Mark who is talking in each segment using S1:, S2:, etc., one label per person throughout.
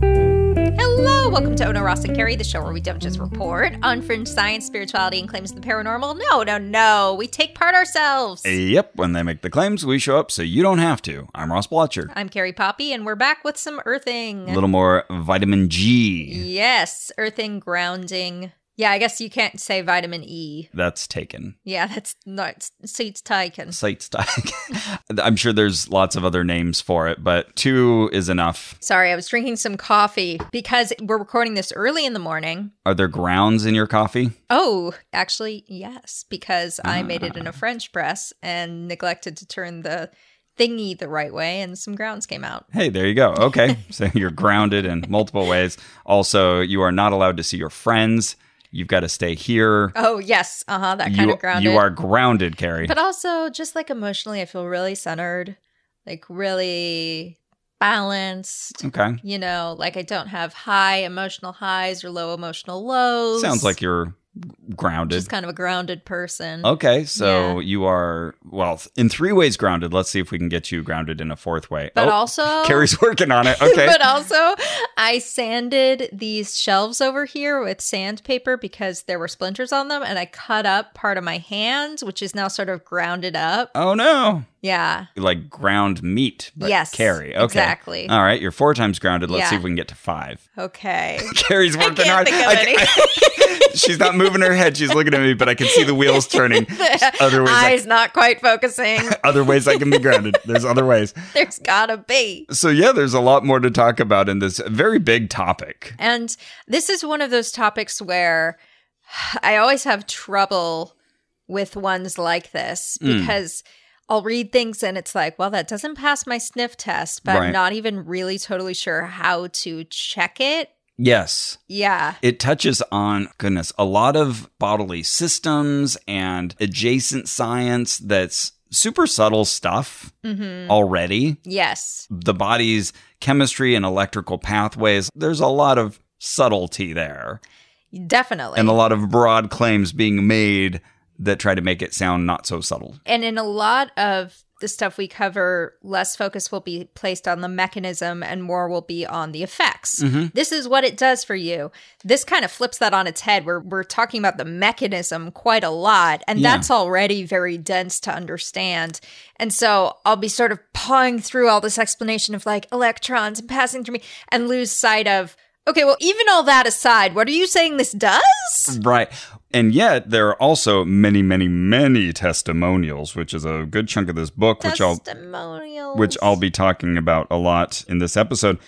S1: Hello, welcome to Ono Ross and Carrie, the show where we don't just report on fringe science, spirituality, and claims of the paranormal. No, no, no. We take part ourselves.
S2: Yep, when they make the claims, we show up so you don't have to. I'm Ross Blotcher.
S1: I'm Carrie Poppy, and we're back with some earthing.
S2: A little more vitamin G.
S1: yes, earthing grounding. Yeah, I guess you can't say vitamin E.
S2: That's taken.
S1: Yeah, that's not seats taken.
S2: Site stock. I'm sure there's lots of other names for it, but two is enough.
S1: Sorry, I was drinking some coffee because we're recording this early in the morning.
S2: Are there grounds in your coffee?
S1: Oh, actually, yes, because I made it
S2: Ah.
S1: in a French press and neglected to turn the thingy the right way, and some grounds came out.
S2: Hey, there you go. Okay. so you're grounded in multiple ways. Also, you are not allowed to see your friends. You've got to stay here.
S1: Oh, yes, uh huh, that kind
S2: you,
S1: of grounded.
S2: you are grounded, Carrie.
S1: but also just like emotionally, I feel really centered, like really balanced.
S2: okay.
S1: You know, like I don't have high emotional highs or low emotional lows.
S2: Sounds like you're grounded.
S1: just kind of a grounded person.
S2: Okay, so you are well th- in three ways grounded. Let's see if we can get you grounded in a fourth way.
S1: But
S2: Oh,
S1: also,
S2: Carrie's working on it. Okay,
S1: but also I sanded these shelves over here with sandpaper because there were splinters on them and I cut up part of my hand, which is now sort of grounded up.
S2: oh no,
S1: Yeah.
S2: like ground meat. But
S1: yes.
S2: Carrie. Okay,
S1: Exactly.
S2: All right, you're four times grounded. Let's
S1: Yeah.
S2: see if we can get to five.
S1: okay.
S2: Carrie's working
S1: can't
S2: hard.
S1: think of any.
S2: she's not moving her head. She's looking at me, but I can see the wheels turning. Other ways, I,
S1: Eyes not quite focusing.
S2: other ways I can be grounded. There's other ways.
S1: There's gotta be.
S2: So yeah, there's a lot more to talk about in this very big topic.
S1: And this is one of those topics where I always have trouble with ones like this
S2: Mm.
S1: because I'll read things and it's like, well, that doesn't pass my sniff test, but
S2: Right.
S1: I'm not even really totally sure how to check it.
S2: Yes.
S1: Yeah.
S2: It touches on, goodness, a lot of bodily systems and adjacent science that's super subtle stuff
S1: hmm
S2: already.
S1: Yes.
S2: The body's chemistry and electrical pathways, there's a lot of subtlety there
S1: Definitely.
S2: and a lot of broad claims being made that try to make it sound not so subtle.
S1: And in a lot of the stuff we cover, less focus will be placed on the mechanism and more will be on the effects.
S2: Mhm.
S1: This is what it does for you. This kind of flips that on its head where we're talking about the mechanism quite a lot. And
S2: Yeah.
S1: that's already very dense to understand. And so I'll be sort of pawing through all this explanation of like electrons and passing through me and lose sight of, okay, well, even all that aside, what are you saying this does?
S2: Right. And yet, there are also many, many, many testimonials, which is a good chunk of this book, which I'll
S1: Testimonials.
S2: which I'll be talking about a lot in this episode.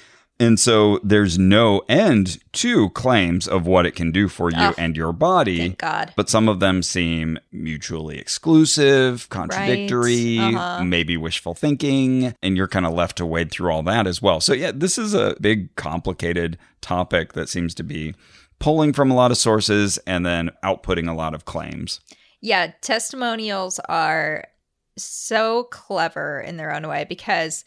S2: And so there's no end to claims of what it can do for you
S1: Ugh.
S2: and your body.
S1: Thank God.
S2: But some of them seem mutually exclusive, contradictory,
S1: Uh-huh.
S2: maybe wishful thinking, and you're kind of left to wade through all that as well. So, yeah, this is a big, complicated topic that seems to be pulling from a lot of sources and then outputting a lot of claims.
S1: Yeah, testimonials are so clever in their own way because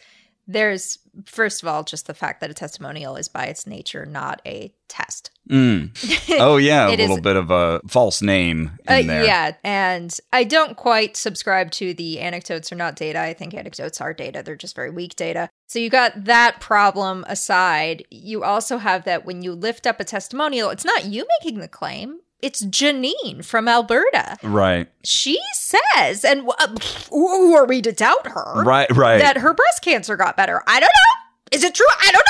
S1: there's, first of all, just the fact that a testimonial is by its nature not a test.
S2: Mm. Oh, yeah, a
S1: It is-
S2: little bit of a false name in
S1: Uh,
S2: there.
S1: yeah, and I don't quite subscribe to the anecdotes are not data. I think anecdotes are data, they're just very weak data. So you got that problem aside. You also have that when you lift up a testimonial, it's not you making the claim, it's Janine from Alberta.
S2: Right.
S1: She says, and uh, pff, who are we to doubt her?
S2: Right, right.
S1: that her breast cancer got better. I don't know. Is it true? I don't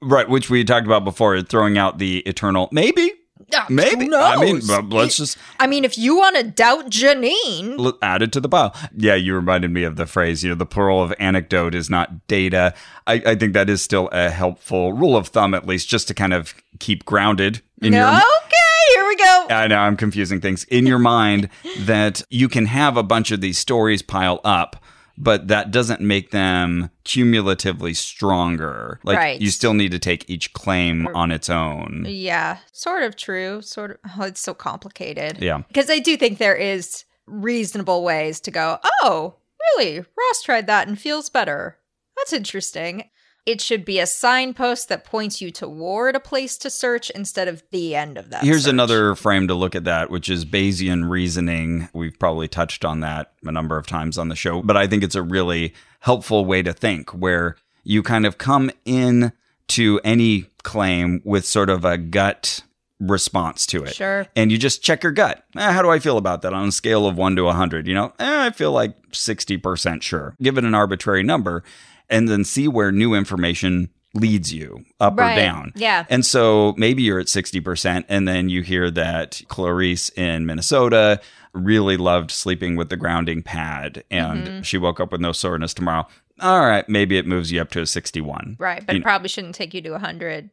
S2: Right, which we talked about before, throwing out the eternal maybe,
S1: know. Uh,
S2: maybe.
S1: No.
S2: I mean, but let's just
S1: I mean, if you want to doubt Janine,
S2: l- add it to the pile. Yeah, you reminded me of the phrase. You know, the plural of anecdote is not data. I, I think that is still a helpful rule of thumb, at least, just to kind of keep grounded in your.
S1: okay, here we go.
S2: I know I'm confusing things in your mind that you can have a bunch of these stories pile up, but that doesn't make them cumulatively stronger. Like
S1: Right.
S2: you still need to take each claim on its own.
S1: yeah, sort of true. Sort of. Oh, it's so complicated.
S2: Yeah.
S1: Because I do think there is reasonable ways to go. Oh, really? Ross tried that and feels better. That's interesting. It should be a signpost that points you toward a place to search instead of the end of that.
S2: Here's
S1: search.
S2: another frame to look at that, which is Bayesian reasoning. We've probably touched on that a number of times on the show, but I think it's a really helpful way to think where you kind of come in to any claim with sort of a gut response to it.
S1: Sure.
S2: And you just check your gut. Eh, how do I feel about that on a scale of 1 to 100? You know, eh, I feel like 60% sure. Give it an arbitrary number and then see where new information leads you up
S1: Right.
S2: or down.
S1: Yeah.
S2: And so maybe you're at 60%, and then you hear that Clarice in Minnesota really loved sleeping with the grounding pad and she woke up with no soreness tomorrow. All right, maybe it moves you up to a 61.
S1: Right, but
S2: You
S1: it
S2: know.
S1: probably shouldn't take you to 100.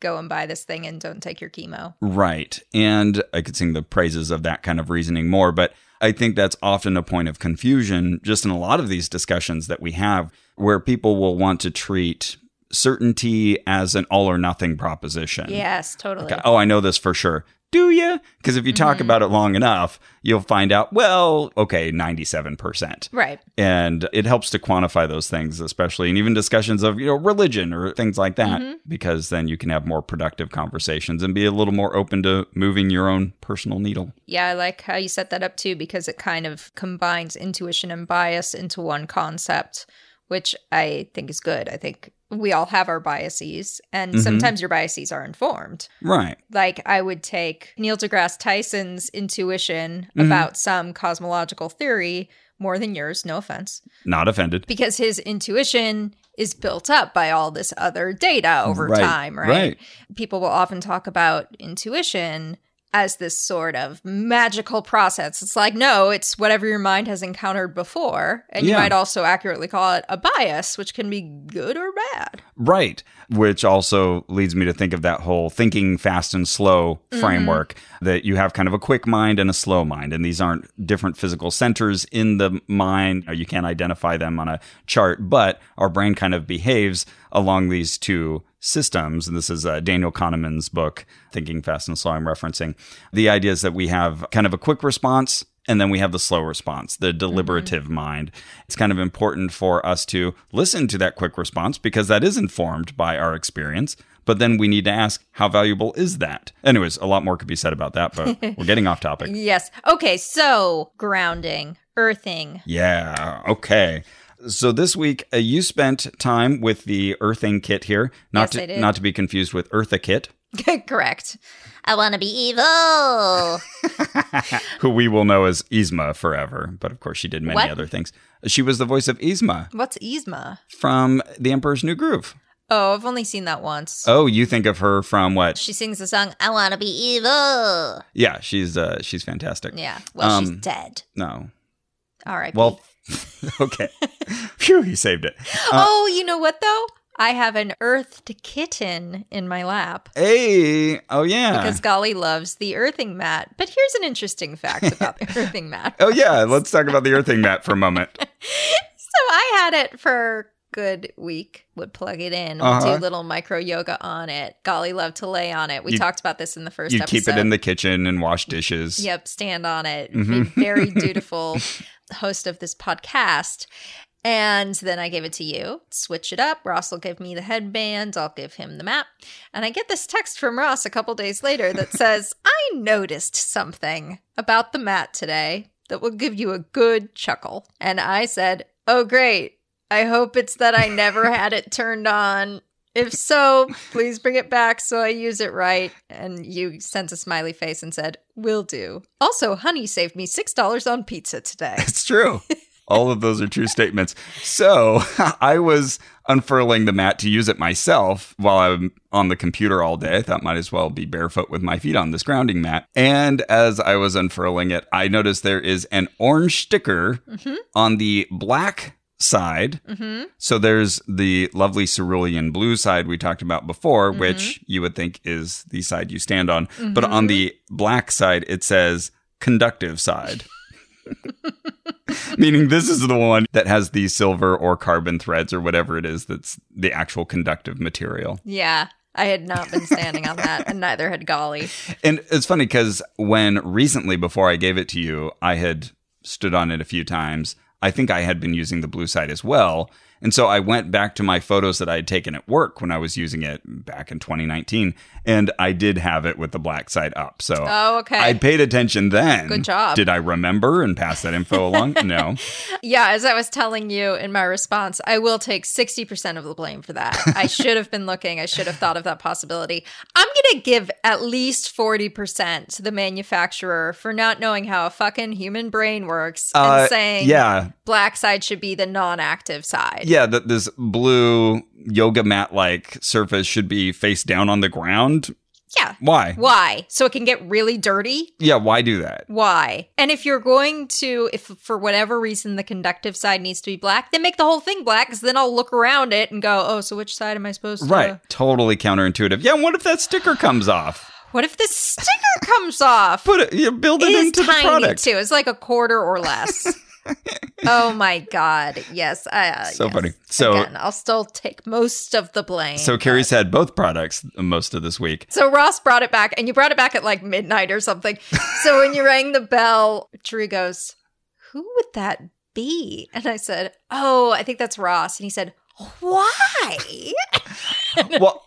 S1: Go and buy this thing and don't take your chemo.
S2: Right. And I could sing the praises of that kind of reasoning more, but I think that's often a point of confusion just in a lot of these discussions that we have where people will want to treat certainty as an all or nothing proposition.
S1: Yes, totally.
S2: Okay, Oh, I know this for sure. Do you? Because if you talk
S1: Mm-hmm.
S2: about it long enough, you'll find out, well, okay, 97%.
S1: Right.
S2: And it helps to quantify those things, especially in even discussions of, you know, religion or things like that,
S1: Mm-hmm.
S2: because then you can have more productive conversations and be a little more open to moving your own personal needle.
S1: Yeah, I like how you set that up too because it kind of combines intuition and bias into one concept, which I think is good. I think we all have our biases, and
S2: Mhm.
S1: sometimes your biases are informed.
S2: Right.
S1: like I would take Neil deGrasse Tyson's intuition
S2: Mhm.
S1: about some cosmological theory more than yours, no offense,
S2: Not offended.
S1: because his intuition is built up by all this other data over
S2: Right,
S1: time, right?
S2: right.
S1: People will often talk about intuition as this sort of magical process. It's like, no, it's whatever your mind has encountered before. And you
S2: Yeah.
S1: might also accurately call it a bias, which can be good or bad.
S2: Right. Which also leads me to think of that whole thinking fast and slow framework that you have kind of a quick mind and a slow mind. And these aren't different physical centers in the mind. or You can't identify them on a chart, but our brain kind of behaves along these two systems. And this is uh, Daniel Kahneman's book, Thinking Fast and Slow, I'm referencing. The idea is that we have kind of a quick response and then we have the slow response,
S1: Mm-hmm.
S2: the deliberative mind. It's kind of important for us to listen to that quick response because that is informed by our experience. But then we need to ask, how valuable is that? Anyways, a lot more could be said about that, but we're getting off topic.
S1: Yes. Okay. So grounding, earthing,
S2: Yeah. Okay. So this week, uh, you spent time with the earthing kit here, not
S1: Yes, I
S2: to,
S1: did.
S2: not to be confused with Eartha Kit,
S1: Correct. I want to be evil.
S2: who we will know as Yzma forever. But of course, she did many
S1: What?
S2: other things. She was the voice of Yzma
S1: What's Yzma?
S2: from The Emperor's New Groove.
S1: Oh, I've only seen that once.
S2: Oh, you think of her from what?
S1: She sings the song "I Want to Be Evil."
S2: Yeah, she's uh, she's fantastic.
S1: Yeah. Well, she's
S2: Um,
S1: dead.
S2: No,
S1: All right.
S2: well, okay. Phew, he saved it. uh,
S1: oh, you know what though? I have an earthed kitten in my lap
S2: Hey, oh yeah.
S1: because Golly loves the earthing mat. But here's an interesting fact about the earthing mat.
S2: oh yeah, let's talk about the earthing mat for a moment.
S1: So I had it for a good week. Would plug it in,
S2: Uh-huh.
S1: do little micro yoga on it. Golly loved to lay on it. We
S2: You-
S1: talked about this in the 1st
S2: You
S1: episode.
S2: keep it in the kitchen and wash dishes.
S1: Yep, stand on it.
S2: Mhm.
S1: Be Very dutiful host of this podcast. And then I gave it to you. Switch it up. Ross will give me the headband. I'll give him the map. And I get this text from Ross a couple days later that says, I noticed something about the mat today that will give you a good chuckle. And I said, Oh, great. I hope it's that I never had it turned on. If so, please bring it back so I use it right. And you sent a smiley face and said, Will do. Also, honey saved me $6 on pizza today.
S2: It's true. All of those are true statements. So I was unfurling the mat to use it myself while I'm on the computer all day. I thought might as well be barefoot with my feet on this grounding mat. And as I was unfurling it, I noticed there is an orange sticker
S1: Mhm.
S2: on the black side.
S1: hmm
S2: So there's the lovely cerulean blue side we talked about before, which you would think is the side you stand on. But on the black side, it says conductive side. Meaning this is the one that has the silver or carbon threads or whatever it is that's the actual conductive material.
S1: Yeah, I had not been standing on that, and neither had Golly.
S2: And it's funny because when recently, before I gave it to you, I had stood on it a few times. I think I had been using the blue side as well. And so I went back to my photos that I had taken at work when I was using it back in 2019, and I did have it with the black side up. So
S1: Oh, okay.
S2: I paid attention then.
S1: Good job.
S2: Did I remember and pass that info along? No.
S1: Yeah, as I was telling you in my response, I will take 60% of the blame for that. I should have been looking. I should have thought of that possibility. I'm going to give at least 40% to the manufacturer for not knowing how a fucking human brain works and
S2: Uh,
S1: saying
S2: yeah.
S1: black side should be the non active side.
S2: Yeah, that this blue yoga mat like surface should be face down on the ground.
S1: Yeah.
S2: Why?
S1: Why? So it can get really dirty?
S2: Yeah, why do that?
S1: Why? And if you're going to, if for whatever reason the conductive side needs to be black, then make the whole thing black because then I'll look around it and go, oh, so which side am I supposed to?
S2: Right. Totally counterintuitive. Yeah, and what if that sticker comes off?
S1: What if the sticker comes off?
S2: Put it, you build
S1: It
S2: it,
S1: is
S2: into the
S1: tiny
S2: product.
S1: too. It's like a quarter or less. oh my god! Yes, I, uh,
S2: So
S1: yes.
S2: funny. So-
S1: Again, I'll still take most of the blame.
S2: So Carrie's had both products most of this week.
S1: So Ross brought it back, and you brought it back at like midnight or something. so when you rang the bell, Drew goes, "Who would that be?" And I said, "Oh, I think that's Ross." And he said, "Why?"
S2: Well,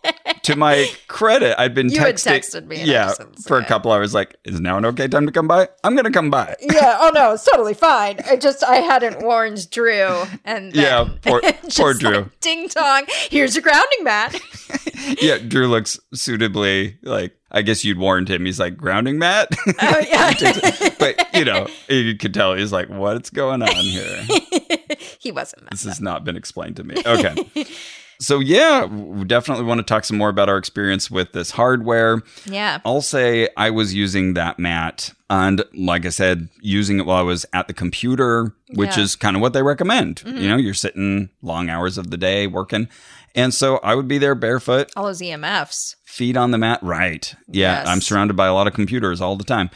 S2: to my credit, I've been
S1: You had
S2: texting.
S1: texted me and I
S2: yeah,
S1: just didn't
S2: for
S1: say it.
S2: a couple hours. Like, is now an okay time to come by? I'm gonna come by.
S1: yeah. Oh no, it's totally fine. I just I hadn't warned Drew, and then
S2: Yeah, poor-
S1: just
S2: poor Drew.
S1: like, ding dong. Here's your grounding mat.
S2: yeah, Drew looks suitably like. I guess you'd warned him. He's like grounding Matt,
S1: Oh yeah.
S2: but you know, you could tell he's like, what's going on here?
S1: he wasn't mad.
S2: This has not been explained to me. Okay. So yeah, we definitely want to talk some more about our experience with this hardware.
S1: Yeah.
S2: I'll say I was using that mat and like I said, using it while I was at the computer, which
S1: Yeah. Mm-hmm.
S2: is kind of what they recommend. You know, you're sitting long hours of the day working. And so I would be there barefoot,
S1: All those E EMFs.
S2: feet on the mat. Right. Yeah.
S1: Yes.
S2: I'm surrounded by a lot of computers all the time.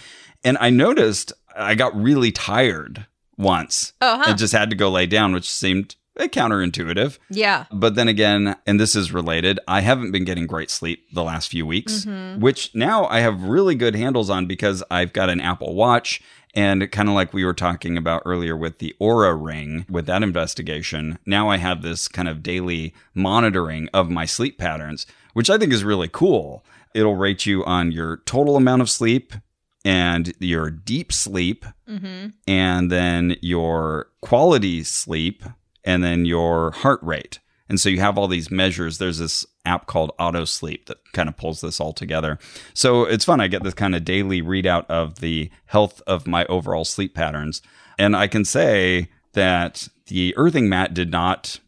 S2: And I noticed I got really tired once
S1: Oh huh.
S2: and just had to go lay down, which seemed eh, counterintuitive.
S1: yeah.
S2: But then again, and this is related, I haven't been getting great sleep the last few weeks, which now I have really good handles on because I've got an Apple Watch. And kind of like we were talking about earlier with the Aura Ring, with that investigation, now I have this kind of daily monitoring of my sleep patterns, which I think is really cool. It'll rate you on your total amount of sleep and your deep sleep,
S1: Mm-hmm.
S2: and then your quality sleep, and then your heart rate. And so you have all these measures. There's this app called Auto Sleep that kind of pulls this all together. So it's fun. I get this kind of daily readout of the health of my overall sleep patterns. And I can say that the earthing mat did not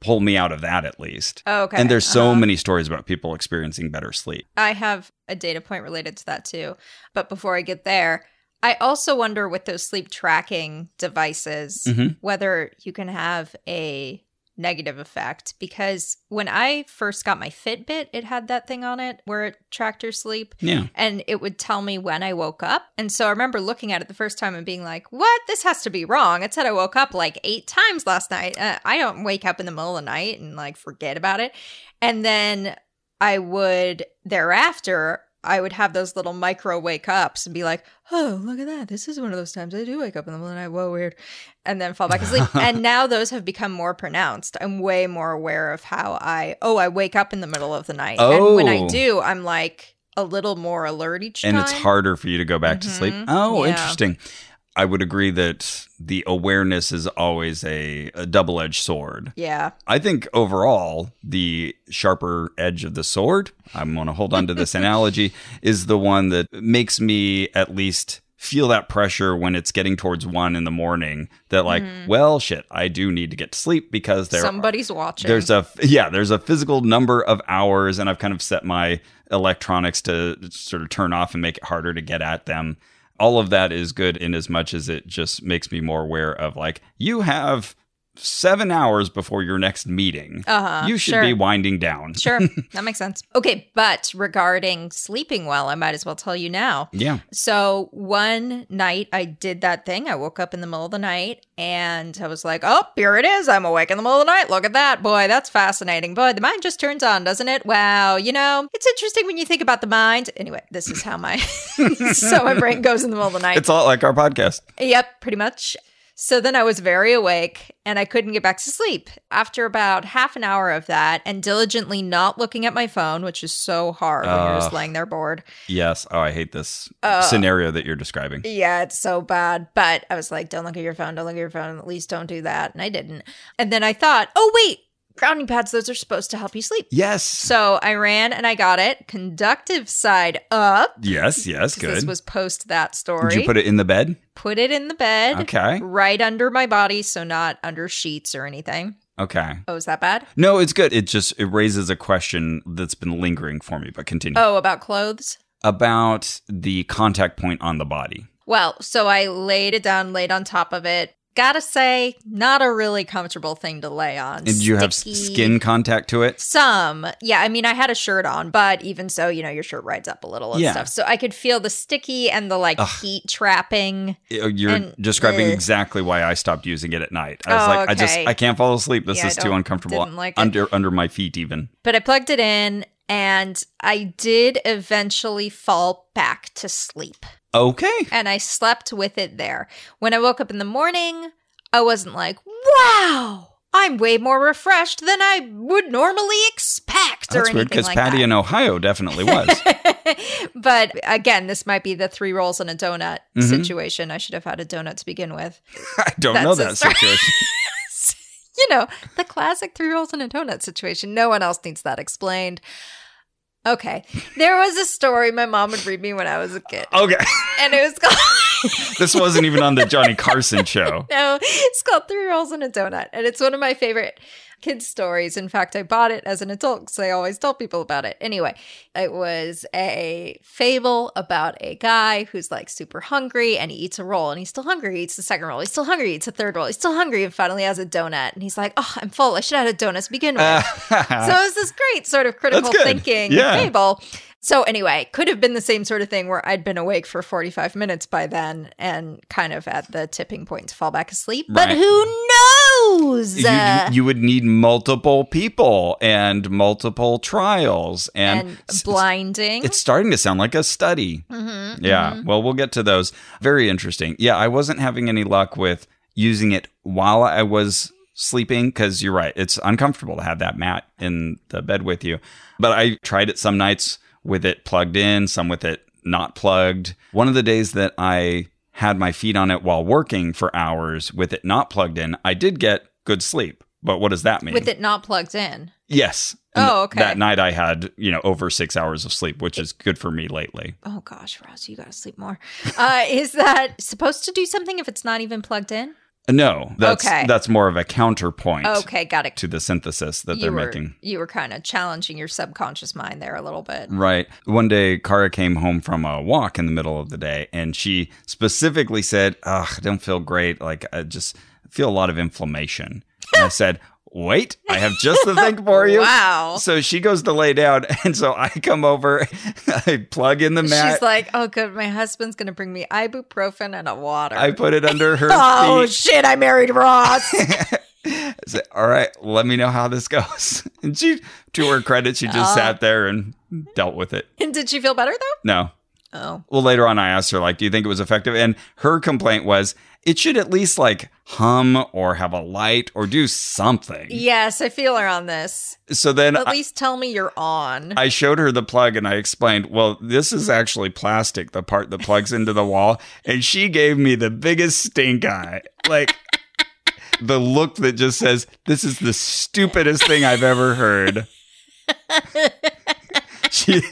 S2: pull me out of that at least.
S1: Oh, okay.
S2: And there's so
S1: Uh-huh.
S2: many stories about people experiencing better sleep.
S1: I have a data point related to that too. But before I get there, I also wonder with those sleep tracking devices
S2: Mhm.
S1: whether you can have a negative effect because when I first got my Fitbit, it had that thing on it where it tracked your sleep
S2: Yeah.
S1: and it would tell me when I woke up. And so I remember looking at it the first time and being like, "What? This has to be wrong." It said I woke up like 8 times last night. Uh, I don't wake up in the middle of the night and like forget about it. And then I would thereafter I would have those little micro wake ups and be like, "Oh, look at that! This is one of those times I do wake up in the middle of the night. Whoa, weird!" And then fall back asleep. and now those have become more pronounced. I'm way more aware of how I oh I wake up in the middle of the night, and when I
S2: Oh.
S1: do, I'm like a little more alert each
S2: and
S1: time.
S2: it's harder for you to go back to sleep.
S1: Mhm.
S2: Oh,
S1: Yeah.
S2: interesting. I would agree that the awareness is always a, a double edged sword.
S1: Yeah,
S2: I think overall, the sharper edge of the sword, I'm going to hold on to this analogy, is the one that makes me at least feel that pressure when it's getting towards one in the morning that, like, well, shit, I do need to get to sleep because there are
S1: somebody's watching.
S2: there's a yeah, there's a physical number of hours, and I've kind of set my electronics to sort of turn off and make it harder to get at them. All of that is good in as much as it just makes me more aware of like you have seven hours before your next meeting.
S1: Uh-huh,
S2: you should
S1: sure.
S2: be winding down.
S1: sure that makes sense. Okay, but regarding sleeping well, I might as well tell you now.
S2: Yeah.
S1: So one night I did that thing. I woke up in the middle of the night and I was like, oh, here it is. I'm awake in the middle of the night. Look at that. Boy, that's fascinating. Boy, the mind just turns on, doesn't it? Wow. You know, it's interesting when you think about the mind. Anyway, this is how my, so my brain goes in the middle of the night.
S2: It's a lot like our podcast.
S1: Yep, pretty much. So then I was very awake and I couldn't get back to sleep. After about half an hour of that and diligently not looking at my phone, which is so hard when you're just
S2: Ugh.
S1: laying there bored.
S2: Yes. Oh, I hate this
S1: Uh,
S2: scenario that you're describing.
S1: Yeah, it's so bad. But I was like, don't look at your phone, don't look at your phone, at least don't do that. And I didn't. And then I thought, oh, wait, grounding pads, those are supposed to help you sleep.
S2: Yes.
S1: So I ran and I got it. Conductive side up.
S2: yes. Yes.
S1: 'cause This
S2: Good.
S1: was post that story.
S2: Did you put it in the bed?
S1: Put it in the bed.
S2: Okay.
S1: Right under my body, so not under sheets or anything.
S2: Okay.
S1: Oh, is that bad?
S2: No, it's good. It just it raises a question that's been lingering for me, but continue.
S1: Oh, about clothes?
S2: About the contact point on the body.
S1: Well, so I laid it down, laid on top of it. Gotta say, not a really comfortable thing to lay on.
S2: And you have s-
S1: Sticky.
S2: skin contact to it?
S1: Some. Yeah, I mean, I had a shirt on, but even so, you know, your shirt rides up a little and
S2: Yeah.
S1: stuff. So I could feel the sticky and the like
S2: Ugh.
S1: heat trapping.
S2: Uh, You're
S1: And-
S2: describing
S1: Ugh.
S2: exactly why I stopped using it at night. I was
S1: Oh,
S2: like, I just
S1: okay.
S2: I can't fall asleep. This
S1: Yeah, I
S2: is too
S1: don't-
S2: uncomfortable
S1: didn't like it.
S2: under under my feet even.
S1: But I plugged it in and I did eventually fall back to sleep.
S2: Okay.
S1: And I slept with it there. When I woke up in the morning, I wasn't like, wow, I'm way more refreshed than I would normally expect or
S2: That's
S1: anything
S2: weird because
S1: like
S2: Patty in Ohio definitely was.
S1: that. but again, this might be the three rolls and a donut
S2: Mhm.
S1: situation. I should have had a donut to begin with.
S2: I don't know that
S1: That's a story.
S2: situation.
S1: you know, the classic three rolls and a donut situation. No one else needs that explained. Okay. There was a story my mom would read me when I was a kid.
S2: Okay.
S1: And it was called
S2: This wasn't even on the Johnny Carson show.
S1: No, it's called Three Rolls and a Donut. And it's one of my favorite kids' stories. In fact, I bought it as an adult because I always tell people about it. Anyway, it was a fable about a guy who's like super hungry and he eats a roll and he's still hungry. He eats the second roll. He's still hungry. He eats the third roll. He's still hungry and finally has a donut. And he's like, oh, I'm full. I should have had a donut to begin with. So it was this great sort of critical
S2: good.
S1: thinking
S2: Yeah.
S1: fable. So anyway, could have been the same sort of thing where I'd been awake for 45 minutes by then and kind of at the tipping point to fall back asleep. But
S2: Right.
S1: who knows?
S2: you,
S1: uh,
S2: you, you would need multiple people and multiple trials and,
S1: and
S2: s-
S1: blinding.
S2: It's starting to sound like a study.
S1: Mhm,
S2: Yeah.
S1: mhm.
S2: Well, we'll get to those. Very interesting. Yeah, I wasn't having any luck with using it while I was sleeping because you're right. It's uncomfortable to have that mat in the bed with you. But I tried it some nights with it plugged in, some with it not plugged. One of the days that I had my feet on it while working for hours with it not plugged in, I did get good sleep. But what does that mean?
S1: With it not plugged in.
S2: yes. And
S1: Oh, okay.
S2: That night I had, you know, over six hours of sleep, which is good for me lately.
S1: Oh gosh, Ross, you got to sleep more. Uh, is that supposed to do something if it's not even plugged in?
S2: No, that's
S1: Okay.
S2: that's more of a counterpoint
S1: Okay, got it.
S2: to the synthesis that they're
S1: you were,
S2: making.
S1: You were kind of challenging your subconscious mind there a little bit.
S2: Right. One day, Kara came home from a walk in the middle of the day, and she specifically said, "Ugh, I don't feel great. Like I just feel a lot of inflammation." and I said, "Wait, I have just the thing for you."
S1: Wow.
S2: So she goes to lay down, and so I come over, I plug in the mat,
S1: She's like, oh, good. My husband's going to bring me ibuprofen and a water.
S2: I put it under her
S1: oh,
S2: feet.
S1: shit. I married Ross.
S2: I said, All right, let me know how this goes. And she, to her credit, she just
S1: Oh.
S2: sat there and dealt with it.
S1: and did she feel better, though?
S2: No.
S1: Oh.
S2: Well, later on, I asked her, like, do you think it was effective? And her complaint was, it should at least like hum or have a light or do something.
S1: Yes, I feel her on this.
S2: So then
S1: At
S2: I,
S1: least tell me you're on.
S2: I showed her the plug and I explained, well, this is actually plastic, the part that plugs into the wall. And she gave me the biggest stink eye. Like, the look that just says, this is the stupidest thing I've ever heard. she.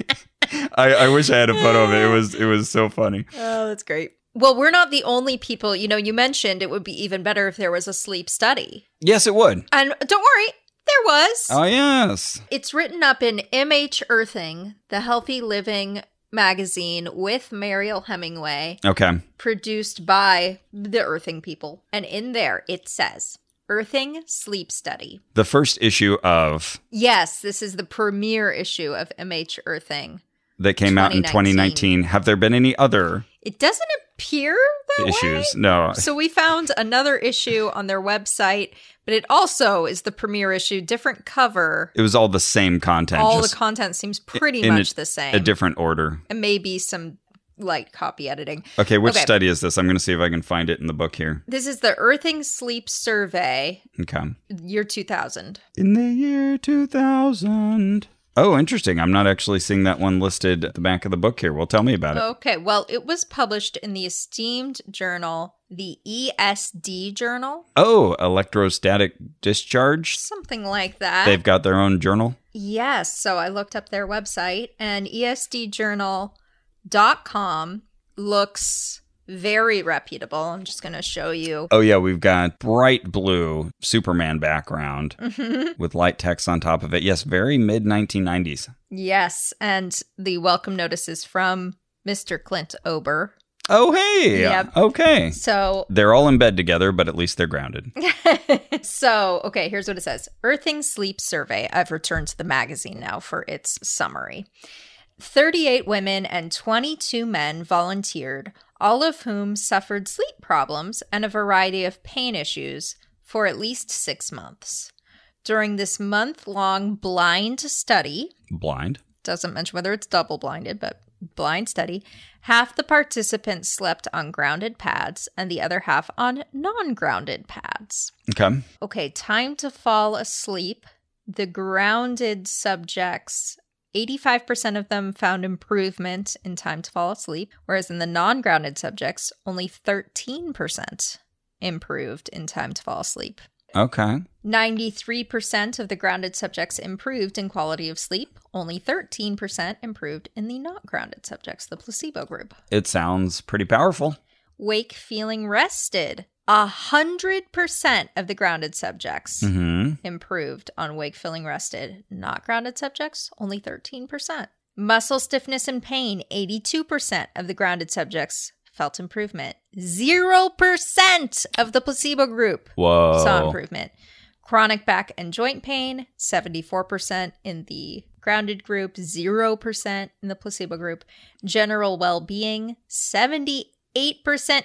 S2: I, I wish I had a photo of it. It was it was so funny.
S1: oh, that's great. Well, we're not the only people. You know, you mentioned it would be even better if there was a sleep study.
S2: Yes, it would.
S1: And don't worry, there was.
S2: Oh yes.
S1: It's written up in MH Earthing, the Healthy Living magazine with Mariel Hemingway.
S2: Okay.
S1: produced by the Earthing people. And in there it says Earthing Sleep Study.
S2: The first issue of
S1: Yes, this is the premiere issue of MH Earthing.
S2: that came out in
S1: 2019.
S2: 2019. Have there been any other
S1: It doesn't appear that way.
S2: issues? No.
S1: So we found another issue on their website, but it also is the premiere issue, different cover.
S2: It was all the same content,
S1: All the
S2: just
S1: content seems pretty
S2: in a-
S1: much the same.
S2: a different order.
S1: and maybe some light copy editing.
S2: Okay, which
S1: Okay.
S2: study is this? I'm going to see if I can find it in the book here.
S1: This is the Earthing Sleep Survey,
S2: Okay.
S1: year 2000.
S2: In the year 2000. Oh, interesting. I'm not actually seeing that one listed at the back of the book here. Well, tell me about it.
S1: Okay, well, it was published in the esteemed journal, the ESD Journal,
S2: Oh, electrostatic discharge.
S1: something like that.
S2: They've got their own journal.
S1: Yes. So I looked up their website and E esdjournal.com looks very reputable. I'm just going to show you.
S2: Oh, yeah, we've got bright blue Superman background
S1: Mhm.
S2: with light text on top of it. Yes, very mid 1990s.
S1: yes. And the welcome notice is from Mr. Clint Ober.
S2: Oh, hey.
S1: Yep.
S2: Okay.
S1: So.
S2: They're all in bed together, but at least they're grounded.
S1: so, okay, here's what it says Earthing Sleep Survey. I've returned to the magazine now for its summary. 38 women and 22 men volunteered, all of whom suffered sleep problems and a variety of pain issues for at least six months. During this month long blind study,
S2: Blind.
S1: doesn't mention whether it's double blinded, but blind study, half the participants slept on grounded pads and the other half on non grounded pads.
S2: Okay.
S1: Okay, time to fall asleep. The grounded subjects, 85% of them found improvement in time to fall asleep, whereas in the non grounded subjects, only 13% improved in time to fall asleep.
S2: Okay.
S1: 93% of the grounded subjects improved in quality of sleep, only 13% improved in the not grounded subjects, the placebo group.
S2: It sounds pretty powerful.
S1: Wake feeling rested. 100% of the grounded subjects
S2: hmm
S1: improved on wake feeling rested. Not grounded subjects, only 13%. Muscle stiffness and pain, 82% of the grounded subjects felt improvement. 0% of the placebo group
S2: Whoa.
S1: saw improvement. Chronic back and joint pain, 74% in the grounded group, 0% in the placebo group. General well being, 78%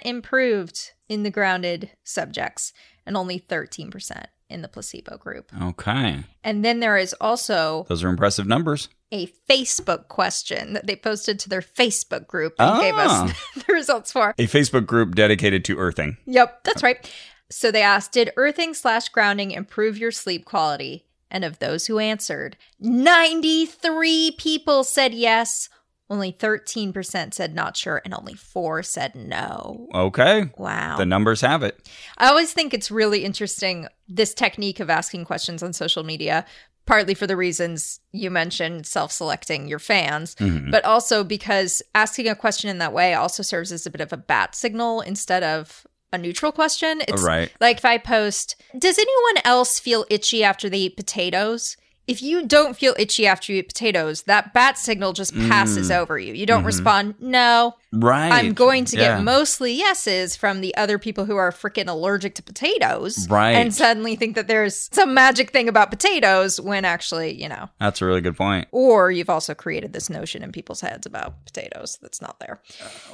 S1: improved in the grounded subjects, and only 13% in the placebo group.
S2: Okay.
S1: And then there is also
S2: Those are impressive numbers.
S1: a Facebook question that they posted to their Facebook group and gave us the results for.
S2: A Facebook group dedicated to earthing.
S1: Yep, that's right. So they asked, Did earthing slash grounding improve your sleep quality? And of those who answered, 93 people said yes, only 13% said not sure, and only four said no.
S2: Okay.
S1: Wow.
S2: The numbers have it.
S1: I always think it's really interesting this technique of asking questions on social media, partly for the reasons you mentioned self selecting your fans,
S2: Mhm.
S1: but also because asking a question in that way also serves as a bit of a bat signal instead of a neutral question. It's
S2: right.
S1: like if I post, does anyone else feel itchy after they eat potatoes? If you don't feel itchy after you eat potatoes, that bat signal just passes
S2: Mm.
S1: over you. You don't
S2: Mhm.
S1: respond, no,
S2: Right.
S1: I'm going to
S2: Yeah.
S1: get mostly yeses from the other people who are freaking allergic to potatoes.
S2: Right.
S1: And suddenly think that there's some magic thing about potatoes when actually, you know,
S2: That's a really good point.
S1: or you've also created this notion in people's heads about potatoes that's not there.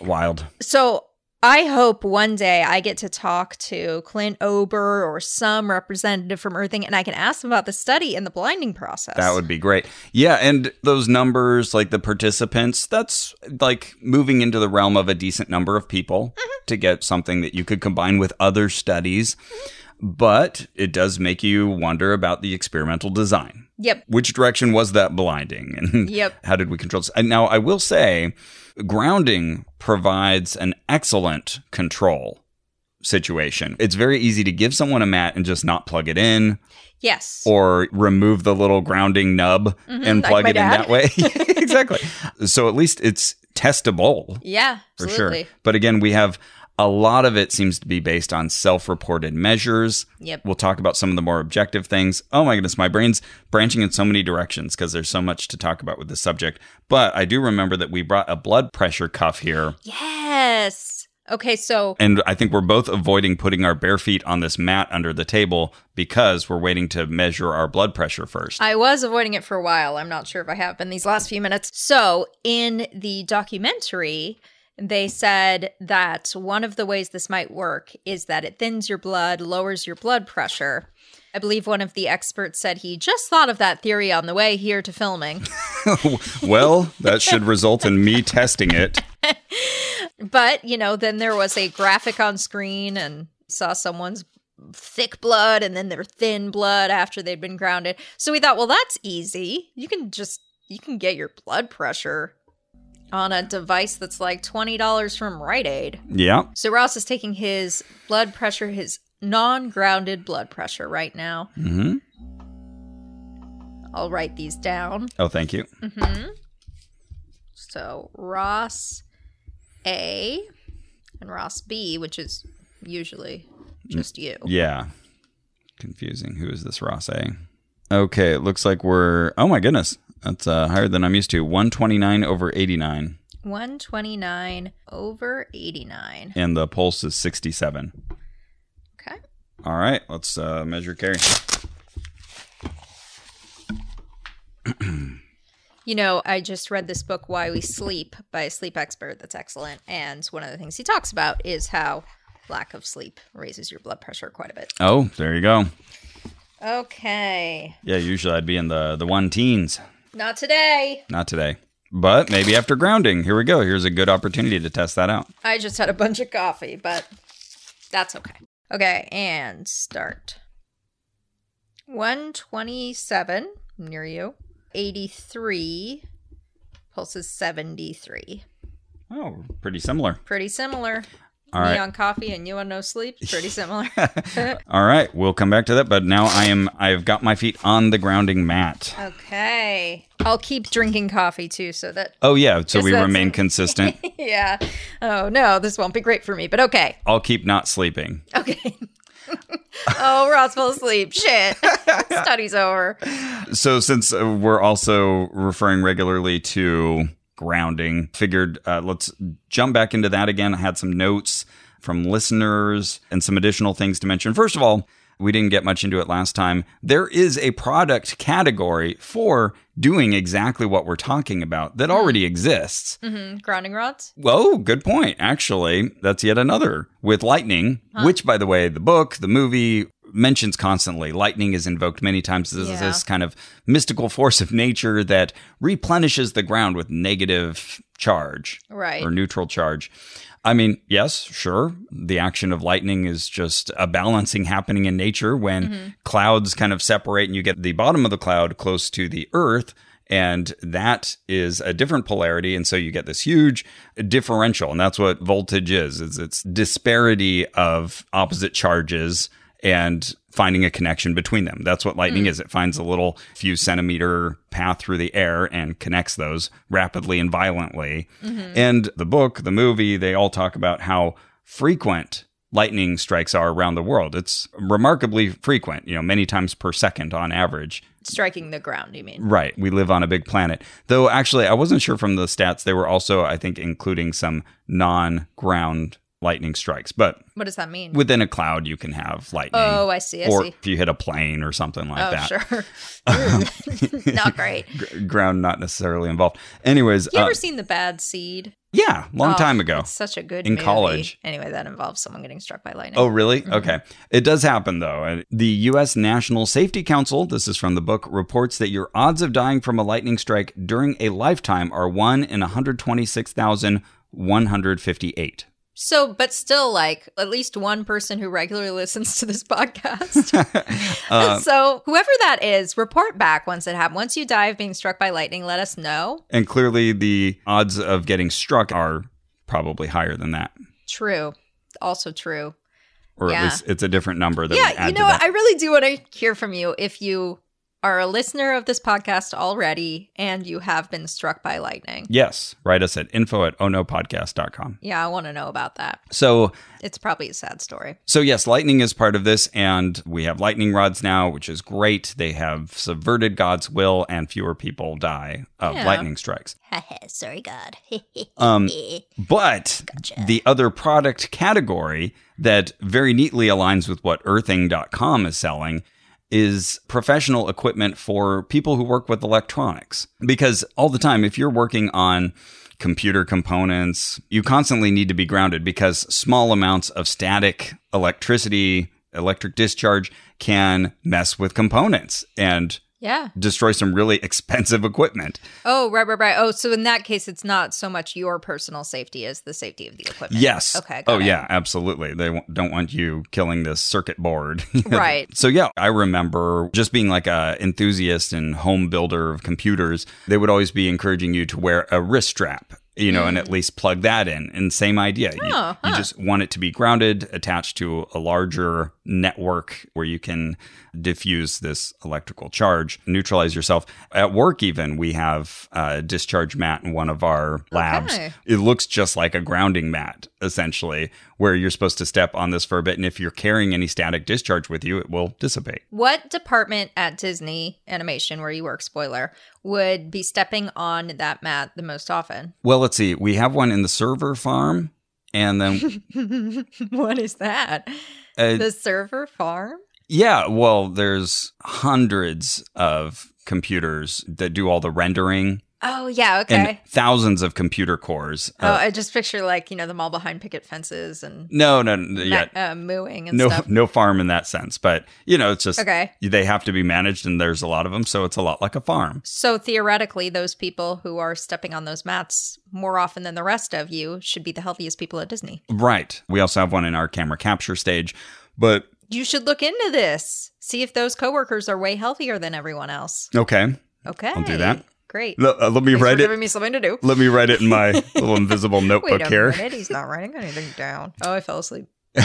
S2: Wild.
S1: So I hope one day I get to talk to Clint Ober or some representative from Earthing and I can ask them about the study and the blinding process.
S2: That would be great. Yeah, and those numbers, like the participants, that's like moving into the realm of a decent number of people
S1: Mm-hmm.
S2: to get something that you could combine with other studies.
S1: Mm-hmm.
S2: But it does make you wonder about the experimental design.
S1: Yep.
S2: Which direction was that blinding? And
S1: Yep.
S2: how did we control this? And Now, I will say, grounding provides an excellent control situation. It's very easy to give someone a mat and just not plug it in
S1: Yes.
S2: or remove the little grounding nub and
S1: Mm-hmm, like
S2: plug
S1: my
S2: it in
S1: dad.
S2: that way. exactly. So at least it's testable
S1: yeah.
S2: for
S1: Absolutely.
S2: sure. But again, we have a lot of it seems to be based on self-reported measures.
S1: Yep.
S2: We'll talk about some of the more objective things. Oh my goodness, my brain's branching in so many directions because there's so much to talk about with this subject. But I do remember that we brought a blood pressure cuff here.
S1: Yes. Okay. So
S2: And I think we're both avoiding putting our bare feet on this mat under the table because we're waiting to measure our blood pressure first.
S1: I was avoiding it for a while. I'm not sure if I have in these last few minutes. So, in the documentary, they said that one of the ways this might work is that it thins your blood, lowers your blood pressure. I believe one of the experts said he just thought of that theory on the way here to filming.
S2: well, that should result in me testing it.
S1: But, you know, then there was a graphic on screen and saw someone's thick blood and then their thin blood after they'd been grounded. So we thought, well, that's easy. You can just you can get your blood pressure on a device that's like $20 from Rite Aid.
S2: Yeah.
S1: So Ross is taking his blood pressure, his non-grounded blood pressure right now.
S2: hmm
S1: I'll write these down.
S2: Oh, thank you.
S1: Mhm. So Ross A and Ross B, which is usually just you.
S2: Yeah. Confusing. Who is this Ross A? Okay, it looks like we're oh my goodness. That's uh, higher than I'm used to. 129 over 89.
S1: 129 over 89.
S2: And the pulse is 67.
S1: Okay.
S2: All right, let's uh, measure carry.
S1: You know, I just read this book, Why We Sleep, by a sleep expert that's excellent. And one of the things he talks about is how lack of sleep raises your blood pressure quite a bit.
S2: Oh, there you go.
S1: Okay.
S2: Yeah, usually I'd be in the the one teens.
S1: Not today.
S2: Not today. But maybe after grounding. Here we go. Here's a good opportunity to test that out.
S1: I just had a bunch of coffee, but that's okay. Okay, and start. 127 near you. 83 pulses 73.
S2: Oh, pretty similar.
S1: Pretty similar.
S2: All
S1: Me
S2: right.
S1: on coffee and you on no sleep. Pretty similar.
S2: All right, we'll come back to that, but now I am I've got my feet on the grounding mat.
S1: Uh, okay. I'll keep drinking coffee too, so that.
S2: Oh yeah, so
S1: Is
S2: we
S1: that
S2: remain
S1: some-
S2: consistent.
S1: Yeah. Oh no, this won't be great for me, but okay.
S2: I'll keep not sleeping.
S1: Okay. oh, Ross fell asleep. Shit. Study's over.
S2: So since uh, we're also referring regularly to grounding, figured uh, let's jump back into that again. I had some notes from listeners and some additional things to mention. First of all, we didn't get much into it last time. There is a product category for doing exactly what we're talking about that already exists.
S1: hmm Grounding rods.
S2: Well, good point. Actually, that's yet another with lightning, which, by the way, the book, the movie mentions constantly. Lightning is invoked many times as
S1: Yeah.
S2: this kind of mystical force of nature that replenishes the ground with negative charge
S1: Right.
S2: or neutral charge. I mean, yes, sure. The action of lightning is just a balancing happening in nature when clouds kind of separate and you get the bottom of the cloud close to the earth. And that is a different polarity. And so you get this huge differential. And that's what voltage is, is it's disparity of opposite charges and finding a connection between them. That's what lightning is. It finds a little few centimeter path through the air and connects those rapidly and violently. And the book, the movie, they all talk about how frequent lightning strikes are around the world. It's remarkably frequent, you know, many times per second on average.
S1: Striking the ground, you mean?
S2: Right. We live on a big planet. Though actually I wasn't sure from the stats they were also I think including some non-ground lightning strikes, but
S1: What does that mean?
S2: within a cloud you can have lightning
S1: oh, I see. I
S2: or
S1: see.
S2: if you hit a plane or something like
S1: Oh,
S2: that.
S1: sure. Not great.
S2: Gr- ground not necessarily involved. Anyways,
S1: You
S2: uh,
S1: ever seen The Bad Seed?
S2: yeah, long
S1: Oh,
S2: time ago.
S1: It's such a good
S2: In
S1: movie.
S2: college.
S1: Anyway, that involves someone getting struck by lightning.
S2: Oh, really?
S1: Mm-hmm.
S2: Okay. It does happen, though. Uh, The U.S. National Safety Council, this is from the book, reports that your odds of dying from a lightning strike during a lifetime are 1 in 126,158.
S1: So, but still, like at least one person who regularly listens to this podcast.
S2: Uh,
S1: so, whoever that is, report back once it happened. Once you die of being struck by lightning, let us know.
S2: and clearly, the odds of getting struck are probably higher than that.
S1: True. Also true.
S2: Or at
S1: Yeah.
S2: least it's a different number that we
S1: yeah,
S2: add
S1: you
S2: to
S1: know,
S2: that.
S1: what? I really do want to hear from you if you are a listener of this podcast already and you have been struck by lightning.
S2: yes. Write us at info at onopodcast.com.
S1: Yeah, I want to know about that.
S2: So
S1: It's probably a sad story.
S2: So, yes, lightning is part of this, and we have lightning rods now, which is great. They have subverted God's will, and fewer people die of
S1: Yeah.
S2: lightning strikes.
S1: Sorry, God.
S2: Um, but
S1: Gotcha.
S2: the other product category that very neatly aligns with what earthing.com is selling is professional equipment for people who work with electronics. Because all the time, if you're working on computer components, you constantly need to be grounded because small amounts of static electricity, electric discharge can mess with components and
S1: Yeah.
S2: destroy some really expensive equipment.
S1: Oh, right, right, right. Oh, so in that case, it's not so much your personal safety as the safety of the equipment.
S2: Yes.
S1: Okay. got
S2: Oh,
S1: it.
S2: yeah, absolutely. They w- don't want you killing this circuit board.
S1: Right.
S2: So yeah, I remember just being like a enthusiast and home builder of computers. They would always be encouraging you to wear a wrist strap, you know, and at least plug that in. And same idea. You-
S1: Mm. Oh,
S2: you,
S1: huh.
S2: just want it to be grounded, attached to a larger network where you can diffuse this electrical charge, neutralize yourself. At work, even we have a discharge mat in one of our labs.
S1: Okay.
S2: It looks just like a grounding mat, essentially, where you're supposed to step on this for a bit. And if you're carrying any static discharge with you, it will dissipate.
S1: What department at Disney Animation, where you work, spoiler, would be stepping on that mat the most often?
S2: Well, let's see. We have one in the server farm. And then,
S1: what is that?
S2: uh,
S1: The server farm?
S2: yeah, well, there's hundreds of computers that do all the rendering
S1: Oh, yeah.
S2: and
S1: Okay.
S2: thousands of computer cores.
S1: oh,
S2: Uh,
S1: I just picture like, you know, them all behind picket fences and
S2: no, no, no, yeah,
S1: ma- uh, mooing and
S2: no,
S1: stuff.
S2: no farm in that sense. But you know, it's just
S1: Okay.
S2: they have to be managed, and there's a lot of them, so it's a lot like a farm.
S1: So theoretically, those people who are stepping on those mats more often than the rest of you should be the healthiest people at Disney.
S2: Right. We also have one in our camera capture stage, but
S1: You should look into this. See if those coworkers are way healthier than everyone else.
S2: okay.
S1: Okay.
S2: I'll do that.
S1: Great.
S2: L- uh, let me
S1: Thanks for
S2: write
S1: giving
S2: it.
S1: me something to do.
S2: Let me write it in my little invisible
S1: Wait
S2: notebook
S1: a
S2: here.
S1: minute. He's not writing anything down. Oh, I fell asleep.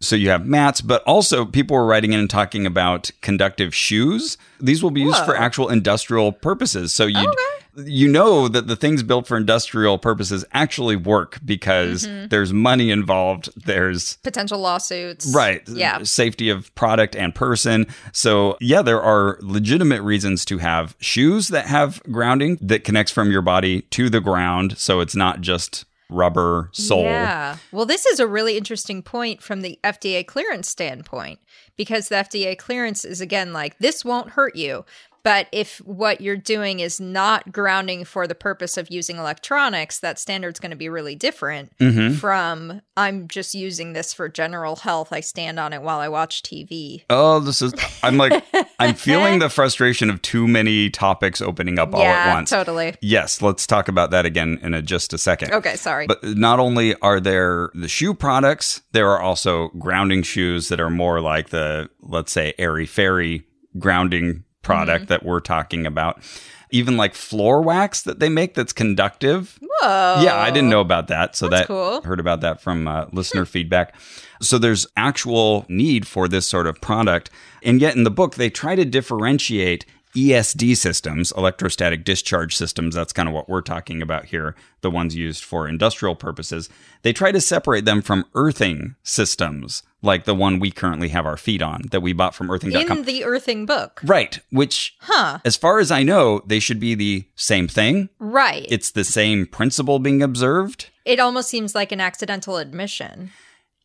S2: so you have mats, but also people were writing in and talking about conductive shoes. These will be used for
S1: Whoa.
S2: actual industrial purposes. So you you know that the things built for industrial purposes actually work because
S1: Mm-hmm.
S2: there's money involved. There's
S1: Potential lawsuits.
S2: Right.
S1: Yeah.
S2: Safety of product and person. So, yeah, there are legitimate reasons to have shoes that have grounding that connects from your body to the ground. So it's not just rubber sole.
S1: Yeah. Well, this is a really interesting point from the FDA clearance standpoint because the FDA clearance is again like this won't hurt you. But if what you're doing is not grounding for the purpose of using electronics, that standard's going to be really different
S2: Mhm.
S1: from I'm just using this for general health. I stand on it while I watch TV.
S2: Oh, this is, I'm like, I'm feeling the frustration of too many topics opening up all at
S1: yeah,
S2: once.
S1: totally.
S2: Yes, let's talk about that again in a, just a second.
S1: Okay, sorry.
S2: But not only are there the shoe products, there are also grounding shoes that are more like the, let's say, airy fairy grounding product
S1: Mm-hmm.
S2: that we're talking about. Even like floor wax that they make that's conductive.
S1: Whoa.
S2: Yeah, I didn't know about that. So that
S1: That's cool. Hmm.
S2: heard about that from uh, listener feedback. So there's actual need for this sort of product, and yet in the book they try to differentiate ESD systems, electrostatic discharge systems. That's kind of what we're talking about here, the ones used for industrial purposes. They try to separate them from earthing systems, like the one we currently have our feet on that we bought from earthing.com.
S1: In the earthing book.
S2: right, which
S1: Huh.
S2: as far as I know, they should be the same thing.
S1: Right.
S2: It's the same principle being observed.
S1: it almost seems like an accidental admission.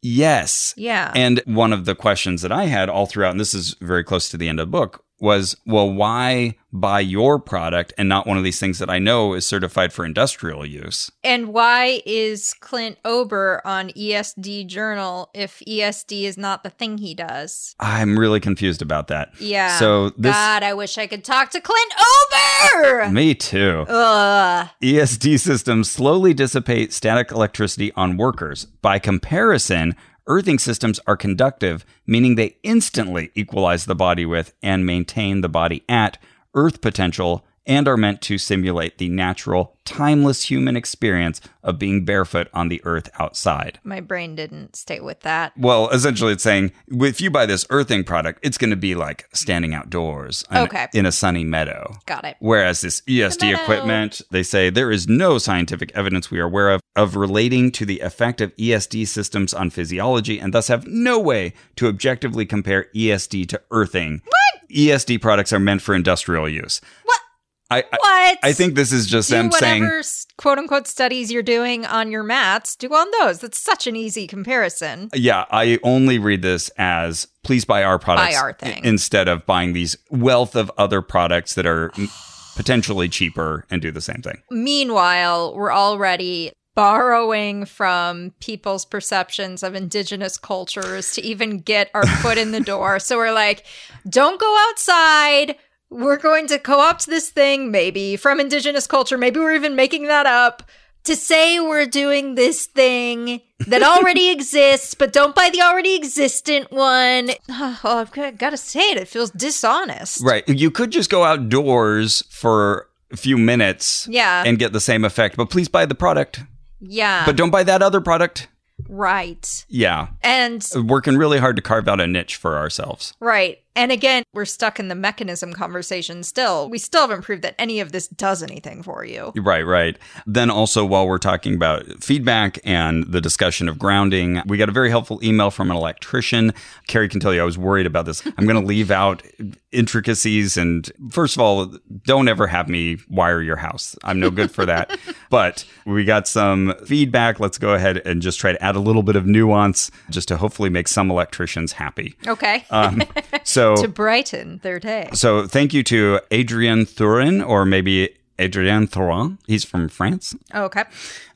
S2: Yes.
S1: Yeah.
S2: And one of the questions that I had all throughout, and this is very close to the end of the book, was well, why buy your product and not one of these things that I know is certified for industrial use?
S1: And why is Clint Ober on ESD Journal if ESD is not the thing he does?
S2: I'm really confused about that.
S1: Yeah.
S2: So this.
S1: God, I wish I could talk to Clint Ober.
S2: Me too.
S1: Ugh.
S2: ESD E systems slowly dissipate static electricity on workers. By comparison, earthing systems are conductive, meaning they instantly equalize the body with and maintain the body at earth potential and are meant to simulate the natural, timeless human experience of being barefoot on the earth outside.
S1: My brain didn't stay with that.
S2: Well, essentially, it's saying if you buy this earthing product, it's going to be like standing outdoors in-
S1: Okay.
S2: in a sunny meadow.
S1: Got it.
S2: Whereas this ESD
S1: Tomato.
S2: equipment, they say there is no scientific evidence we are aware of of relating to the effect of ESD systems on physiology and thus have no way to objectively compare ESD to earthing. What? ESD products are meant for industrial use.
S1: What?
S2: I I,
S1: What?
S2: I think this is just
S1: do
S2: them saying
S1: whatever s- quote unquote studies you're doing on your mats, do on those. That's such an easy comparison.
S2: yeah, I only read this as please buy our products
S1: our thing.
S2: i- instead of buying these wealth of other products that are m- potentially cheaper and do the same thing.
S1: Meanwhile, we're already borrowing from people's perceptions of indigenous cultures to even get our foot in the door. So we're like, don't go outside. We're going to co opt this thing, maybe from indigenous culture. Maybe we're even making that up to say we're doing this thing that already exists, but don't buy the already existent one. Oh, I've got, got to say it, it feels dishonest.
S2: Right. You could just go outdoors for a few minutes
S1: Yeah. Uh-huh.
S2: and get the same effect, but please buy the product.
S1: yeah.
S2: But don't buy that other product.
S1: right.
S2: Yeah.
S1: And
S2: Working really hard to carve out a niche for ourselves.
S1: right. And again, we're stuck in the mechanism conversation still. We still haven't proved that any of this does anything for you.
S2: Right, right. Then also, while we're talking about feedback and the discussion of grounding, we got a very helpful email from an electrician. Carrie can tell you I was worried about this. I'm going to leave out intricacies. And first of all, don't ever have me wire your house. I'm no good for that. but we got some feedback. Let's go ahead and just try to add a little bit of nuance just to hopefully make some electricians happy.
S1: Okay.
S2: Um, so
S1: to brighten their day.
S2: so thank you to Adrien Thurin, or maybe Adrien Thurin. He's from France.
S1: Okay.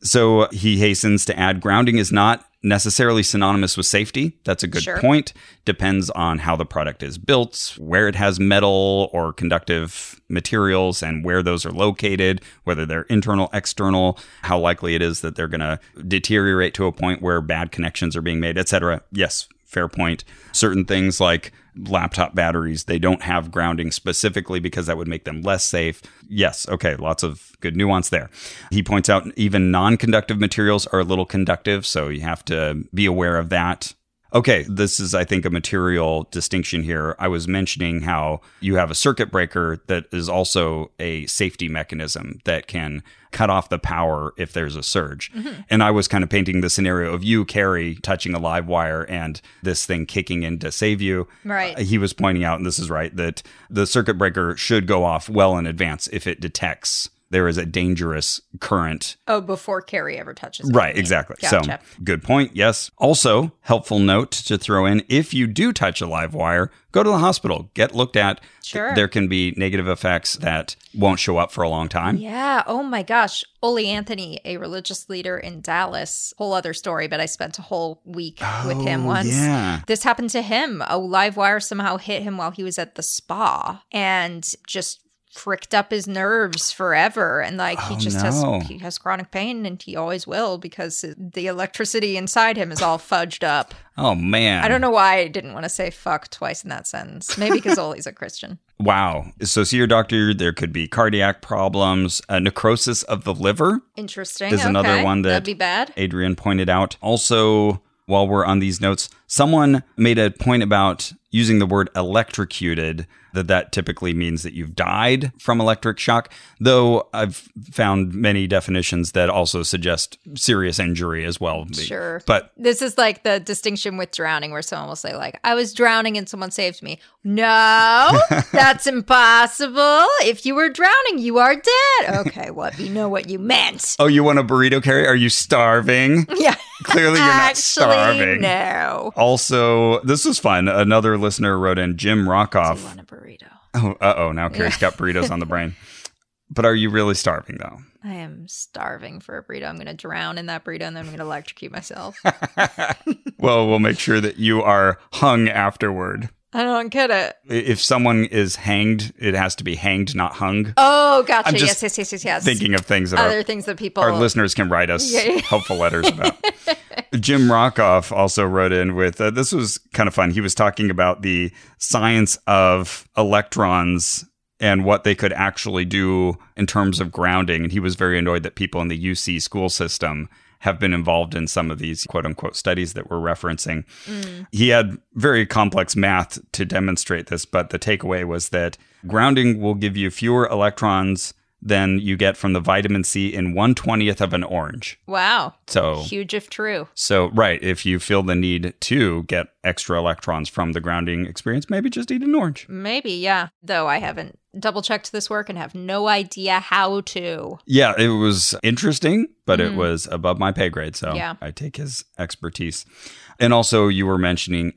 S2: So he hastens to add grounding is not necessarily synonymous with safety. That's a good
S1: Sure.
S2: point. Depends on how the product is built, where it has metal or conductive materials, and where those are located, whether they're internal, external, how likely it is that they're going to deteriorate to a point where bad connections are being made, etc. Yes, fair point. Certain things like laptop batteries, they don't have grounding specifically because that would make them less safe. Yes, okay, lots of good nuance there. He points out even non conductive materials are a little conductive, so you have to be aware of that. Okay, this is, I think, a material distinction here. I was mentioning how you have a circuit breaker that is also a safety mechanism that can cut off the power if there's a surge. And I was kind of painting the scenario of you, Carrie, touching a live wire and this thing kicking in to save you.
S1: Right.
S2: Uh, he was pointing out, and this is right, that the circuit breaker should go off well in advance if it detects there is a dangerous current
S1: Oh, before Carrie ever touches. it.
S2: Right, exactly.
S1: Gotcha.
S2: So, good point. Yes. Also, helpful note to throw in if you do touch a live wire, go to the hospital, get looked at.
S1: Sure.
S2: There can be negative effects that won't show up for a long time.
S1: Yeah. Oh my gosh. Ole Anthony, a religious leader in Dallas, whole other story, but I spent a whole week with him
S2: Oh,
S1: once.
S2: Yeah.
S1: This happened to him. A live wire somehow hit him while he was at the spa and just fricked up his nerves forever. And like he
S2: Oh,
S1: just
S2: no.
S1: has he has chronic pain and he always will because the electricity inside him is all fudged up.
S2: Oh, man.
S1: I don't know why I didn't want to say fuck twice in that sentence. Maybe because Ole's a Christian.
S2: Wow. So, see your doctor. There could be cardiac problems, uh, necrosis of the liver.
S1: Interesting.
S2: There's another
S1: Okay.
S2: one that-
S1: that'd be bad.
S2: Adrian pointed out. Also, while we're on these notes, someone made a point about using the word electrocuted, that that typically means that you've died from electric shock, though I've found many definitions that also suggest serious injury as well.
S1: Sure.
S2: But
S1: This is like the distinction with drowning, where someone will say, like, I was drowning and someone saved me. No, that's impossible. If you were drowning, you are dead. Okay, what you know what you meant.
S2: oh, you want a burrito carry? Are you starving?
S1: Yeah.
S2: Clearly, you're not starving.
S1: No.
S2: Also, this was fun. Another listener wrote in Jim
S1: Do you
S2: Rockoff.
S1: want a burrito?
S2: Oh, uh oh, now Carrie's got burritos on the brain. But are you really starving though?
S1: I am starving for a burrito. I'm gonna drown in that burrito and then I'm gonna electrocute myself.
S2: well, we'll make sure that you are hung afterward.
S1: I don't get it.
S2: I- If someone is hanged, it has to be hanged, not hung.
S1: Oh, gotcha.
S2: I'm
S1: Yes,
S2: just
S1: yes, yes, yes, yes.
S2: Thinking of things that
S1: Other
S2: our,
S1: things that people
S2: our listeners can write us
S1: Yeah, yeah.
S2: helpful letters about. Jim Rockoff also wrote in with uh, this was kind of fun. He was talking about the science of electrons and what they could actually do in terms of grounding. And he was very annoyed that people in the UC school system have been involved in some of these quote unquote studies that we're referencing. He had very complex math to demonstrate this, but the takeaway was that grounding will give you fewer electrons than you get from the vitamin C in 120th of an orange.
S1: Wow.
S2: So
S1: Huge if true.
S2: so, right, if you feel the need to get extra electrons from the grounding experience, maybe just eat an orange.
S1: Maybe, yeah. Though I haven't double checked this work and have no idea how to.
S2: Yeah, it was interesting, but it was above my pay grade. So
S1: Mm-hmm. Yeah.
S2: I take his expertise. And also, you were mentioning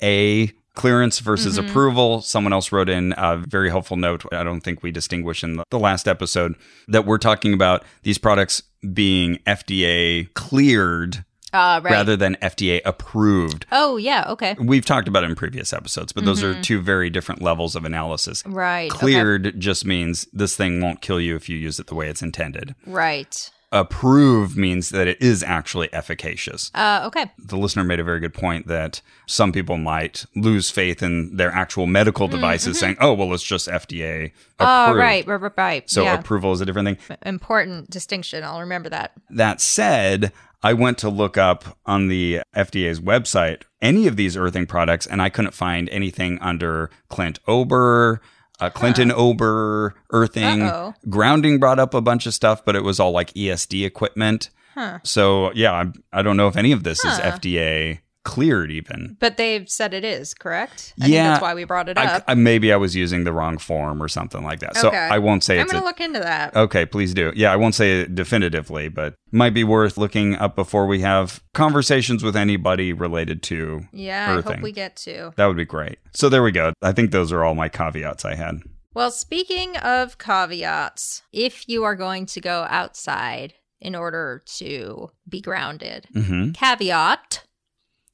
S2: FDA clearance versus
S1: Mm-hmm.
S2: approval. Someone else wrote in a very helpful note. I don't think we distinguished in the last episode that we're talking about these products being FDA cleared
S1: Uh, right.
S2: rather than FDA approved.
S1: oh, yeah. Okay.
S2: We've talked about it in previous episodes, but those are two very different levels of analysis.
S1: Mm-hmm. Right. okay.
S2: Cleared just means this thing won't kill you if you use it the way it's intended.
S1: Right.
S2: Approve means that it is actually efficacious.
S1: Uh, okay.
S2: The listener made a very good point that some people might lose faith in their actual medical devices saying, oh, well, it's just FDA approved.
S1: Mm, mm-hmm. Oh, right. Right. Right. right.
S2: So
S1: yeah.
S2: approval is a different thing.
S1: Important distinction. I'll remember that.
S2: That said, I went to look up on the FDA's website any of these earthing products, and I couldn't find anything under Clint Ober, uh, Clinton Ober, earthing.
S1: Uh-oh.
S2: Grounding brought up a bunch of stuff, but it was all like ESD equipment.
S1: Huh.
S2: So, yeah, I'm, I don't know if any of this is
S1: Huh.
S2: FDA cleared even.
S1: But they've said it is, correct? I
S2: Yeah.
S1: Think that's why we brought it
S2: I,
S1: up.
S2: I, maybe I was using the wrong form or something like that. So
S1: Okay.
S2: I won't say
S1: I, am
S2: it's a
S1: going to look into that.
S2: Okay, please do. Yeah, I won't say it definitively, but might be worth looking up before we have conversations with anybody related to.
S1: yeah. I
S2: earthing.
S1: hope we get to.
S2: That would be great. So there we go. I think those are all my caveats I had.
S1: Well, speaking of caveats, if you are going to go outside in order to be grounded,
S2: hmm
S1: caveat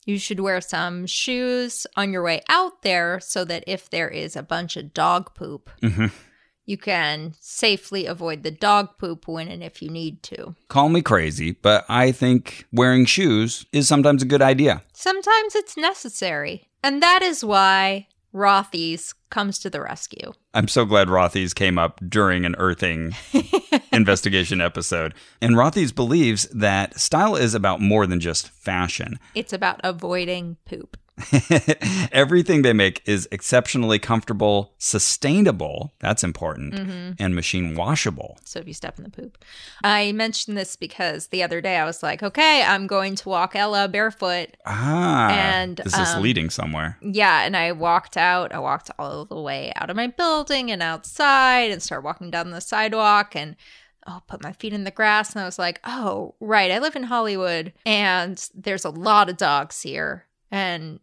S1: you should wear some shoes on your way out there so that if there is a bunch of dog poop,
S2: hmm
S1: you can safely avoid the dog poop when and if you need to.
S2: Call me crazy, but I think wearing shoes is sometimes a good idea.
S1: Sometimes it's necessary. And that is why Rothy's comes to the rescue.
S2: I'm so glad Rothy's came up during an earthing investigation episode. And Rothy's believes that style is about more than just fashion.
S1: It's about avoiding poop.
S2: Everything they make is exceptionally comfortable, sustainable, that's important,
S1: Mm-hmm.
S2: and machine washable.
S1: So if you step in the poop. I mentioned this because the other day I was like, okay, I'm going to walk Ella barefoot
S2: Ah.
S1: And,
S2: this is
S1: um,
S2: leading somewhere.
S1: Yeah, and I walked out. I walked all the way out of my building and outside and started walking down the sidewalk and oh, put my feet in the grass and I was like, "Oh, right. I live in Hollywood and there's a lot of dogs here and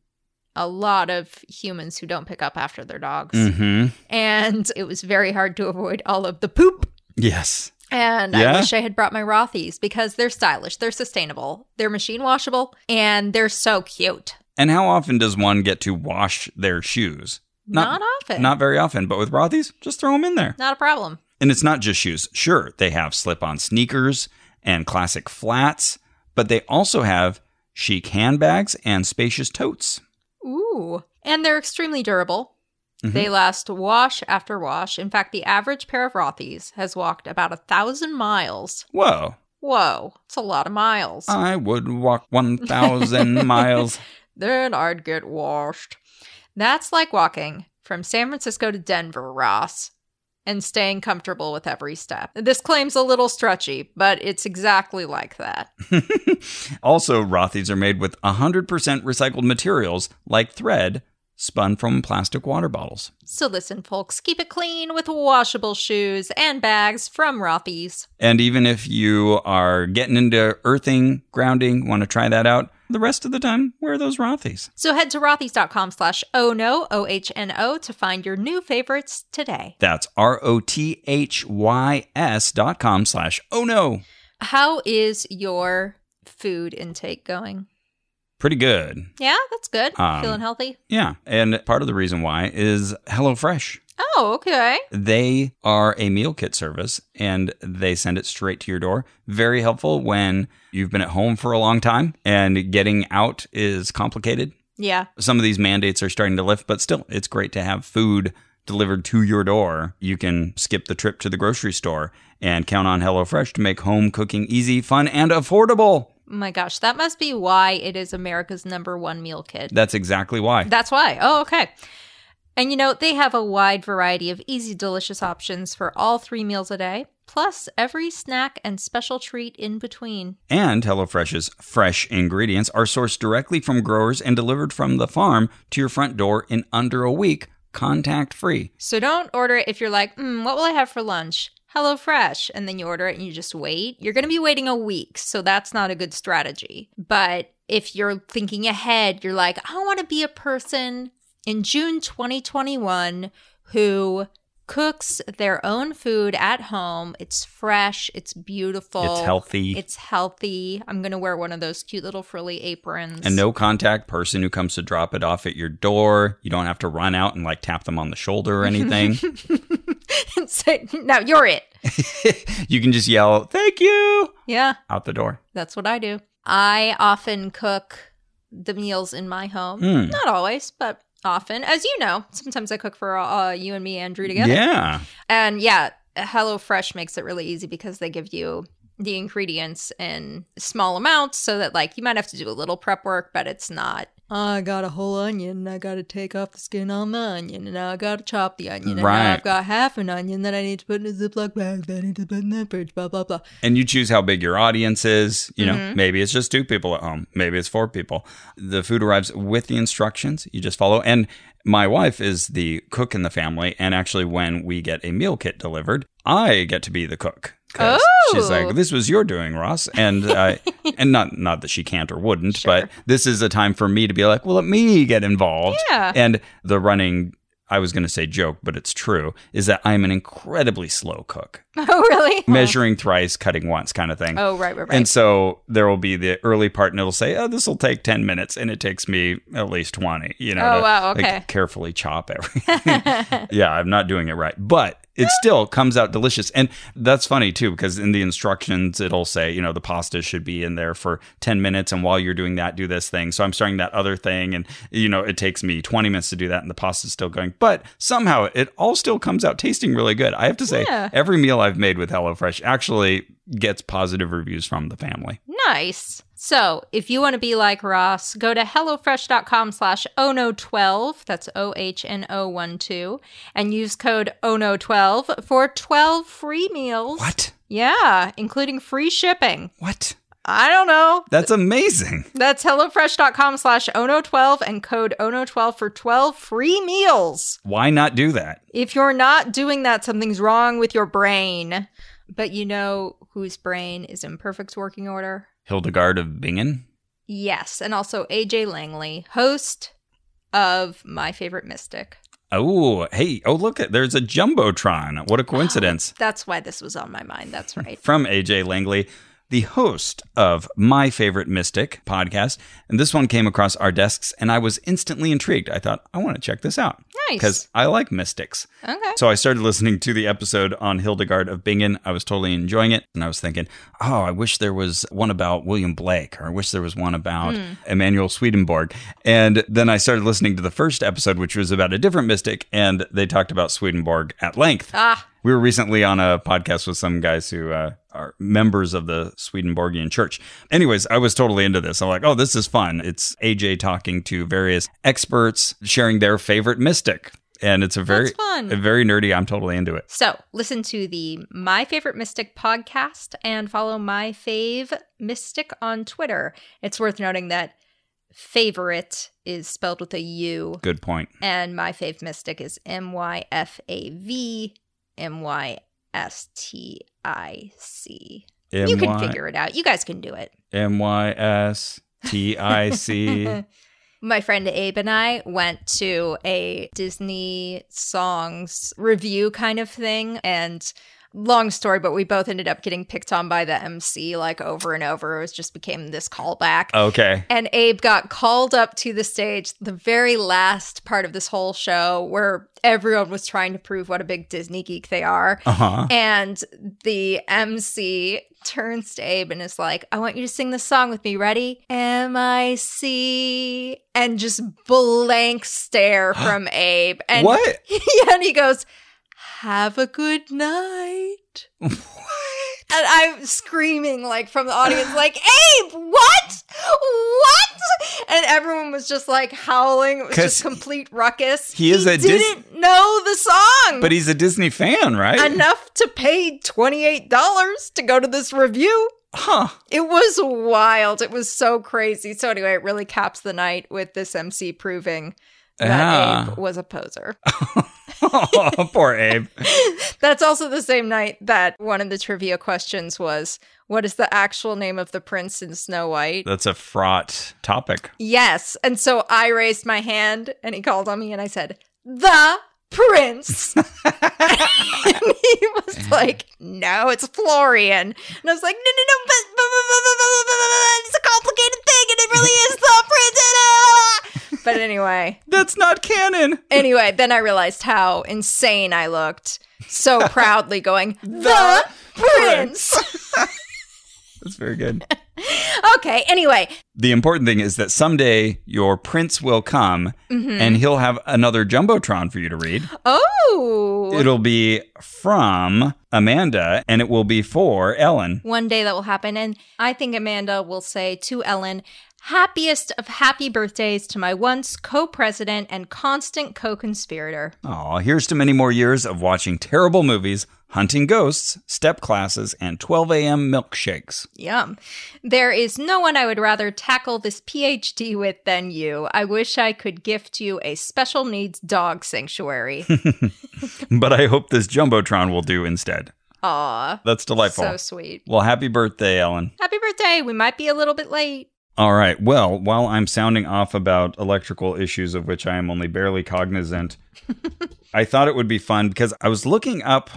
S1: a lot of humans who don't pick up after their dogs."
S2: hmm
S1: And it was very hard to avoid all of the poop.
S2: Yes.
S1: And
S2: Yeah?
S1: I wish I had brought my Rothies because they're stylish, they're sustainable, they're machine washable, and they're so cute.
S2: And how often does one get to wash their shoes? Not-
S1: Not, often.
S2: Not very often, but with Rothy's, just throw them in there.
S1: not a problem.
S2: And it's not just shoes. Sure, they have slip on sneakers and classic flats, but they also have chic handbags and spacious totes.
S1: Ooh. And they're extremely durable.
S2: Mhm.
S1: They last wash after wash. In fact, the average pair of Rothies has walked about a thousand miles.
S2: Whoa,
S1: Whoa, it's a lot of miles.
S2: I would walk 1,000 miles.
S1: then I'd get washed. That's like walking from San Francisco to Denver, Ross, and staying comfortable with every step. This claim's a little stretchy, but it's exactly like that.
S2: also, Rothy's are made with 100% recycled materials like thread spun from plastic water bottles.
S1: So listen, folks, keep it clean with washable shoes and bags from Rothies.
S2: And even if you are getting into earthing, grounding, want to try that out, the rest of the time, wear those Rothy's.
S1: So head to rothys.com slash oh no, O H N O, to find your new favorites today.
S2: That's R O T H Y S dot com slash oh no.
S1: How is your food intake going?
S2: Pretty good.
S1: Yeah, that's good.
S2: Um,
S1: Feeling healthy?
S2: Yeah. And part of the reason why is HelloFresh.
S1: Oh, okay.
S2: They are a meal kit service and they send it straight to your door. Very helpful when you've been at home for a long time and getting out is complicated.
S1: Yeah.
S2: Some of these mandates are starting to lift, but still, it's great to have food delivered to your door. You can skip the trip to the grocery store and count on HelloFresh to make home cooking easy, fun, and affordable.
S1: My gosh, that must be why it is America's number one meal kit.
S2: That's exactly why.
S1: That's why. Oh, okay. And you know, they have a wide variety of easy, delicious options for all three meals a day, plus every snack and special treat in between.
S2: And HelloFresh's fresh ingredients are sourced directly from growers and delivered from the farm to your front door in under a week, contact free.
S1: So don't order it if you're like, mm, what will I have for lunch? Hello Fresh. And then you order it and you just wait. You're going to be waiting a week. So that's not a good strategy. But if you're thinking ahead, you're like, I want to be a person in June 2021 who cooks their own food at home. It's fresh, it's beautiful,
S2: It's healthy.
S1: It's healthy. I'm going to wear one of those cute little frilly aprons.
S2: a no contact person who comes to drop it off at your door. You don't have to run out and like tap them on the shoulder or anything.
S1: so, now you're it.
S2: you can just yell, thank you,
S1: Yeah,
S2: out the door.
S1: that's what I do. I often cook the meals in my home.
S2: Hmm.
S1: Not always, but often. As you know, sometimes I cook for uh, you and me, Andrew, together.
S2: Yeah.
S1: And yeah, HelloFresh makes it really easy because they give you the ingredients in small amounts so that like you might have to do a little prep work, but it's not. I got a whole onion. and I got to take off the skin on the onion, and I got to chop the onion, and
S2: Right.
S1: now I've got half an onion that I need to put in a Ziploc bag that I need to put in the fridge. Blah blah blah.
S2: And you choose how big your audience is. You know,
S1: Mhm.
S2: maybe it's just two people at home, maybe it's four people. The food arrives with the instructions. You just follow. And my wife is the cook in the family. And actually, when we get a meal kit delivered, I get to be the cook. 'Cause She's
S1: Oh.
S2: like, this was your doing, Ross, and I, and not not that she can't or wouldn't, but
S1: Sure.
S2: this is a time for me to be like, well, let me get involved.
S1: Yeah.
S2: And the running, I was going to say joke, but it's true, is that I'm an incredibly slow cook,
S1: Oh really?
S2: measuring thrice, cutting once, kind of thing.
S1: Oh right right right.
S2: And so there will be the early part, and it'll say, "Oh, this will take ten minutes," and it takes me at least twenty. You know,
S1: Oh,
S2: to,
S1: wow,
S2: like,
S1: okay.
S2: carefully chop everything. yeah, I'm not doing it right, but it still comes out delicious, and that's funny too because in the instructions it'll say, you know, the pasta should be in there for ten minutes, and while you're doing that, do this thing. So I'm starting that other thing, and you know, it takes me twenty minutes to do that, and the pasta's still going, but somehow it all still comes out tasting really good. I have to say,
S1: Yeah.
S2: every meal I've made with HelloFresh actually gets positive reviews from the family.
S1: Nice. So if you want to be like Ross, go to HelloFresh.com slash ONO12, that's O-H-N-O-1-2, and use code ONO12 for 12 free meals.
S2: What?
S1: Yeah, including free shipping.
S2: What?
S1: I don't know.
S2: That's amazing.
S1: That's HelloFresh.com slash ONO12 and code ONO12 for 12 free meals.
S2: Why not do that?
S1: If you're not doing that, something's wrong with your brain. But you know whose brain is in perfect working order?
S2: Hildegard of Bingen?
S1: Yes, and also AJ Langley, host of My Favorite Mystic.
S2: Oh, hey, oh, look, at there's a Jumbotron. What a coincidence.
S1: That's why this was on my mind. That's right.
S2: From AJ Langley, the host of My Favorite Mystic podcast. And this one came across our desks, and I was instantly intrigued. I thought, I want to check this out because
S1: Nice.
S2: I like mystics.
S1: Okay.
S2: So I started listening to the episode on Hildegard of Bingen. I was totally enjoying it. And I was thinking, oh, I wish there was one about William Blake, or I wish there was one about
S1: Hmm.
S2: Emanuel Swedenborg. And then I started listening to the first episode, which was about a different mystic, and they talked about Swedenborg at length.
S1: Ah,
S2: We were recently on a podcast with some guys who uh, are members of the Swedenborgian church. Anyways, I was totally into this. I'm like, oh, this is fun. It's AJ talking to various experts, sharing their favorite mystic. And it's a very
S1: That's fun.
S2: a very nerdy. I'm totally into it.
S1: so listen to the My Favorite Mystic podcast and follow My Fave Mystic on Twitter. It's worth noting that favorite is spelled with a U
S2: Good point.
S1: and My Fave Mystic is M Y F A V M Y S T I C. You can figure it out. You guys can do it.
S2: M Y S T I C.
S1: My friend Abe and I went to a Disney songs review kind of thing. And long story, but we both ended up getting picked on by the MC like over and over. It was just became this callback.
S2: Oh. Okay.
S1: And Abe got called up to the stage the very last part of this whole show where everyone was trying to prove what a big Disney geek they are.
S2: Uh huh.
S1: And the MC turns to Abe and is like, I want you to sing this song with me. Ready? M I C. And just blank stare from Abe. And
S2: What?
S1: and he goes, Have a good night. And I'm screaming like from the audience, like, Abe, what? What? And everyone was just like howling. It was
S2: 'Cause
S1: just complete ruckus.
S2: he is a Dis-
S1: didn't know the song
S2: But he's a Disney fan, right?
S1: enough to pay $28 to go to this review.
S2: huh.
S1: It was wild. It was so crazy. So, anyway, it really caps the night with this MC proving that
S2: Yeah.
S1: Abe was a poser.
S2: Poor Abe.
S1: That's also the same night that one of the trivia questions was what is the actual name of the prince in Snow White?
S2: That's a fraught topic.
S1: Yes. And so I raised my hand and he called on me and I said, the Prince. and he was like, no, it's Florian. And I was like, no, no, no, but, but, but, but, but, but, but, but it's a complicated thing and it really is the Prince. but anyway,
S2: That's not canon.
S1: anyway, then I realized how insane I looked. So proudly going, the Prince.
S2: That's very good.
S1: okay, anyway,
S2: the important thing is that someday your prince will come and he'll have another Jumbotron for you to read.
S1: Oh,
S2: It'll be from Amanda and it will be for Ellen.
S1: one day that will happen. And I think Amanda will say to Ellen, happiest of happy birthdays to my once co president and constant co conspirator.
S2: Aw, here's to many more years of watching terrible movies, hunting ghosts, step classes, and 12 a.m. milkshakes.
S1: Yum. There is no one I would rather tackle this PhD with than you. I wish I could gift you a special needs dog sanctuary.
S2: But I hope this Jumbotron will do instead.
S1: Aw,
S2: That's delightful.
S1: so sweet.
S2: well, happy birthday, Ellen.
S1: Happy birthday. We might be a little bit late.
S2: All right. Well, while I'm sounding off about electrical issues of which I am only barely cognizant, I thought it would be fun because I was looking up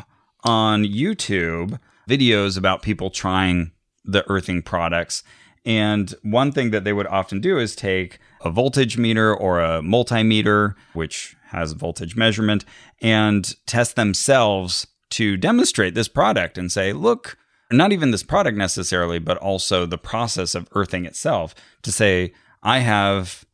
S2: on YouTube videos about people trying the earthing products. And one thing that they would often do is take a voltage meter or a multimeter, which has voltage measurement, and test themselves to demonstrate this product and say, look, not even this product necessarily, but also the process of earthing itself to say, I have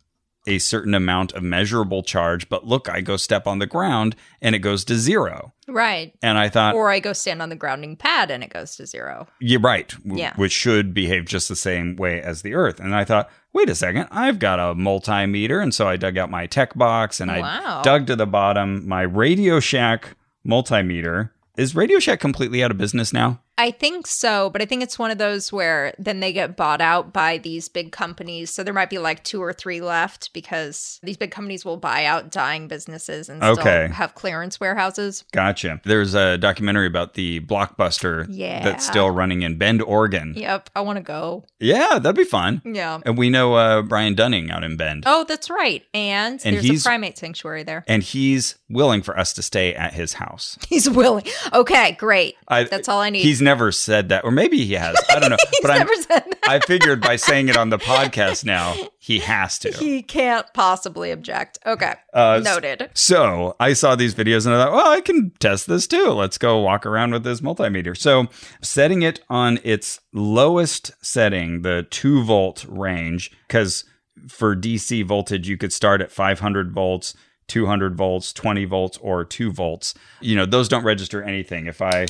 S2: a certain amount of measurable charge, but look, I go step on the ground and it goes to zero.
S1: Right.
S2: And I thought,
S1: Or I go stand on the grounding pad and it goes to zero.
S2: you're right, w-
S1: Yeah.
S2: which should behave just the same way as the earth. And I thought, wait a second, I've got a multimeter. And so I dug out my tech box and
S1: Wow.
S2: I dug to the bottom my Radio Shack multimeter. Is Radio Shack completely out of business now?
S1: I think so, but I think it's one of those where then they get bought out by these big companies. So there might be like two or three left because these big companies will buy out dying businesses and
S2: Okay.
S1: still have clearance warehouses.
S2: Gotcha. There's a documentary about the blockbuster
S1: Yeah.
S2: that's still running in Bend, Oregon.
S1: Yep, I want to go.
S2: Yeah, that'd be fun.
S1: Yeah.
S2: And we know uh, Brian Dunning out in Bend,
S1: Oh, that's right. And,
S2: And
S1: there's
S2: he's-
S1: a primate sanctuary there.
S2: and he's willing for us to stay at his house.
S1: He's willing. Okay, great.
S2: I,
S1: That's all I need.
S2: He's never said that, or maybe he has. I don't know.
S1: He's
S2: but I'm-
S1: never said that.
S2: I figured by saying it on the podcast now, he has to.
S1: He can't possibly object. Okay.
S2: Uh,
S1: Noted.
S2: So I saw these videos and I thought, well, I can test this too. Let's go walk around with this multimeter. So setting it on its lowest setting, the two volt range, because for DC voltage, you could start at 500 volts, 200 volts, 20 volts, or two volts. You know, those don't register anything. If I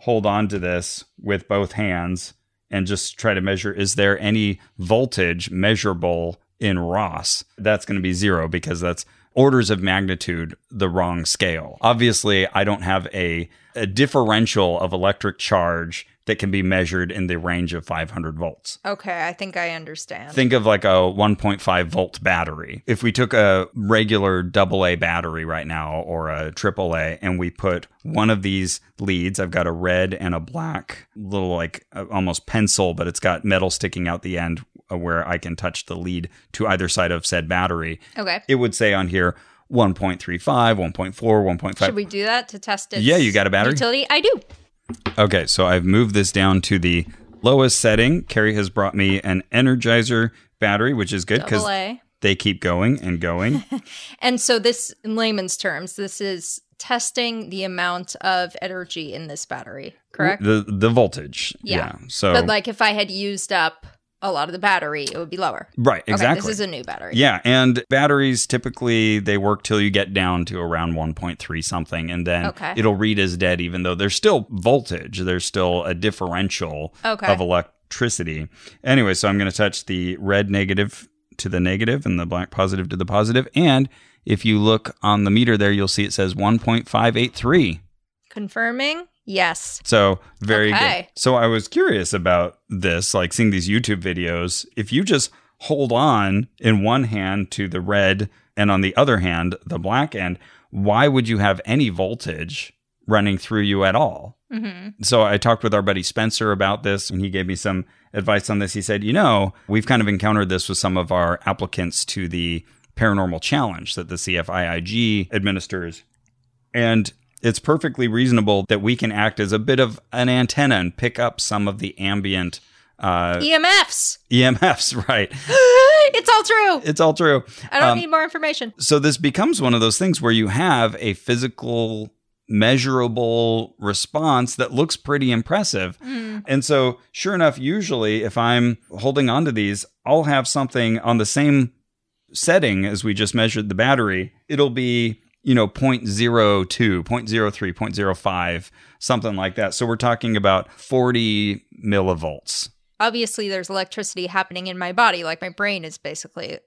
S2: hold on to this with both hands and just try to measure is there any voltage measurable in Ross, that's going to be zero because that's orders of magnitude the wrong scale. Obviously, I don't have a, a differential of electric charge that can be measured in the range of 500 volts.
S1: Okay, I think I understand.
S2: Think of like a 1.5 volt battery. If we took a regular AA battery right now or a AAA and we put one of these leads, I've got a red and a black little like uh, almost pencil, but it's got metal sticking out the end uh, where I can touch the lead to either side of said battery.
S1: okay.
S2: It would say on here 1.35, 1.4, 1.5.
S1: Should we do that to test it?
S2: Yeah, you got a battery?
S1: Utility? I do.
S2: Okay, so I've moved this down to the lowest setting. Carrie has brought me an Energizer battery, which is good because
S1: Double A.
S2: they keep going and going.
S1: And so this in layman's terms, this is testing the amount of energy in this battery, correct?
S2: the the voltage.
S1: Yeah.
S2: So
S1: But like if I had used up a lot of the battery, it would be lower.
S2: right,
S1: Okay, this
S2: exactly.
S1: is a new battery.
S2: yeah, and batteries typically they work till you get down to around 1.3 something and then
S1: Okay.
S2: it'll read as dead even though there's still voltage, there's still a differential
S1: Okay.
S2: of electricity. Anyway, so I'm going to touch the red negative to the negative and the black positive to the positive and if you look on the meter there you'll see it says 1.583.
S1: Confirming? Yes.
S2: So very
S1: Okay.
S2: good. So I was curious about this, like seeing these YouTube videos. If you just hold on in one hand to the red and on the other hand the black end, why would you have any voltage running through you at all?
S1: hmm
S2: So I talked with our buddy Spencer about this, and he gave me some advice on this. He said, you know, we've kind of encountered this with some of our applicants to the paranormal challenge that the CFIIG administers. And it's perfectly reasonable that we can act as a bit of an antenna and pick up some of the ambient uh,
S1: EMFs.
S2: EMFs, right?
S1: E it's all true.
S2: It's all true.
S1: I don't
S2: Um,
S1: need more information.
S2: So this becomes one of those things where you have a physical, measurable response that looks pretty impressive. And so, sure enough, usually if I'm holding on to these, I'll have something on the same setting as we just measured the battery. It'll be, you know, 0.02, 0.03, 0.05, something like that. So we're talking about 40 millivolts.
S1: Obviously, there's electricity happening in my body. Like my brain is basically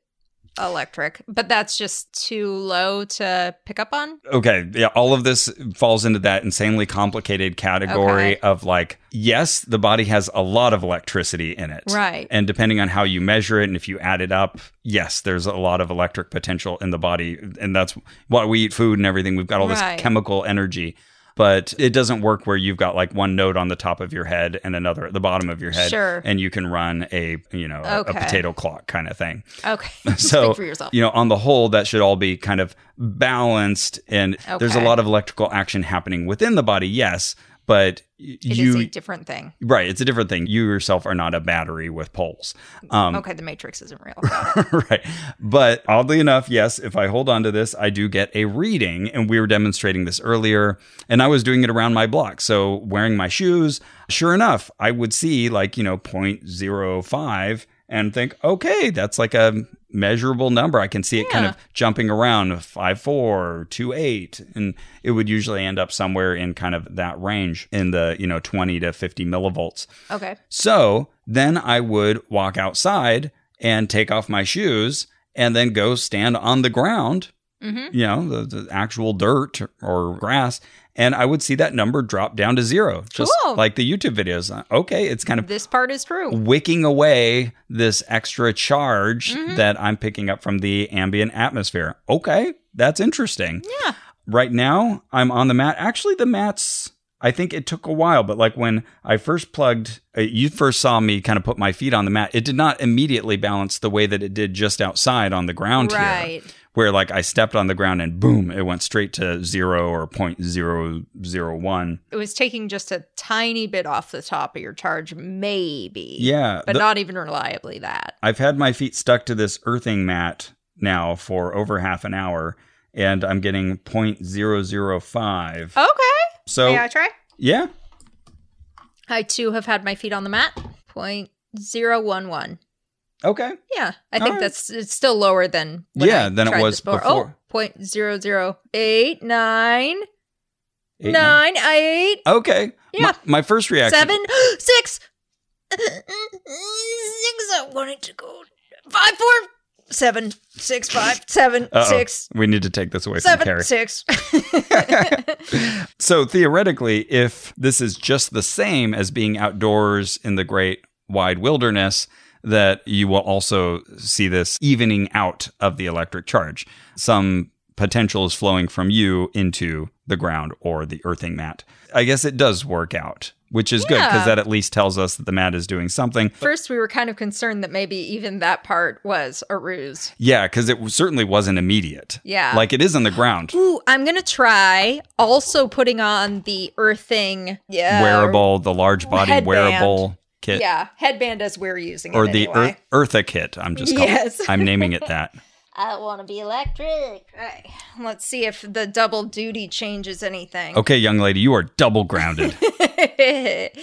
S1: electric, but that's just too low to pick up on.
S2: okay yeah all of this falls into that insanely complicated category
S1: Okay.
S2: of like yes the body has a lot of electricity in it
S1: Right.
S2: and depending on how you measure it and if you add it up yes there's a lot of electric potential in the body and that's why we eat food and everything we've got all
S1: Right.
S2: this chemical energy but it doesn't work where you've got like one node on the top of your head and another at the bottom of your head
S1: Sure.
S2: and you can run a you know a-
S1: Okay.
S2: a potato clock kind of thing
S1: Okay.
S2: so
S1: Speak for yourself.
S2: you know on the whole that should all be kind of balanced and there's a
S1: Okay.
S2: lot of electrical action happening within the body yes but y-
S1: It is
S2: you
S1: a different thing.
S2: right it's a different thing you yourself are not a battery with poles um
S1: Okay, the Matrix isn't real.
S2: right but oddly enough yes if i hold on to this i do get a reading and we were demonstrating this earlier and i was doing it around my block so wearing my shoes sure enough i would see like you know 0.05 and think okay that's like a measurable number i can see it kind
S1: Yeah.
S2: of jumping around 5 4 2 8 and it would usually end up somewhere in kind of that range in the you know 20 to 50 millivolts
S1: Okay.
S2: so then I would walk outside and take off my shoes and then go stand on the ground,
S1: Mm-hmm.
S2: you know, the, the actual dirt or grass. And I would see that number drop down to zero, just
S1: Cool.
S2: like the YouTube videos. Uh, Okay, it's kind of
S1: This part is true.
S2: wicking away this extra charge
S1: Mm-hmm.
S2: that I'm picking up from the ambient atmosphere. Okay, that's interesting.
S1: Yeah.
S2: Right now, I'm on the mat. Actually, the mats, I think it took a while, but like when I first plugged, uh, you first saw me kind of put my feet on the mat, it did not immediately balance the way that it did just outside on the ground here.
S1: Right.
S2: Where like I stepped on the ground and boom, it went straight to zero or 0.001.
S1: It was taking just a tiny bit off the top of your charge, maybe.
S2: Yeah.
S1: But
S2: the-
S1: not even reliably that.
S2: I've had my feet stuck to this earthing mat now for over half an hour, and I'm getting 0.005.
S1: Okay.
S2: so,
S1: May I try?
S2: yeah,
S1: I too have had my feet on the mat. Point zero one one.
S2: okay.
S1: Yeah. I
S2: All
S1: think
S2: right.
S1: that's it's still lower than when
S2: Yeah,
S1: I
S2: than it
S1: tried
S2: was
S1: this before.
S2: before.
S1: Oh, point zero zero eight nine
S2: Eight, nine.
S1: nine eight
S2: Okay.
S1: Yeah.
S2: My, my first reaction.
S1: seven six six. I wanted to go five four seven six five seven
S2: Uh-oh.
S1: six
S2: We need to take this away from
S1: seven
S2: Carrie.
S1: six.
S2: So theoretically, if this is just the same as being outdoors in the great wide wilderness, that you will also see this evening out of the electric charge. Some potential is flowing from you into the ground or the earthing mat. I guess it does work out, which is good
S1: Yeah.
S2: because that at least tells us that the mat is doing something.
S1: First, we were kind of concerned that maybe even that part was a ruse.
S2: Yeah, because it certainly wasn't immediate.
S1: Yeah.
S2: Like it is in the ground.
S1: Ooh, I'm gonna try also putting on the earthing yeah,
S2: wearable, the large body
S1: headband.
S2: wearable kit.
S1: Yeah, headband as we're using it
S2: or the
S1: anyway.
S2: Earth, Eartha kit. I'm just calling.
S1: Yes.
S2: I'm naming it that.
S1: I want to be electric. Okay. Let's see if the double duty changes anything.
S2: Okay, young lady, you are double grounded.
S1: Okay.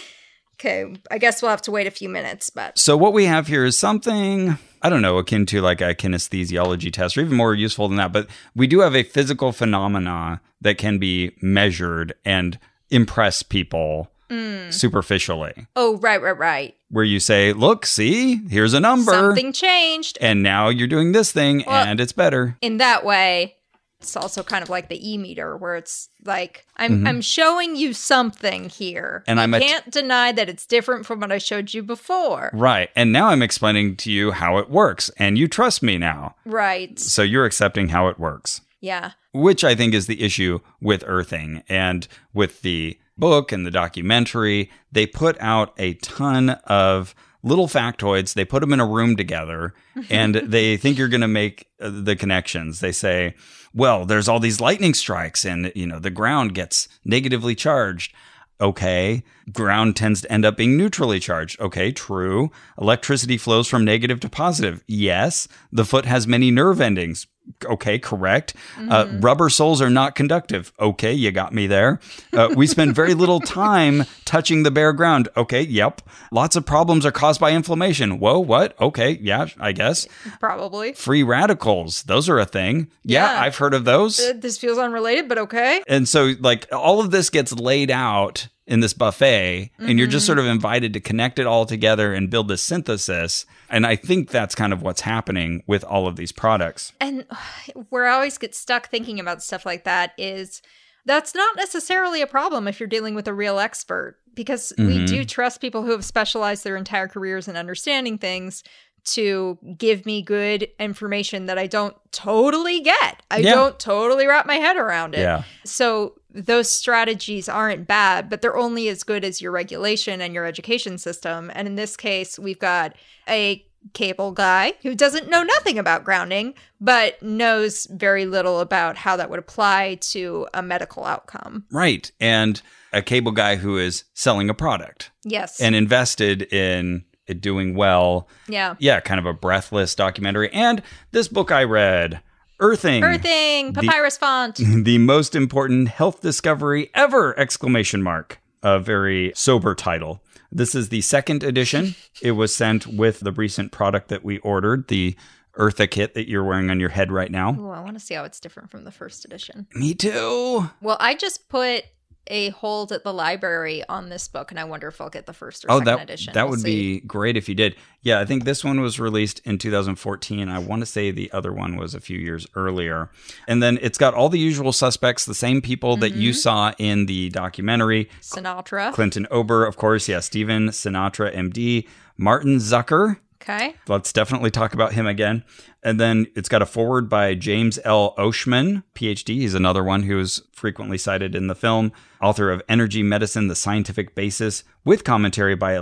S1: I guess we'll have to wait a few minutes, but
S2: so what we have here is something I don't know, akin to like a kinesthesiology test, or even more useful than that. But we do have a physical phenomena that can be measured and impress people
S1: Mm.
S2: superficially,
S1: oh right, right, right.
S2: where you say, "Look, see, here's a number."
S1: Something changed.
S2: And now you're doing this thing,
S1: Well-
S2: and it's better.
S1: in that way it's also kind of like the e meter where it's like i'm i'm showing you something here
S2: Mm-hmm. And
S1: You
S2: I'm a t-
S1: can't deny that it's different from what i showed you before
S2: Right. And now I'm explaining to you how it works, and you trust me now.
S1: right
S2: So you're accepting how it works.
S1: yeah
S2: which I think is the issue with earthing and with the book and the documentary. They put out a ton of little factoids. They put them in a room together and they think you're going to make uh, the connections. They say, well, there's all these lightning strikes and, you know, the ground gets negatively charged. Okay. Ground tends to end up being neutrally charged. Okay. True. Electricity flows from negative to positive. Yes. The foot has many nerve endings. Okay. Correct. Uh, rubber soles are not conductive. Okay. You got me there. Uh, we spend very little time touching the bare ground. Okay. Yep. Lots of problems are caused by inflammation. Whoa. What? Okay. Yeah. I guess.
S1: Probably.
S2: Free radicals. Those are a thing. Yeah.
S1: Yeah.
S2: I've heard of those.
S1: Uh, This feels unrelated, but okay.
S2: And so, like, all of this gets laid out in this buffet, and you're just sort of invited to connect it all together and build this synthesis. And I think that's kind of what's happening with all of these products.
S1: And where I always get stuck thinking about stuff like that is that's not necessarily a problem if you're dealing with a real expert because we
S2: Mhm.
S1: do trust people who have specialized their entire careers in understanding things to give me good information that I don't totally get. I
S2: Yeah.
S1: don't totally wrap my head around it.
S2: Yeah.
S1: So those strategies aren't bad, but they're only as good as your regulation and your education system. And in this case, we've got a cable guy who doesn't know nothing about grounding, but knows very little about how that would apply to a medical outcome.
S2: Right. And a cable guy who is selling a product
S1: Yes.
S2: and invested in it doing well.
S1: yeah.
S2: Yeah. Kind of a breathless documentary. And this book I read, Earthing.
S1: Earthing, papyrus font.
S2: the most important health discovery ever exclamation mark a very sober title this is the second edition it was sent with the recent product that we ordered the eartha kit that you're wearing on your head right now
S1: Ooh, I want to see how it's different from the first edition.
S2: me too
S1: Well, I just put a hold at the library on this book, and I wonder if I'll get the first or
S2: oh
S1: second
S2: that,
S1: edition.
S2: that
S1: We'll
S2: would
S1: see.
S2: be great if you did yeah i think this one was released in 2014 i want to say the other one was a few years earlier and then it's got all the usual suspects the same people that
S1: Mm-hmm.
S2: you saw in the documentary
S1: Sinatra.
S2: Clinton Ober, of course. Yeah, Steven Sinatra, MD. Martin Zucker.
S1: Okay.
S2: Let's definitely talk about him again. And then it's got a forward by James L. Oshman, PhD. He's another one who is frequently cited in the film, author of Energy Medicine, The Scientific Basis, with commentary by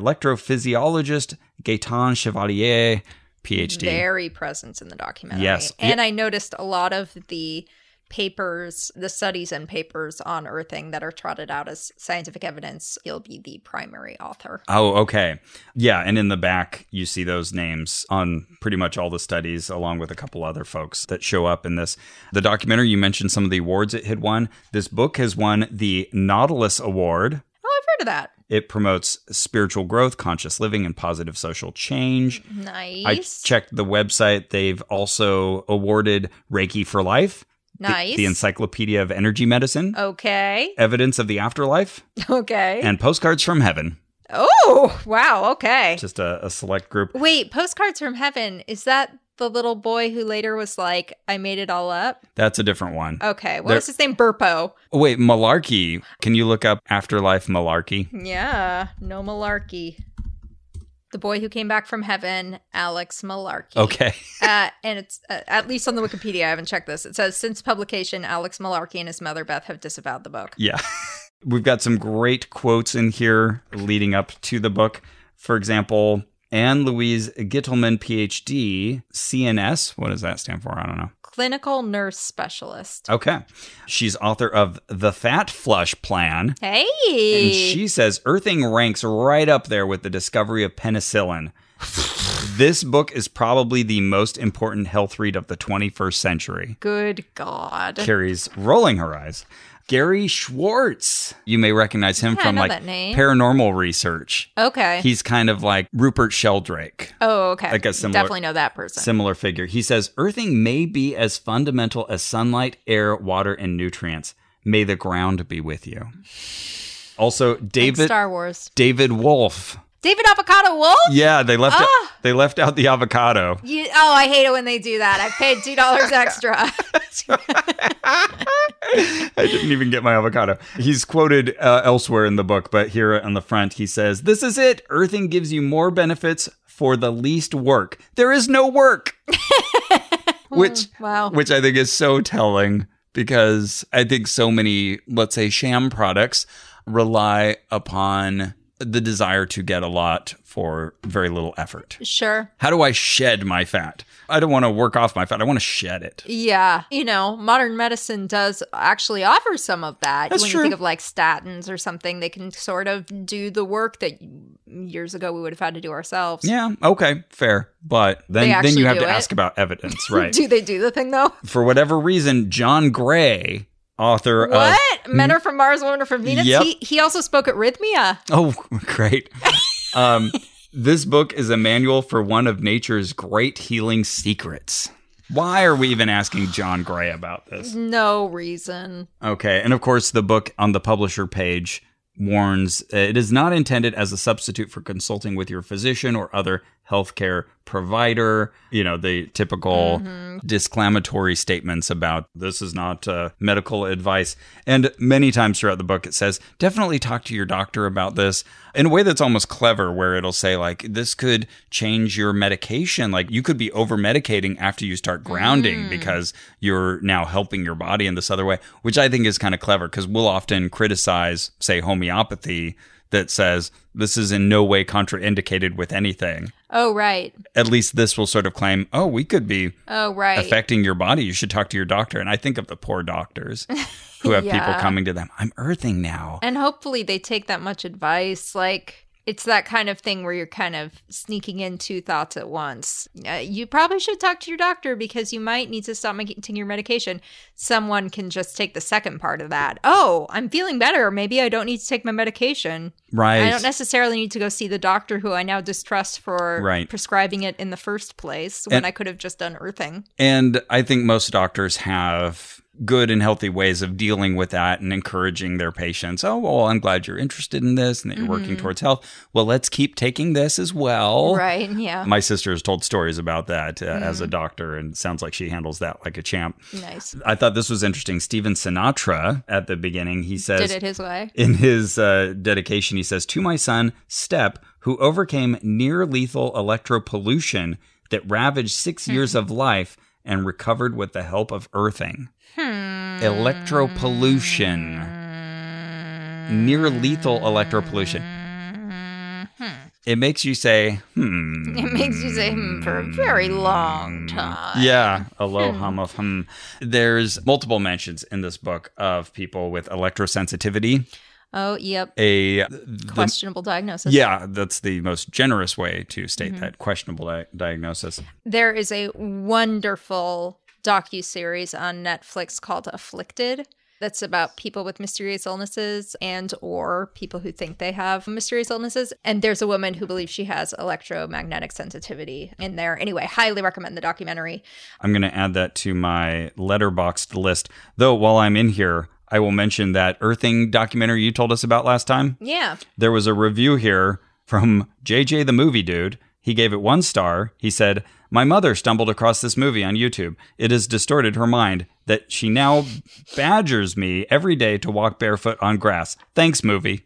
S2: electrophysiologist Gaetan Chevalier, PhD.
S1: very present in the documentary.
S2: Yes.
S1: And I noticed a lot of the papers, the studies and papers on earthing that are trotted out as scientific evidence, he'll be the primary author.
S2: Oh, okay. Yeah. And in the back, you see those names on pretty much all the studies, along with a couple other folks that show up in this. The documentary, you mentioned some of the awards it had won. This book has won the Nautilus Award.
S1: Oh, I've heard of that.
S2: It promotes spiritual growth, conscious living, and positive social change.
S1: Nice.
S2: I checked the website. They've also awarded Reiki for Life, the-
S1: nice.
S2: the Encyclopedia of Energy Medicine,
S1: okay.
S2: Evidence of the Afterlife,
S1: Okay.
S2: and Postcards from Heaven.
S1: oh, wow. Okay.
S2: Just a, a select group.
S1: Wait, Postcards from Heaven, is that the little boy who later was like, I made it all up?
S2: That's a different one.
S1: Okay. What
S2: There-
S1: was his name? Burpo.
S2: Oh, wait, malarkey. Can you look up afterlife malarkey?
S1: Yeah. No malarkey. The boy who came back from heaven, Alex Malarkey.
S2: Okay.
S1: uh, and it's uh, at least on the Wikipedia. I haven't checked this. It says since publication, Alex Malarkey and his mother Beth have disavowed the book.
S2: Yeah. We've got some great quotes in here leading up to the book. For example, Anne Louise Gittelman, PhD, CNS. What does that stand for? I don't know.
S1: Clinical nurse specialist.
S2: Okay. She's author of The Fat Flush Plan. And
S1: Hey,
S2: she says earthing ranks right up there with the discovery of penicillin. this book is probably the most important health read of the 21st century.
S1: good God.
S2: Carrie's rolling her eyes. Gary Schwartz. You may recognize him
S1: Yeah, I
S2: from
S1: know
S2: like
S1: that name.
S2: paranormal research.
S1: Okay.
S2: He's kind of like Rupert Sheldrake,
S1: oh, okay.
S2: like a similar-
S1: Definitely know that person.
S2: similar figure. He says earthing may be as fundamental as sunlight, air, water, and nutrients. May the ground be with you. Also,
S1: Like
S2: David
S1: Star Wars.
S2: David Wolf.
S1: David Avocado Wolf.
S2: Yeah, they
S1: Ah!
S2: left out, they left out the avocado.
S1: You, oh, I hate it when they do that. I paid two dollars extra.
S2: I didn't even get my avocado. He's quoted uh, elsewhere in the book, but here on the front, he says, This is it. Earthing gives you more benefits for the least work. There is no work. which,
S1: wow.
S2: which I think is so telling because I think so many, let's say, sham products rely upon the desire to get a lot for very little effort.
S1: Sure.
S2: How do I shed my fat? I don't want to work off my fat. I want to shed it.
S1: Yeah. You know, modern medicine does actually offer some of that.
S2: That's
S1: when
S2: true.
S1: you think of like statins or something, they can sort of do the work that years ago we would have had to do ourselves.
S2: Yeah, okay, fair. But
S1: They
S2: then then
S1: actually
S2: you have
S1: do
S2: to
S1: it.
S2: ask about evidence, right?
S1: do they do the thing though?
S2: For whatever reason, John Gray, author of
S1: What? Men are from Mars, women are from Venus.
S2: uh, mm-hmm. Yep.
S1: He he also spoke at Rhythmia.
S2: Oh, great. Um, this book is a manual for one of nature's great healing secrets. Why are we even asking John Gray about this?
S1: No reason.
S2: Okay. And of course, the book on the publisher page warns uh, it is not intended as a substitute for consulting with your physician or other healthcare provider. You know, the typical disclamatory statements about this is not uh, medical advice. And many times throughout the book, it says definitely talk to your doctor about this in a way that's almost clever, where it'll say, like, this could change your medication. Like, you could be over medicating after you start grounding
S1: Mm.
S2: because you're now helping your body in this other way, which I think is kind of clever because we'll often criticize, say, homeopathy that says this is in no way contraindicated with anything.
S1: Oh right.
S2: At least this will sort of claim, oh, we could be
S1: Oh right.
S2: affecting your body, you should talk to your doctor. And I think of the poor doctors who have people
S1: Yeah.
S2: coming to them. I'm earthing now.
S1: And hopefully they take that much advice. Like, it's that kind of thing where you're kind of sneaking in two thoughts at once. Uh, you probably should talk to your doctor because you might need to stop taking your medication. Someone can just take the second part of that. Oh, I'm feeling better. Maybe I don't need to take my medication.
S2: Right.
S1: I don't necessarily need to go see the doctor who I now distrust for
S2: Right.
S1: prescribing it in the first place when
S2: And-
S1: I could have just done earthing.
S2: and I think most doctors have good and healthy ways of dealing with that and encouraging their patients. Oh, well, I'm glad you're interested in this and that you're working towards health. Well, let's keep taking this as well.
S1: Mm-hmm. Right. Mm-hmm. Yeah.
S2: My sister has told stories about that uh, as a doctor, and it sounds like she handles that like a champ.
S1: Nice.
S2: I thought this was interesting. Steven Sinatra at the beginning, he says,
S1: Did it his way.
S2: in his uh, dedication, he says, To my son, Step, who overcame near lethal electropollution that ravaged six years of life and recovered with the help of earthing. Electropollution. Near lethal electropollution. It makes you say, hmm.
S1: It makes you say hmm, for a very long time.
S2: Yeah, a low hum of hum. There's multiple mentions in this book of people with electrosensitivity.
S1: Oh, yep.
S2: A the
S1: Questionable diagnosis.
S2: Yeah, that's the most generous way to state that questionable di- diagnosis.
S1: There is a wonderful docu-series on Netflix called Afflicted that's about people with mysterious illnesses and or people who think they have mysterious illnesses and there's a woman who believes she has electromagnetic sensitivity in there anyway highly recommend the documentary
S2: I'm going to add that to my letterboxed list. Though while I'm in here, I will mention that earthing documentary you told us about last time.
S1: yeah
S2: There was a review here from JJ the movie dude. He gave it one star. He said, My mother stumbled across this movie on YouTube. It has distorted her mind that she now badgers me every day to walk barefoot on grass. Thanks, movie.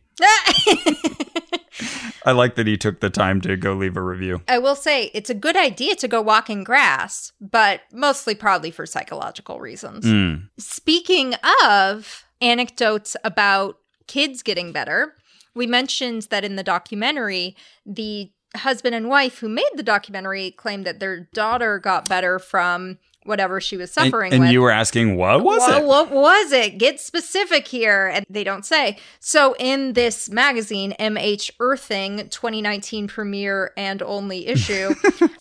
S2: I like that he took the time to go leave a review.
S1: i will say it's a good idea to go walk in grass but mostly probably for psychological reasons
S2: Mm.
S1: Speaking of anecdotes about kids getting better, we mentioned that in the documentary, the husband and wife who made the documentary claimed that their daughter got better from whatever she was
S2: And-
S1: suffering
S2: and,
S1: with.
S2: you were asking what was
S1: Wha-
S2: it
S1: What was it? Get specific here. And they don't say. So, in this magazine, MH Earthing 2019 premiere and only issue,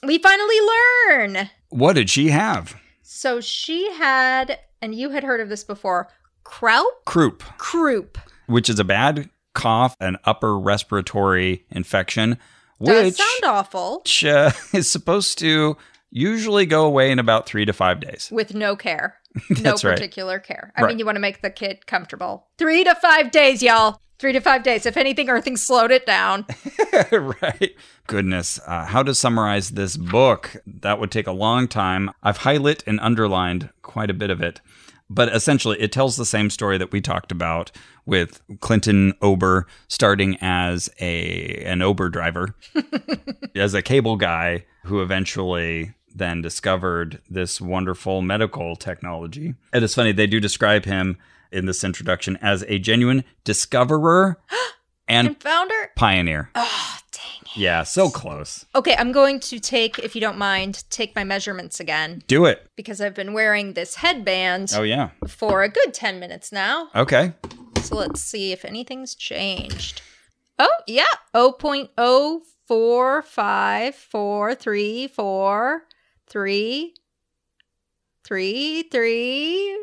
S1: we finally learn
S2: what did she have
S1: so she had, and you had heard of this before, Kraup?
S2: croup
S1: Croup.
S2: which is a bad cough an upper respiratory infection
S1: Does
S2: which
S1: sound awful
S2: which, uh, is supposed to usually go away in about three to five days
S1: with no care. No
S2: That's right.
S1: particular care. I
S2: Right.
S1: mean, you want to make the kid comfortable. Three to five days, y'all. Three to five days. If anything, Earthing slowed it down.
S2: right goodness uh, how to summarize this book that would take a long time i've highlighted and underlined quite a bit of it but essentially it tells the same story that we talked about with clinton ober starting as a an ober driver as a cable guy who eventually then discovered this wonderful medical technology. It is funny, they do describe him in this introduction as a genuine discoverer and
S1: and founder.
S2: pioneer.
S1: Oh, dang it.
S3: Yeah, so close.
S1: Okay, I'm going to take, if you don't mind, take my measurements again
S2: Do it.
S1: because I've been wearing this headband
S2: Oh yeah.
S1: for a good 10 minutes now.
S2: Okay.
S1: So let's see if anything's changed. Oh, yeah. 0.0454343333.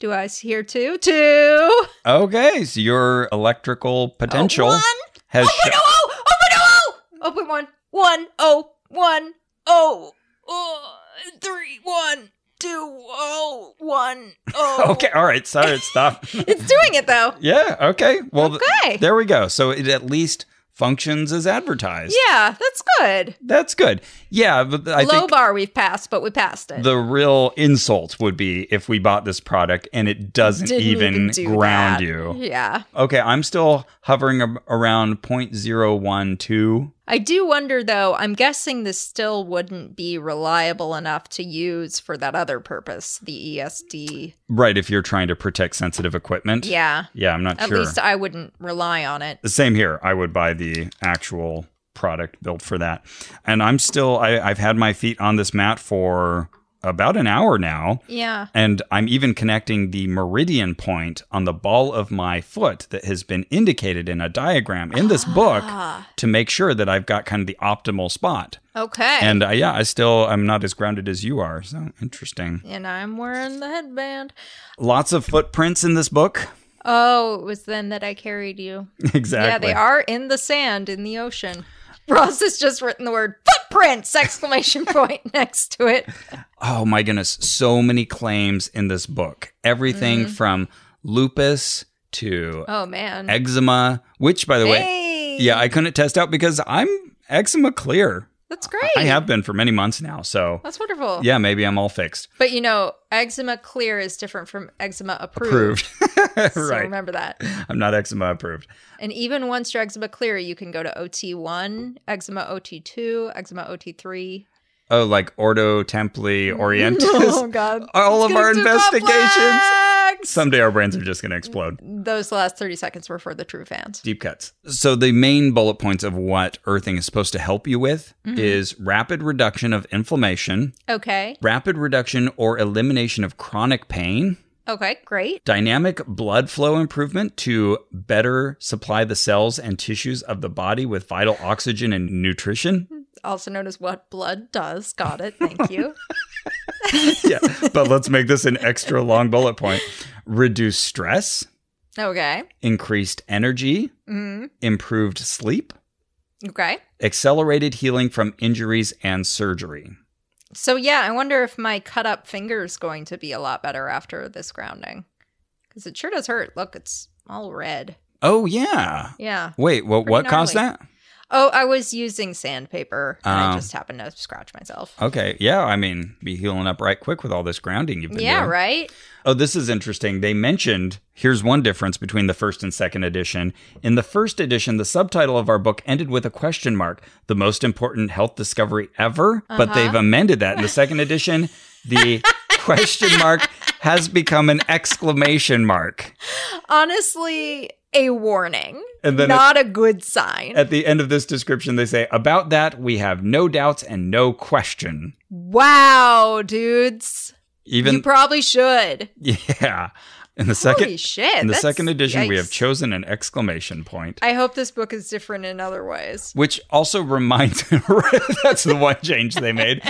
S1: Do I hear two? Two.
S2: Okay. So your electrical potential
S1: One.
S2: has.
S1: Open oh, open oh, open one, one, oh, one, oh, oh, three, one, two, oh, one, oh.
S2: okay. All right. Sorry. Stop.
S1: It's doing it though.
S2: yeah. Okay. Well, th-
S1: Okay.
S2: there we go. So it at least functions as advertised.
S1: Yeah, that's good.
S2: That's good. Yeah, but I
S1: Low
S2: think
S1: bar we've passed, but we passed it.
S2: the real insult would be if we bought this product and it doesn't
S1: Didn't
S2: even,
S1: do
S2: ground
S1: that.
S2: you.
S1: Yeah.
S2: Okay, I'm still hovering ab- around 0.012.
S1: I do wonder though, I'm guessing this still wouldn't be reliable enough to use for that other purpose, the E ESD.
S2: Right, if you're trying to protect sensitive equipment.
S1: Yeah.
S2: Yeah, I'm not
S1: At
S2: sure.
S1: least I wouldn't rely on it.
S2: The Same here. I would buy the actual product built for that. And I'm still, I, I've had my feet on this mat for about an hour now.
S1: Yeah.
S2: And I'm even connecting the meridian point on the ball of my foot that has been indicated in a diagram in this book
S1: Ah,
S2: to make sure that I've got kind of the optimal spot.
S1: okay.
S2: And uh, yeah, I still I'm not as grounded as you are. So interesting.
S1: and I'm wearing the headband.
S2: Lots of footprints in this book.
S1: Oh, it was then that I carried you.
S2: exactly.
S1: Yeah, they are in the sand in the ocean. Ross has just written the word footprints exclamation point next to it.
S2: Oh my goodness, so many claims in this book. Everything from lupus
S1: Mm.
S2: to
S1: Oh man.
S2: eczema, which by the way,
S1: Hey.
S2: yeah, I couldn't test out because I'm eczema clear.
S1: That's great.
S2: I have been for many months now. So
S1: That's wonderful.
S2: yeah, maybe I'm all fixed.
S1: But you know, eczema clear is different from eczema approved.
S2: Approved.
S1: So
S2: right.
S1: remember that.
S2: I'm not eczema approved.
S1: And even once your eczema clear, you can go to OT1, eczema OT2, eczema OT3.
S2: Oh, like Ordo Templi Orientis.
S1: Oh God.
S2: All
S1: It's
S2: of our
S1: getting too
S2: investigations.
S1: complex!
S2: Someday our brains are just going to explode.
S1: Those last 30 seconds were for the true fans.
S2: Deep cuts. So, the main bullet points of what earthing is supposed to help you with
S1: Mm-hmm.
S2: is rapid reduction of inflammation,
S1: Okay.
S2: rapid reduction or elimination of chronic pain,
S1: Okay, great.
S2: dynamic blood flow improvement to better supply the cells and tissues of the body with vital oxygen and nutrition.
S1: also known as what blood does. Got it. Thank you.
S2: yeah, but let's make this an extra long bullet point. Reduce stress,
S1: okay.
S2: increased energy,
S1: Mm,
S2: improved sleep,
S1: okay.
S2: accelerated healing from injuries and surgery.
S1: So yeah, I wonder if my cut up finger is going to be a lot better after this grounding, because it sure does hurt. Look, it's all red.
S2: Oh yeah.
S1: Yeah.
S2: Wait, well,
S1: Pretty
S2: what caused
S1: gnarly.
S2: that?
S1: Oh, I was using sandpaper, and I
S2: Oh.
S1: just happened to scratch myself.
S2: Okay, yeah, I mean, be healing up right quick with all this grounding you've been
S1: yeah.
S2: doing.
S1: Right.
S2: Oh, this is interesting. They mentioned here's one difference between the first and second edition. In the first edition, the subtitle of our book ended with a question mark, the most important health discovery ever. But
S1: Uh-huh.
S2: they've amended that. In the second edition, the question mark has become an exclamation mark.
S1: Honestly, a warning.
S2: And then
S1: Not a good sign.
S2: at the end of this description, they say, About that, we have no doubts and no question.
S1: wow, dudes.
S2: Even,
S1: you probably should.
S2: yeah. In the second.
S1: Holy shit.
S2: in the
S1: that's-
S2: second edition, we have
S1: yikes.
S2: chosen an exclamation point.
S1: I hope this book is different in other ways.
S2: which also reminds that's the one change they made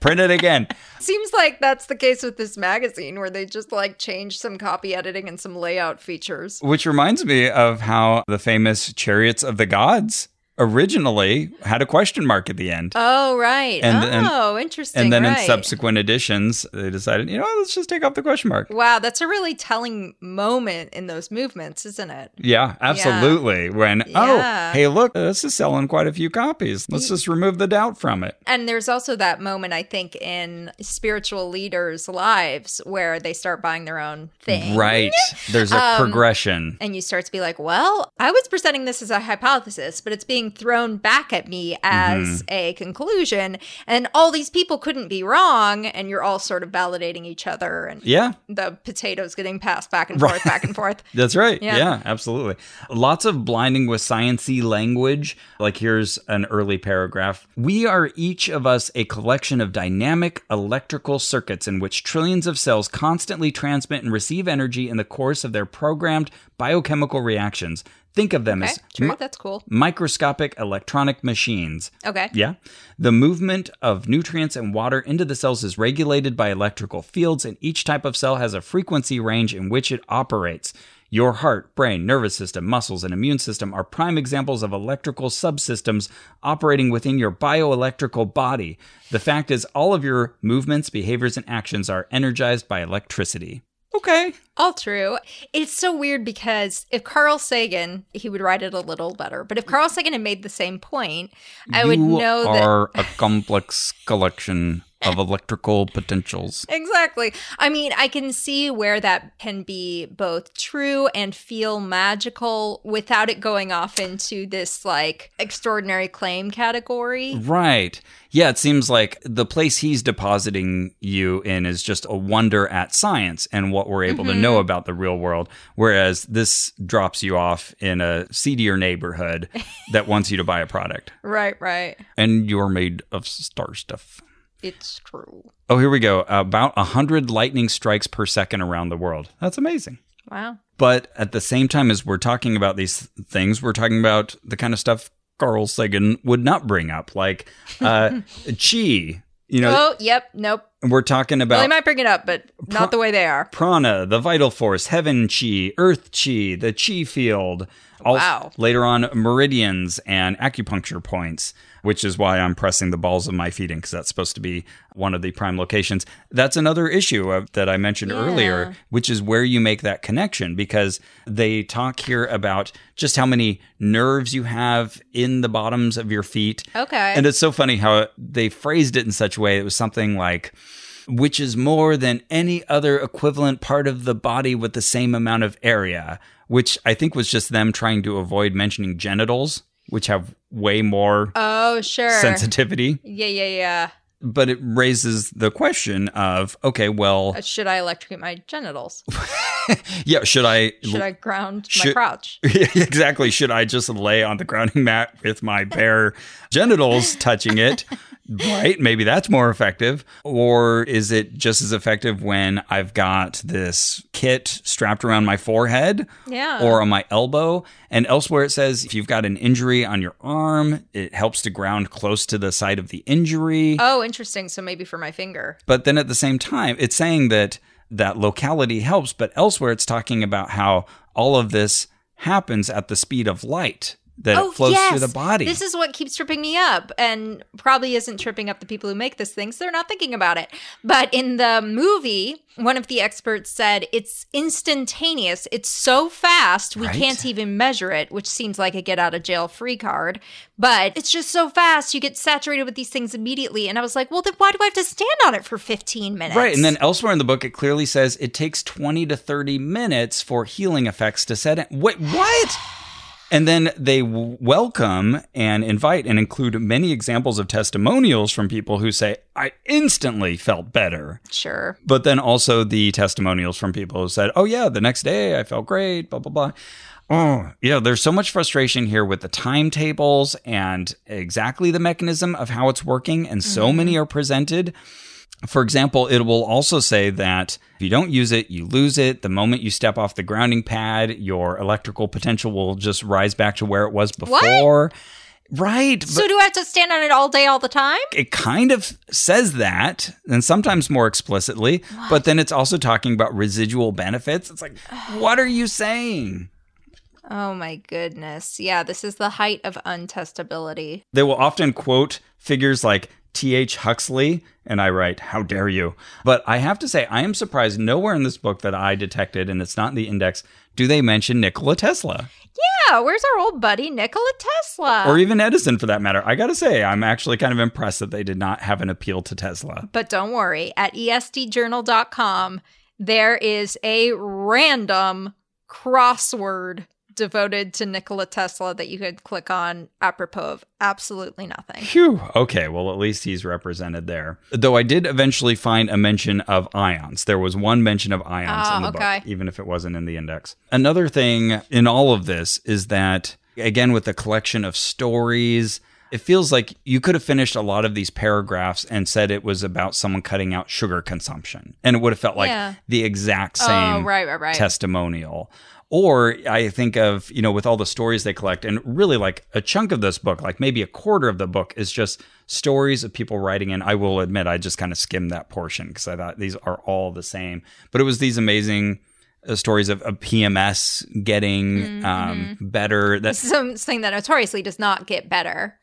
S2: print it again
S1: Seems like that's the case with this magazine where they just like change some copy editing and some layout features.
S2: which reminds me of how the famous chariots of the gods originally had a question mark at the end
S1: Oh, right.
S2: And- and-
S1: oh, interesting.
S2: and then in
S1: right.
S2: subsequent editions they decided you know what, let's just take off the question mark
S1: Wow, that's a really telling moment in those movements, isn't it?
S2: yeah absolutely when
S1: Yeah.
S2: oh hey look this is selling quite a few copies let's just remove the doubt from it
S1: And there's also that moment, I think, in spiritual leaders' lives where they start buying their own thing.
S2: right there's a
S1: Um,
S2: progression
S1: And you start to be like, well, I was presenting this as a hypothesis, but it's being being thrown back at me
S2: Mm-hmm.
S1: as a conclusion. And all these people couldn't be wrong. And you're all sort of validating each other and
S2: Yeah,
S1: the potatoes getting passed back and
S2: Right.
S1: forth, back and forth.
S2: that's right.
S1: Yeah.
S2: Yeah. absolutely. Lots of blinding with sciency language. Like here's an early paragraph. We are each of us a collection of dynamic electrical circuits in which trillions of cells constantly transmit and receive energy in the course of their programmed biochemical reactions. Think of them
S1: Okay,
S2: as
S1: sure,
S2: mi-
S1: that's cool.
S2: microscopic electronic machines.
S1: Okay.
S2: Yeah. The movement of nutrients and water into the cells is regulated by electrical fields, and each type of cell has a frequency range in which it operates. Your heart, brain, nervous system, muscles, and immune system are prime examples of electrical subsystems operating within your bioelectrical body. The fact is, all of your movements, behaviors, and actions are energized by electricity. Okay.
S1: All true. It's so weird because if Carl Sagan, he would write it a little better, but if Carl Sagan had made the same point, I would know that.
S2: are a complex collection of electrical potentials.
S1: Exactly. I mean, I can see where that can be both true and feel magical without it going off into this like extraordinary claim
S2: Mm-hmm.
S1: category.
S2: Right. Yeah, it seems like the place he's depositing you in is just a wonder at science and what we're able to know about the real world. Whereas this drops you off in a seedier neighborhood that wants you to buy a product.
S1: Right, right.
S2: And you're made of star stuff.
S1: It's true.
S2: Oh, here we go. About 100 lightning strikes per second around the world. That's amazing.
S1: Wow.
S2: But at the same time as we're talking about these things, we're talking about the kind of stuff Carl Sagan would not bring up, like uh, chi. You know,
S1: Oh, yep. Nope.
S2: we're talking
S1: Well,
S2: about
S1: they might bring it up, but not the way they are.
S2: prana, the vital force, heaven chi, earth chi, the chi field. Al-
S1: Wow.
S2: Later on, meridians and acupuncture points, which is why I'm pressing the balls of my feet in because that's supposed to be one of the prime locations. That's another issue of, that I mentioned earlier, which is where you make that connection because they talk here about just how many nerves you have in the bottoms of your feet.
S1: Okay.
S2: And it's so funny how they phrased it in such a way. It was something like, which is more than any other equivalent part of the body with the same amount of area, which I think was just them trying to avoid mentioning genitals, which have way more
S1: oh, sure.
S2: sensitivity.
S1: Yeah, yeah, yeah.
S2: But it raises the question of okay, well,
S1: Uh, Should I electrocute my genitals?
S2: yeah, should I.
S1: Should I ground my
S2: Should-
S1: crotch?
S2: exactly. Should I just lay on the grounding mat with my bare genitals touching it? Right? Maybe that's more effective. Or is it just as effective when I've got this kit strapped around my forehead
S1: Yeah.
S2: or on my elbow? And elsewhere it says if you've got an injury on your arm, it helps to ground close to the site of the injury.
S1: oh, interesting. So maybe for my finger.
S2: But then at the same time, it's saying that that locality helps, but elsewhere it's talking about how all of this happens at the speed of light that it flows through the body.
S1: Oh, This is what keeps tripping me up and probably isn't tripping up the people who make this thing, so they're not thinking about it. But in the movie, one of the experts said it's instantaneous. It's so fast, we
S2: Right.
S1: can't even measure it, which seems like a get out of jail free card. But it's just so fast, you get saturated with these things immediately. And I was like, well, then why do I have to stand on it for 15 minutes?
S2: Right. And then elsewhere in the book, it clearly says it takes 20 to 30 minutes for healing effects to set in. Wait, what? And then they w- welcome and invite and include many examples of testimonials from people who say, I instantly felt better.
S1: sure.
S2: but then also the testimonials from people who said, "Oh yeah, the next day I felt great." Blah blah blah. Oh yeah, there's so much frustration here with the timetables and exactly the mechanism of how it's working, and so many are presented. For example, it will also say that if you don't use it, you lose it. The moment you step off the grounding pad, your electrical potential will just rise back to where it was before. Right.
S1: So do I have to stand on it all day, all the time?
S2: it kind of says that, and sometimes more explicitly, but then it's also talking about residual benefits. It's like, what are you saying?
S1: Oh my goodness. Yeah, this is the height of untestability.
S2: They will often quote figures like T.H. Huxley, and I write, How dare you? But I have to say, I am surprised nowhere in this book that I detected, and it's not in the index, do they mention Nikola Tesla
S1: Yeah, where's our old buddy Nikola Tesla?
S2: or even Edison for that matter. I gotta say, I'm actually kind of impressed that they did not have an appeal to Tesla.
S1: but don't worry, at E esdjournal.com, there is a random crossword devoted to Nikola Tesla that you could click on apropos of absolutely nothing.
S2: Phew. Okay. Well, at least he's represented there. Though I did eventually find a mention of ions. There was one mention of ions
S1: Ah,
S2: in the
S1: okay.
S2: book, even if it wasn't in the index. Another thing in all of this is that, again, with the collection of stories, it feels like you could have finished a lot of these paragraphs and said it was about someone cutting out sugar consumption. And it would have felt like
S1: Yeah.
S2: the exact same
S1: Oh, right, right, right.
S2: testimonial. Or I think of, you know, with all the stories they collect, and really like a chunk of this book, like maybe a quarter of the book is just stories of people writing in. I will admit, I just kind of skimmed that portion because I thought these are all the same. But it was these amazing uh, stories of, of PMS getting um,
S1: Mm-hmm.
S2: better. That's
S1: Something that notoriously does not get better.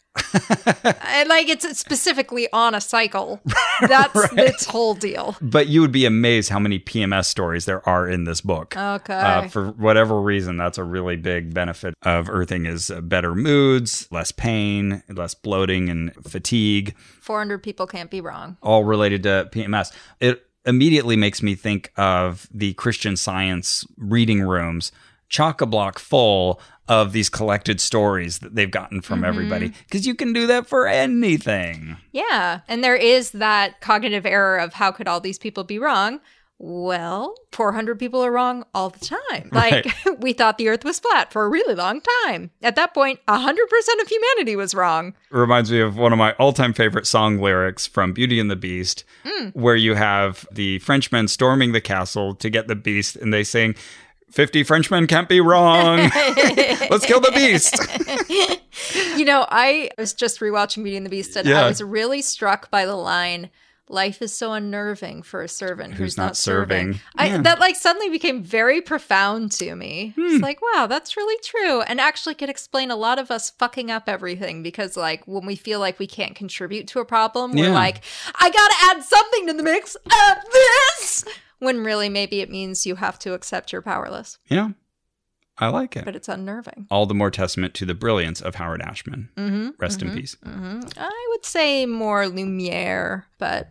S1: I- like it's specifically on a cycle. That's its whole deal.
S2: but you would be amazed how many PMS stories there are in this book.
S1: Okay.
S2: Uh, for whatever reason, that's a really big benefit of earthing is uh, better moods, less pain, less bloating and fatigue,
S1: 400 people can't be wrong.
S2: all related to PMS. It immediately makes me think of the Christian Science reading rooms, chock a block full of these collected stories that they've gotten from everybody, because you can do that for anything.
S1: Yeah. And there is that cognitive error of how could all these people be wrong? Well, 400 people are wrong all the time. Like, we thought the earth was flat for a really long time. At that point, 100% of humanity was wrong.
S2: reminds me of one of my all-time favorite song lyrics from Beauty and the Beast, where you have the Frenchmen storming the castle to get the beast, and they sing, 50 Frenchmen can't be wrong. Let's kill the beast.
S1: You know, I was just rewatching Beauty and the Beast, and
S2: Yeah.
S1: I was really struck by the line. Life is so unnerving for a servant who's,
S2: not
S1: not,
S2: serving."
S1: serving. I,
S2: Yeah. Hmm.
S1: That like suddenly became very profound to me. It's like, wow, that's really true, and actually could explain a lot of us fucking up everything because like when we feel like we can't contribute to a problem,
S2: Yeah.
S1: we're like, I gotta add something to the mix of this. When really, maybe it means you have to accept you're powerless,
S2: yeah, I like it.
S1: but it's unnerving.
S2: All the more testament to the brilliance of Howard Ashman.
S1: Mm-hmm.
S2: Rest in peace.
S1: hmm I would say more Lumiere, but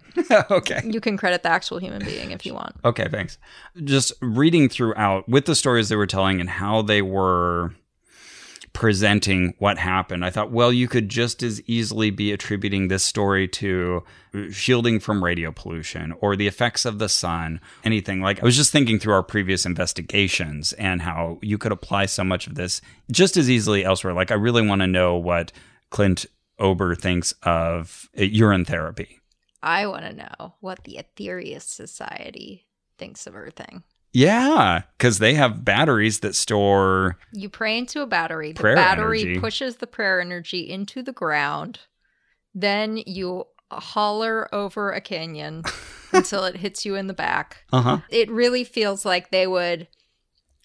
S2: okay.
S1: you can credit the actual human being if you want.
S2: Okay, thanks. Just reading throughout with the stories they were telling and how they were presenting what happened, I thought, well, you could just as easily be attributing this story to shielding from radio pollution or the effects of the sun, anything. Like, I was just thinking through our previous investigations and how you could apply so much of this just as easily elsewhere. Like, I really want to know what Clint Ober thinks of uh, urine therapy.
S1: I want to know what the Aetherius Society thinks of earthing.
S2: Yeah, because they have batteries that store
S1: You pray into a battery, the
S2: Prayer
S1: battery
S2: energy.
S1: pushes the prayer energy into the ground. Then you holler over a canyon until it hits you in the back.
S2: Uh huh.
S1: it really feels like they would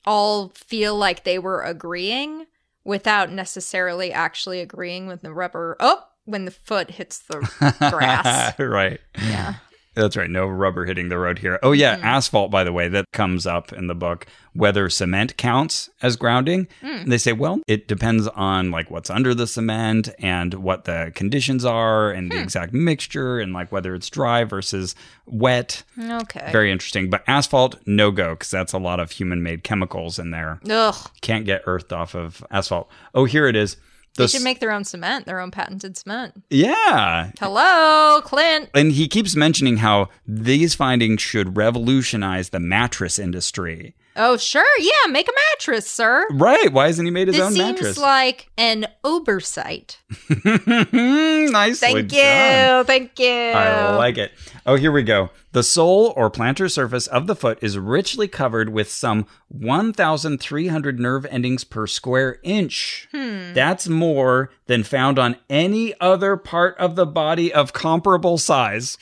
S1: all feel like they were agreeing without necessarily actually agreeing when the rubber oh when the foot hits the Grass.
S2: right.
S1: yeah
S2: That's right. No rubber hitting the road here. Oh, yeah.
S1: Mm.
S2: Asphalt, by the way, that comes up in the book whether cement counts as grounding.
S1: Mm.
S2: They say, well, it depends on like what's under the cement and what the conditions are and
S1: Hmm.
S2: the exact mixture and like whether it's dry versus wet.
S1: okay
S2: Very interesting. But asphalt, no go because that's a lot of human made chemicals in there.
S1: ugh
S2: Can't get earthed off of asphalt. Oh, here it is. The
S1: they
S2: s-
S1: should make their own cement their own patented cement
S2: yeah,
S1: hello clint
S2: And he keeps mentioning how these findings should revolutionize the mattress industry.
S1: oh sure yeah make a mattress sir
S2: Right. Why hasn't he made his
S1: this
S2: own
S1: seems
S2: mattress?
S1: like an oversight
S2: Hmm, Nicely
S1: thank
S2: done.
S1: you thank you
S2: I like it. Oh, here we go. The sole or plantar surface of the foot is richly covered with some 1,300 nerve endings per square inch.
S1: Hmm.
S2: That's more than found on any other part of the body of comparable size.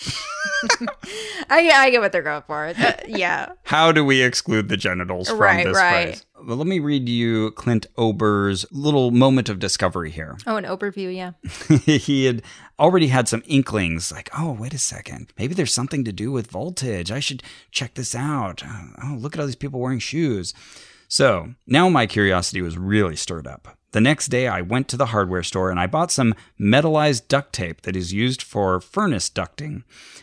S1: I, I get what they're going for Uh, yeah
S2: How do we exclude the genitals from
S1: Right,
S2: this
S1: right.
S2: phrase? Well, let me read you Clint Ober's little moment of discovery here.
S1: oh an overview yeah
S2: he had already had some inklings, like, oh, wait a second, maybe there's something to do with voltage. I should check this out. Uh, Oh, look at all these people wearing shoes. So now my curiosity was really stirred up. The next day, I went to the hardware store and I bought some metallized duct tape that is used for furnace ducting.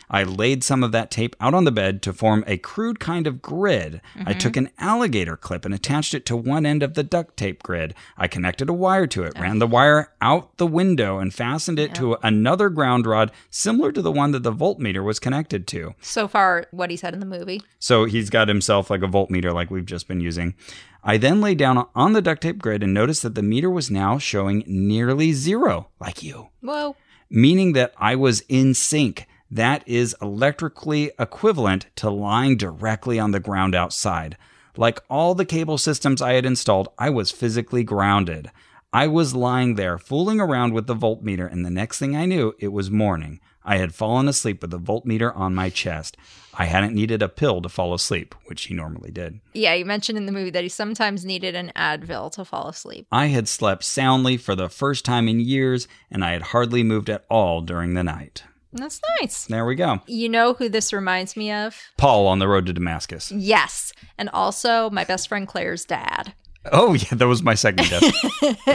S2: I laid some of that tape out on the bed to form a crude kind of grid. I took an alligator clip and attached it to one end of the duct tape grid. I connected a wire to it, ran the wire out the window, and fastened it to another ground rod similar to the one that the voltmeter was connected to.
S1: So far, what he said in the movie.
S2: So he's got himself like a voltmeter, like we've just been using. I then lay down on the duct tape grid and noticed that the meter was now showing nearly zero, like you,
S1: Whoa.
S2: meaning that I was in sync. That is electrically equivalent to lying directly on the ground outside. Like all the cable systems I had installed, I was physically grounded. I was lying there fooling around with the voltmeter, and the next thing I knew, it was morning. I had fallen asleep with the voltmeter on my chest. I hadn't needed a pill to fall asleep, which he normally did.
S1: Yeah, you mentioned in the movie that he sometimes needed an Advil to fall asleep.
S2: I had slept soundly for the first time in years, and I had hardly moved at all during the night.
S1: That's nice.
S2: There we go.
S1: You know who this reminds me of?
S2: Paul on the road to Damascus.
S1: Yes. And also my best friend Claire's dad.
S2: Oh, yeah, that was my second guess.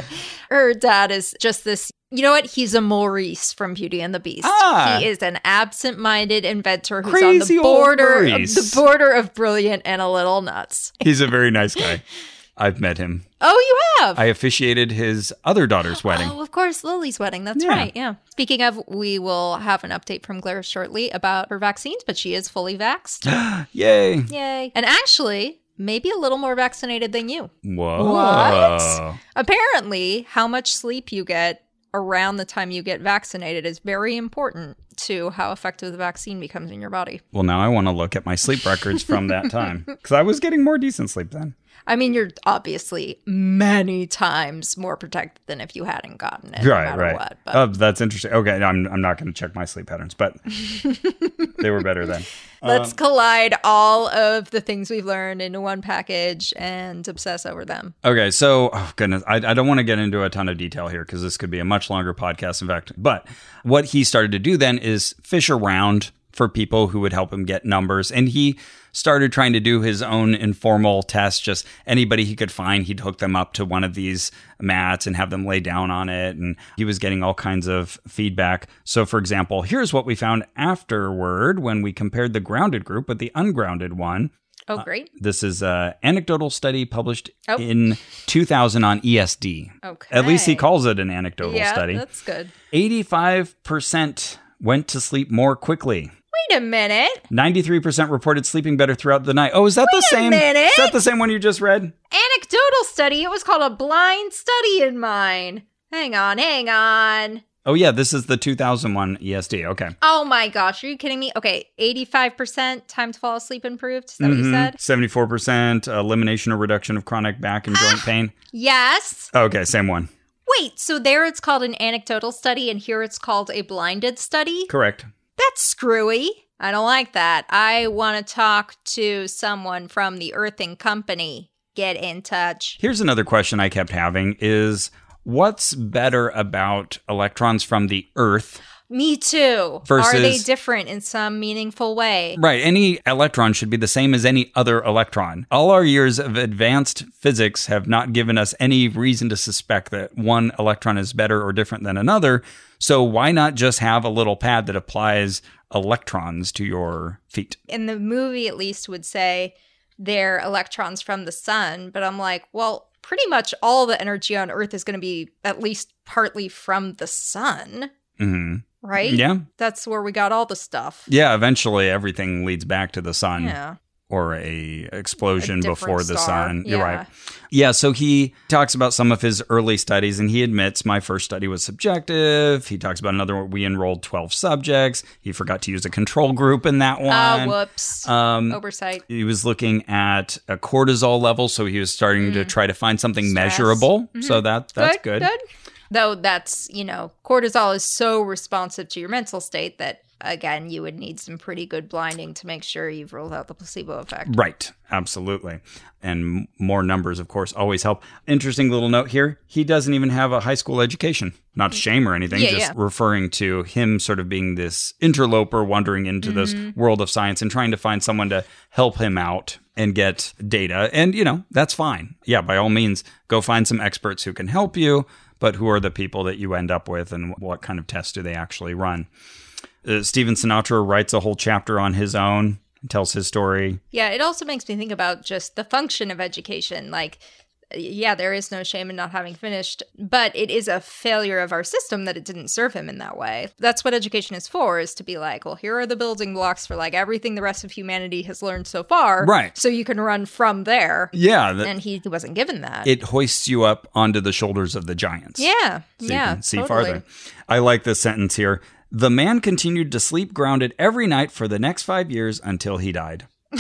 S1: Her dad is just this. You know what? He's a Maurice from Beauty and the Beast.
S2: Ah.
S1: He is an absent-minded inventor who's
S2: Crazy
S1: on the
S2: old
S1: border,
S2: Maurice.
S1: the border of brilliant and a little nuts.
S2: He's a very nice guy. I've met him.
S1: Oh, you have.
S2: I officiated his other daughter's wedding.
S1: Oh, of course, Lily's wedding. That's
S2: Yeah.
S1: right. Yeah. Speaking of, we will have an update from Claire shortly about her vaccines, but she is fully vaxxed.
S2: Yay.
S1: Yay. And actually, maybe a little more vaccinated than you.
S2: Whoa.
S1: What? Apparently, how much sleep you get around the time you get vaccinated is very important to how effective the vaccine becomes in your body.
S2: Well, now I want to look at my sleep records from that time because I was getting more decent sleep then.
S1: I mean, you're obviously many times more protected than if you hadn't gotten it, no
S2: Right,
S1: matter
S2: right.
S1: what. But
S2: Oh, that's interesting. Okay, I'm, I'm not going to check my sleep patterns, but they were better then.
S1: let's collide all of the things we've learned into one package and obsess over them.
S2: Okay, so oh goodness, I, I don't want to get into a ton of detail here because this could be a much longer podcast. In fact, but what he started to do then is fish around for people who would help him get numbers, and he started trying to do his own informal tests. Just anybody he could find, he'd hook them up to one of these mats and have them lay down on it, and he was getting all kinds of feedback. So, for example, here's what we found afterward when we compared the grounded group with the ungrounded one.
S1: Oh,
S2: Uh,
S1: great.
S2: This is an anecdotal study published
S1: Oh.
S2: in 2000 on ESD.
S1: Okay.
S2: At least he calls it an anecdotal
S1: yeah,
S2: study.
S1: that's good.
S2: 85% went to sleep more quickly.
S1: Wait a minute.
S2: 93% reported sleeping better throughout the night. Oh, is that the
S1: a
S2: same?
S1: minute.
S2: Is that the same one you just read?
S1: Anecdotal study. It was called a blind study in mine. Hang on, hang on.
S2: Oh yeah, this is the 2001 ESD. E Okay.
S1: Oh my gosh, are you kidding me? Okay, 85% time to fall asleep improved. Is that what you
S2: Mhm.
S1: said?
S2: 74% elimination or reduction of chronic back and joint pain.
S1: Yes.
S2: Okay, same one.
S1: Wait, so there it's called an anecdotal study and here it's called a blinded study?
S2: Correct.
S1: That's screwy. I don't like that. I want to talk to someone from the Earthing Company. Get in touch.
S2: Here's another question I kept having is what's better about electrons from the earth?
S1: Me too. Are they
S2: Versus-
S1: different in some meaningful way?
S2: Right, any electron should be the same as any other electron. All our years of advanced physics have not given us any reason to suspect that one electron is better or different than another. So why not just have a little pad that applies electrons to your feet?
S1: in the movie at least would say they're electrons from the sun, but I'm like, well, pretty much all the energy on Earth is going to be at least partly from the sun,
S2: hmm
S1: right?
S2: Yeah.
S1: That's where we got all the stuff.
S2: Yeah, eventually everything leads back to the sun.
S1: Yeah.
S2: or a
S1: A
S2: explosion
S1: different
S2: before the
S1: star.
S2: sun. You're
S1: Yeah.
S2: right. Yeah, so he talks about some of his early studies and he admits my first study was subjective. He talks about another one we enrolled 12 subjects. He forgot to use a control group in that one.
S1: Ah, Oh. whoops.
S2: um
S1: Oversight.
S2: he was looking at a cortisol level, so he was starting to try to find something
S1: Mm. Stress. Mm-hmm.
S2: measurable. So that that's good.
S1: Though that's, you know, cortisol is so responsive to your mental state that, again, you would need some pretty good blinding to make sure you've ruled out the placebo effect.
S2: Right, absolutely. And m- more numbers, of course, always help. Interesting little note here he doesn't even have a high school education. Not to shame or anything,
S1: Mm. Yeah,
S2: just
S1: yeah.
S2: referring to him sort of being
S1: Mm-hmm.
S2: this interloper wandering into this world of science and trying to find someone to help him out. and get data. And, you know, that's fine. Yeah, by all means, go find some experts who can help you, but who are the people that you end up with and what kind of tests do they actually run? Uh, Steven Sinatra writes a whole chapter on his own, tells his story.
S1: Yeah, it also makes me think about just the function of education. Like, yeah, there is no shame in not having finished, but it is a failure of our system that it didn't serve him in that way. That's what education is for, is to be like, well, here are the building blocks for like everything the rest of humanity has learned so far.
S2: Right.
S1: So you can run from there.
S2: Yeah. th-
S1: And he wasn't given that.
S2: it hoists you up onto the shoulders of the giants.
S1: yeah.
S2: so
S1: yeah.
S2: you can see
S1: totally.
S2: farther. I like this sentence here. The man continued to sleep grounded every night for the next five years until he died.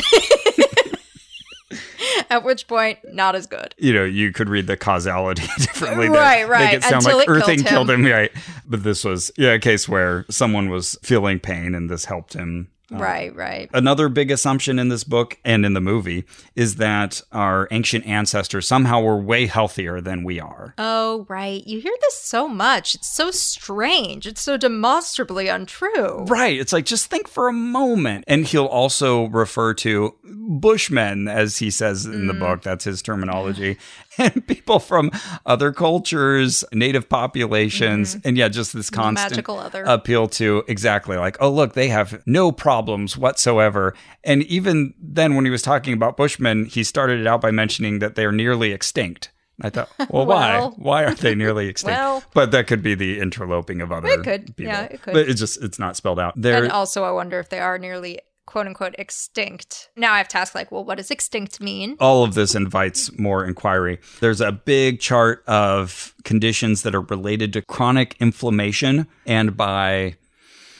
S1: At which point, not as good.
S2: You know, you could read the causality differently. They-
S1: Right,
S2: Make
S1: right,
S2: it sound
S1: until
S2: like
S1: it
S2: earthing
S1: killed
S2: killed him. right? But this was yeah a case where someone was feeling pain and this helped him.
S1: right, right.
S2: Another big assumption in this book and in the movie is that our ancient ancestors somehow were way healthier than we are.
S1: Oh, right. You hear this so much. It's so strange. It's so demonstrably untrue.
S2: Right. It's like, just think for a moment. And he'll also refer to Bushmen, as he says in
S1: Mm.
S2: the book. That's his terminology. and people from other cultures, native populations. And yeah, just this constant
S1: Mm-hmm. magical other.
S2: appeal to exactly like, oh, look, they have no problems whatsoever. And even then, when he was talking about Bushmen, he started it out by mentioning that they're nearly extinct. I thought,
S1: Well.
S2: well, why? Why are they nearly extinct?
S1: Well.
S2: but that could be the interloping of other
S1: It could.
S2: people.
S1: Yeah, it could.
S2: But it's just it's not spelled out. There
S1: and also, I wonder if they are nearly quote unquote extinct. Now I have to ask, like, well, what does extinct mean?
S2: all of this invites more inquiry. There's a big chart of conditions that are related to chronic inflammation and by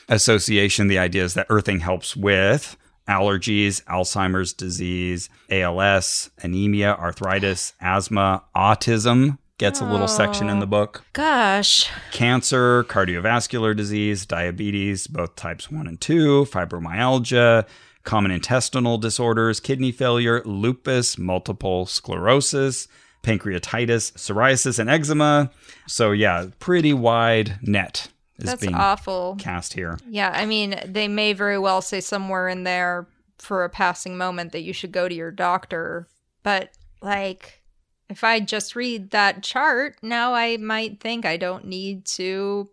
S2: association the idea is that earthing helps with allergies, Alzheimer's disease, ALS, anemia, arthritis, asthma, autism gets a little section in the book.
S1: Gosh.
S2: cancer, cardiovascular disease, diabetes, both types 1 and 2, fibromyalgia, common intestinal disorders, kidney failure, lupus, multiple sclerosis, pancreatitis, psoriasis, and eczema. So, yeah, pretty wide net is
S1: That's
S2: being
S1: awful.
S2: cast here.
S1: Yeah. I mean, they may very well say somewhere in there for a passing moment that you should go to your doctor. But, like, if I just read that chart, now I might think I don't need to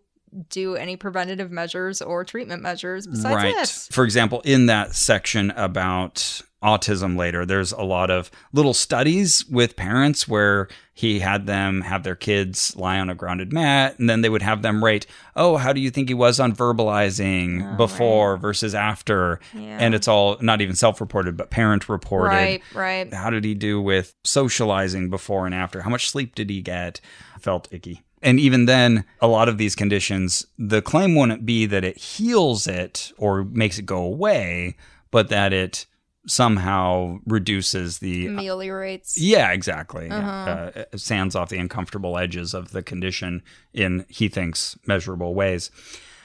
S1: do any preventative measures or treatment measures besides this.
S2: For example, in that section about autism later, there's a lot of little studies with parents where he had them have their kids lie on a grounded mat and then they would have them rate, oh, how do you think he was on verbalizing
S1: Oh,
S2: before versus after?
S1: Yeah.
S2: And it's all not even self reported, but parent reported
S1: Right, right.
S2: how did he do with socializing before and after? How much sleep did he get? Felt icky. And even then, a lot of these conditions, the claim wouldn't be that it heals it or makes it go away, but that it somehow reduces the.
S1: Ameliorates.
S2: Yeah, exactly. Yeah.
S1: Uh-huh.
S2: Uh, sands off the uncomfortable edges of the condition in, he thinks, measurable ways.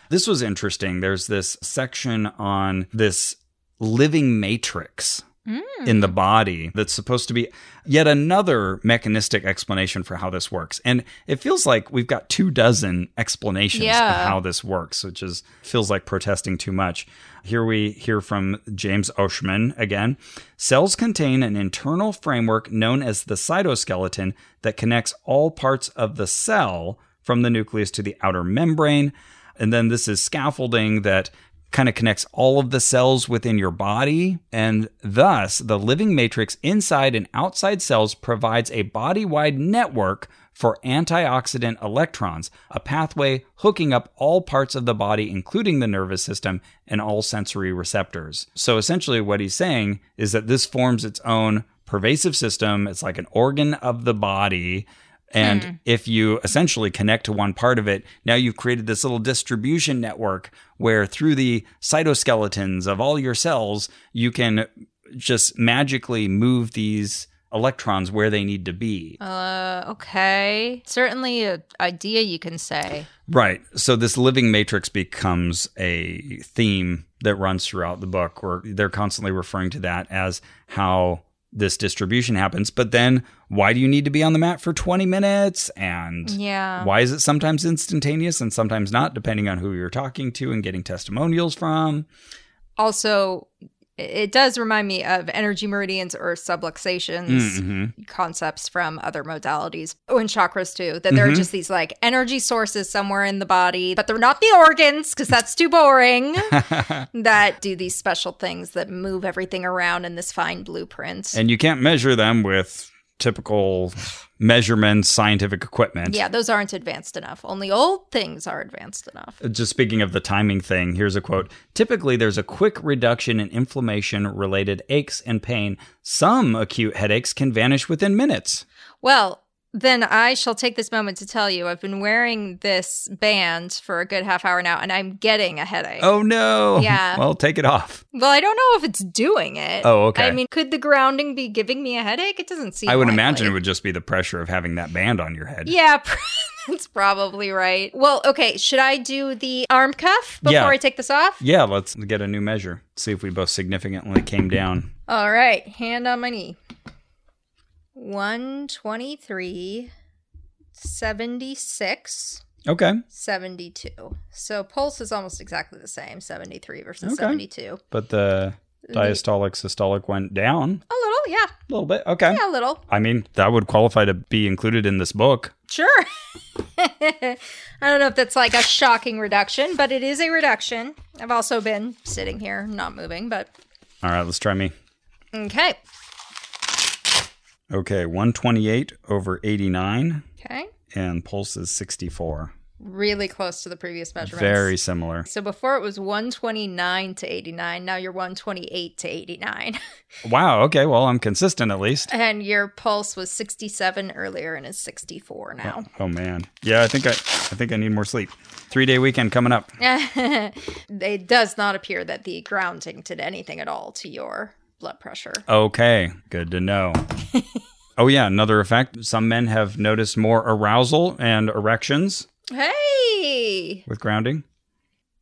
S2: This was interesting. There's this section on this living matrix
S1: Mm.
S2: in the body that's supposed to be yet another mechanistic explanation for how this works. And it feels like we've got two dozen explanations
S1: Yeah.
S2: of how this works, which is feels like protesting too much. Here we hear from James Oshman again. Cells contain an internal framework known as the cytoskeleton that connects all parts of the cell from the nucleus to the outer membrane. And then this is scaffolding that kind of connects all of the cells within your body. And thus, the living matrix inside and outside cells provides a body wide network for antioxidant electrons, a pathway hooking up all parts of the body, including the nervous system and all sensory receptors. So, essentially, what he's saying is that this forms its own pervasive system. It's like an organ of the body. And if you essentially connect to one part of it, now you've created this little distribution network where through the cytoskeletons of all your cells, you can just magically move these electrons where they need to be.
S1: Uh, okay. Certainly a idea you can say.
S2: Right. So this living matrix becomes a theme that runs throughout the book, where they're constantly referring to that as how this distribution happens. But then why do you need to be on the mat for 20 minutes? And
S1: Yeah.
S2: why is it sometimes instantaneous and sometimes not, depending on who you're talking to and getting testimonials from?
S1: Also, it does remind me of energy meridians or subluxations
S2: Mhm.
S1: concepts from other modalities. Oh, and chakras too, that there are
S2: Mhm.
S1: just these like energy sources somewhere in the body, but they're not the organs because that's too boring, that do these special things that move everything around in this fine blueprint.
S2: and you can't measure them with typical measurements, scientific equipment.
S1: yeah, those aren't advanced enough. Only old things are advanced enough.
S2: Just speaking of the timing thing, here's a quote. Typically, there's a quick reduction in inflammation related aches and pain. Some acute headaches can vanish within minutes.
S1: Well, then I shall take this moment to tell you I've been wearing this band for a good half hour now and I'm getting a headache.
S2: Oh, no.
S1: Yeah.
S2: Well, take it off.
S1: Well, I don't know if it's doing it.
S2: Oh, okay.
S1: I mean, could the grounding be giving me a headache? It doesn't seem
S2: I would
S1: likely.
S2: imagine it would just be the pressure of having that band on your head.
S1: Yeah, that's probably right. Well, okay, should I do the arm cuff before
S2: Yeah.
S1: I take this off?
S2: Yeah, let's get a new measure. See if we both significantly came down.
S1: All right, hand on my knee. 123 76
S2: Okay.
S1: 72. So pulse is almost exactly the same, 73 versus
S2: Okay.
S1: 72.
S2: But the
S1: The-
S2: diastolic systolic went down
S1: A little, yeah.
S2: a little bit. Okay.
S1: Yeah, a little.
S2: I mean, that would qualify to be included in this book.
S1: Sure. I don't know if that's like a shocking reduction, but it is a reduction. I've also been sitting here, not moving, but
S2: All right, let's try me.
S1: okay.
S2: Okay, 128 over 89
S1: Okay.
S2: and pulse is 64.
S1: Really close to the previous measurements.
S2: Very similar.
S1: So before it was 129 to 89, now you're 128 to 89.
S2: Wow, okay, well, I'm consistent at least.
S1: and your pulse was 67 earlier and is 64 now.
S2: Oh man. Yeah, I think I I think I need more sleep. 3-day weekend coming up.
S1: it does not appear that the grounding did anything at all to your blood pressure.
S2: Okay, good to know. oh yeah, another effect. Some men have noticed more arousal and erections
S1: Hey!
S2: with grounding.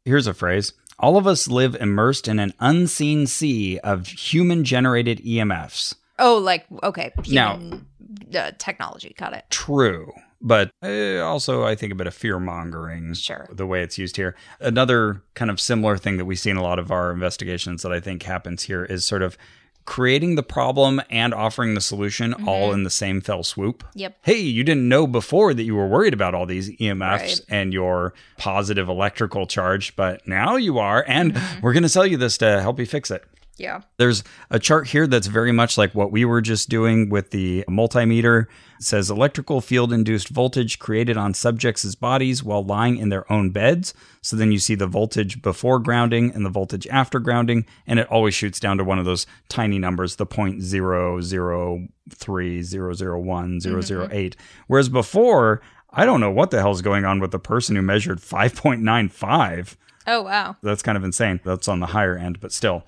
S2: Here's a phrase. All of us live immersed in an unseen sea of E human generated EMFs.
S1: Oh, like, okay.
S2: Now-
S1: Human, uh, technology, got it.
S2: true but eh, also i think a bit of fear mongering
S1: Sure.
S2: the way it's used here another kind of similar thing that we see in a lot of our investigations that i think happens here is sort of creating the problem and offering the solution all in the same fell swoop
S1: Mm-hmm. Yep.
S2: hey you didn't know before that you were worried about all these emfs
S1: Right.
S2: and your positive electrical charge but now you are and
S1: Mm-hmm.
S2: we're going to sell you this to help you fix it
S1: Yeah.
S2: there's a chart here that's very much like what we were just doing with the multimeter. It says electrical field induced voltage created on subjects' bodies while lying in their own beds. So then you see the voltage before grounding and the voltage after grounding, and it always shoots down to one of those tiny numbers, the point zero zero three zero zero one zero zero eight. Whereas before, I don't know what the hell's going on with the person who measured 5.95
S1: Oh, wow.
S2: that's kind of insane. That's on the higher end, but still.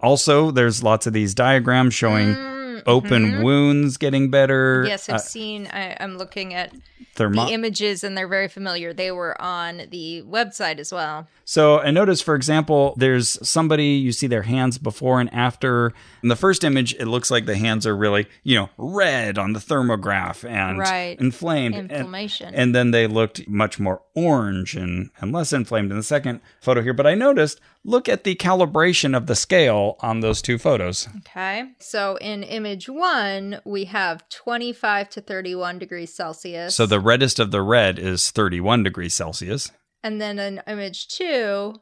S2: Also, there's lots of these diagrams showing open wounds getting better.
S1: Mm-hmm. Yes, I've
S2: uh,
S1: seen, I, I'm looking at
S2: thermo-
S1: the images and they're very familiar. They were on the website as well.
S2: So, I notice, for example, there's somebody you see their hands before and after. In the first image, it looks like the hands are really, you know, red on the thermograph and
S1: Right.
S2: inflamed. and-
S1: Inflammation.
S2: And, then they looked much more orange and, and less inflamed in the second photo here. But I noticed, look at the calibration of the scale on those two photos.
S1: okay. So in image one, we have 25 to 31 degrees Celsius.
S2: So the reddest of the red is 31 degrees Celsius.
S1: And then in image two,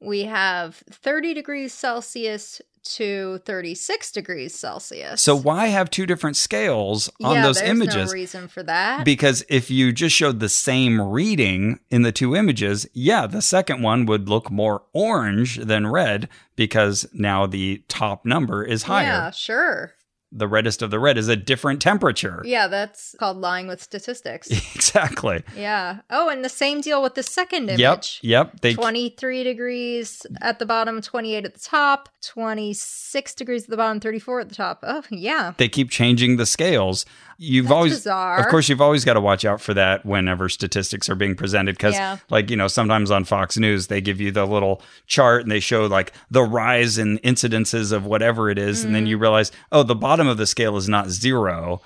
S1: we have 30 degrees Celsius to 36 degrees Celsius.
S2: So why have two different scales on
S1: yeah,
S2: those
S1: there's
S2: images?
S1: no reason for that.
S2: because if you just showed the same reading in the two images, yeah, the second one would look more orange than red because now the top number is higher.
S1: Yeah, sure.
S2: The reddest of the red is a different temperature.
S1: Yeah, that's called lying with statistics.
S2: exactly.
S1: yeah. Oh, and the same deal with the second
S2: Yep.
S1: image.
S2: Yep. They
S1: 23 degrees at the bottom, 28 at the top, 26 degrees at the bottom, 34 at the top. Oh, yeah.
S2: they keep changing the scales. You've always,
S1: bizarre.
S2: of course, you've always got to watch out for that whenever statistics are being presented. Because,
S1: Yeah.
S2: like, you know, sometimes on Fox News, they give you the little
S1: Mm-hmm.
S2: chart and they show like the rise in incidences of whatever it is, And then you realize, oh, the bottom bottom of the scale is not zero.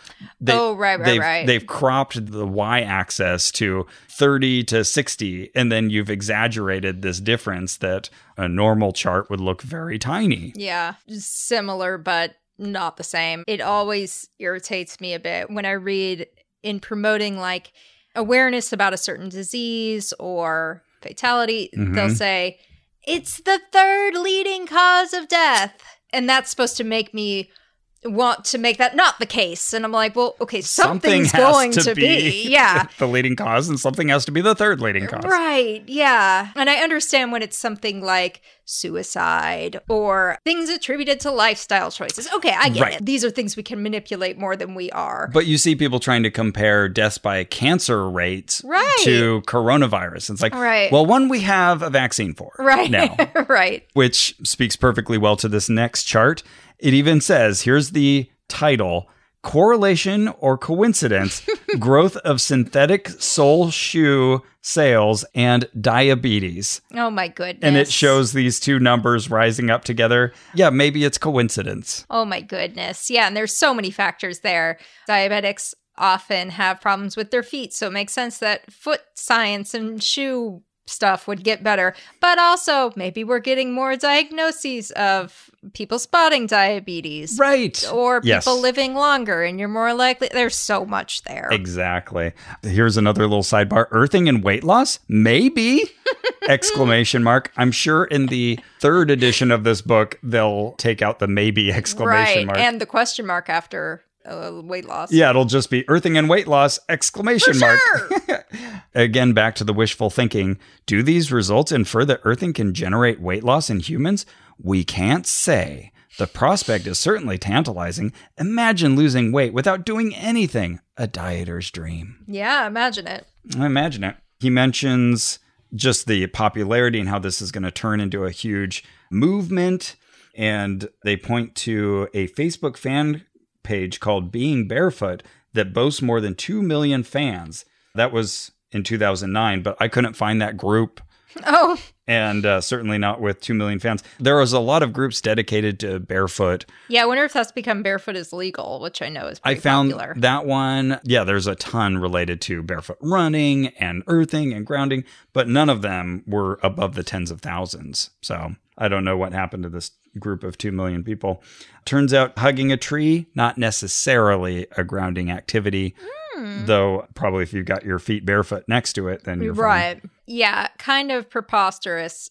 S1: Oh, right, right,
S2: they've,
S1: right.
S2: They've cropped the y axis to 30 to 60, and then you've exaggerated this difference that a normal chart would look very tiny.
S1: Yeah, similar, but not the same. It always irritates me a bit when I read in promoting like awareness about a certain disease or fatality, they'll
S2: Mhm.
S1: say, it's the third leading cause of death. And that's supposed to make me want to make that not the case. And I'm like, well, okay, something's
S2: Something has
S1: going to, be. Yeah.
S2: the leading cause, and something has to be the third leading cause.
S1: Right, yeah. And I understand when it's something like suicide or things attributed to lifestyle choices. Okay, I get
S2: Right.
S1: it. These are things we can manipulate more than we are.
S2: But you see people trying to compare deaths by cancer rates
S1: Right.
S2: to coronavirus. It's like,
S1: Right.
S2: well, one we have a vaccine for
S1: right.
S2: now,
S1: right.
S2: which speaks perfectly well to this next chart. It even says here's the title Correlation or Coincidence Growth of Synthetic Sole Shoe Sales and Diabetes.
S1: Oh my goodness.
S2: And it shows these two numbers rising up together. Yeah, maybe it's coincidence.
S1: Oh my goodness. Yeah, and there's so many factors there. Diabetics often have problems with their feet, so it makes sense that foot science and shoe stuff would get better. But also, maybe we're getting more diagnoses of people spotting diabetes.
S2: Right.
S1: Or people
S2: Yes.
S1: living longer, and you're more likely. There's so much there.
S2: Exactly. Here's another little sidebar. Earthing and weight loss? Maybe. exclamation mark. I'm sure in the third edition of this book they'll take out the maybe exclamation
S1: right.
S2: mark.
S1: And the question mark after uh, weight loss.
S2: yeah, it'll just be earthing and weight loss exclamation mark. Again back to the wishful thinking. Do these results infer that earthing can generate weight loss in humans? We can't say. The prospect is certainly tantalizing. Imagine losing weight without doing anything. A dieter's dream.
S1: Yeah, imagine it.
S2: I imagine it. He mentions just the popularity and how this is going to turn into a huge movement. And they point to a Facebook fan page called Being Barefoot that boasts more than 2 million fans. That was in 2009, but I couldn't find that group
S1: Oh,
S2: and uh, certainly not with 2 million fans. There was a lot of groups dedicated to barefoot
S1: yeah. I wonder if that's become barefoot is legal, which I know is
S2: I
S1: pretty
S2: found
S1: popular.
S2: that one. Yeah, there's a ton related to barefoot running and earthing and grounding, but none of them were above the tens of thousands. So I don't know what happened to this group of 2 million people. Turns out hugging a tree, not necessarily a grounding activity,
S1: Hmm.
S2: though probably if you've got your feet barefoot next to it, then you're fine.
S1: right. Yeah, kind of preposterous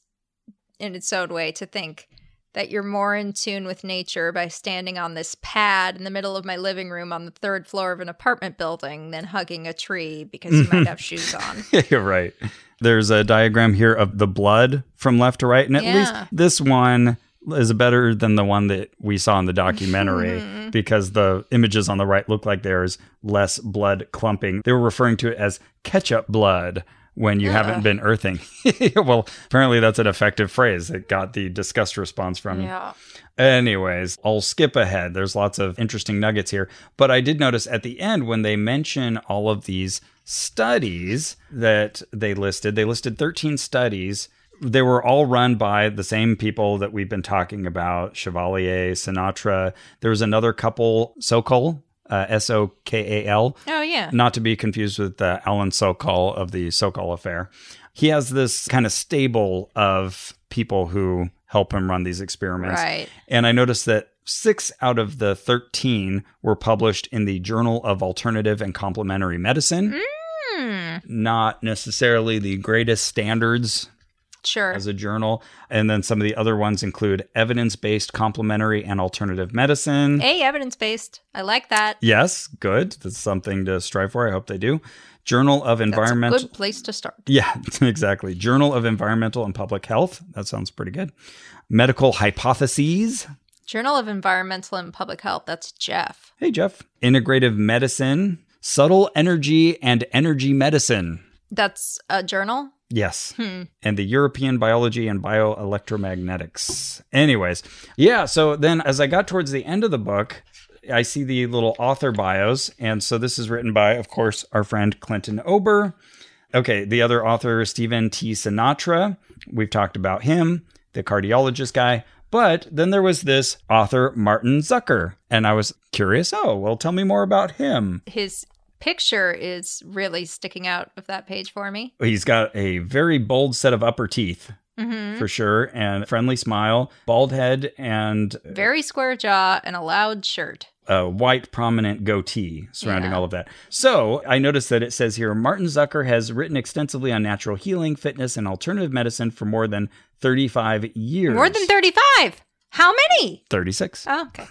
S1: in its own way to think that you're more in tune with nature by standing on this pad in the middle of my living room on the third floor of an apartment building than hugging a tree because you
S2: Mm-hmm.
S1: might have shoes on.
S2: You're right. There's a diagram here of the blood from left to right, and at
S1: Yeah.
S2: least this one is better than the one that we saw in the documentary because the images on the right look like there's less blood clumping. They were referring to it as ketchup blood when you haven't been earthing. well, apparently that's an effective phrase. It got the disgust response from
S1: Yeah.
S2: Anyways, I'll skip ahead. There's lots of interesting nuggets here. But I did notice at the end when they mention all of these studies that they listed, they listed 13 studies. They were all run by the same people that we've been talking about Chevalier, Sinatra. There was another couple, Sokol, uh, S O K A L,
S1: Oh yeah.
S2: not to be confused with uh, Alan Sokol of the Sokol Affair. He has this kind of stable of people who help him run these experiments.
S1: Right.
S2: And I noticed that six out of the 13 were published in the Journal of Alternative and Complementary Medicine.
S1: Hmm.
S2: Not necessarily the greatest standards
S1: Sure.
S2: as a journal. And then some of the other ones include Evidence Based Complementary and Alternative Medicine.
S1: A evidence based. I like that.
S2: yes, good. That's something to strive for. I hope they do. Journal of
S1: That's a
S2: Environmental.
S1: good place to start.
S2: Yeah, exactly. Journal of Environmental and Public Health. That sounds pretty good. Medical Hypotheses.
S1: Journal of Environmental and Public Health. That's Jeff.
S2: Hey, Jeff. Integrative Medicine, Subtle Energy, and Energy Medicine.
S1: That's a journal.
S2: Yes.
S1: Hmm.
S2: And the European Biology and Bioelectromagnetics. Anyways, yeah. So then as I got towards the end of the book, I see the little author bios. And so this is written by, of course, our friend Clinton Ober. Okay. The other author, Stephen T. Sinatra. We've talked about him, the cardiologist guy. But then there was this author, Martin Zucker. And I was curious, oh, well, tell me more about him.
S1: His picture is really sticking out of that page for me.
S2: He's got a very bold set of upper teeth.
S1: hmm
S2: For sure, and friendly smile, bald head, and
S1: Very square jaw and a loud shirt.
S2: a white prominent goatee surrounding
S1: Yeah.
S2: all of that. So I noticed that it says here Martin Zucker has written extensively on natural healing, fitness, and alternative medicine for more than 35 years.
S1: More than 35. How many?
S2: 36.
S1: Oh, okay.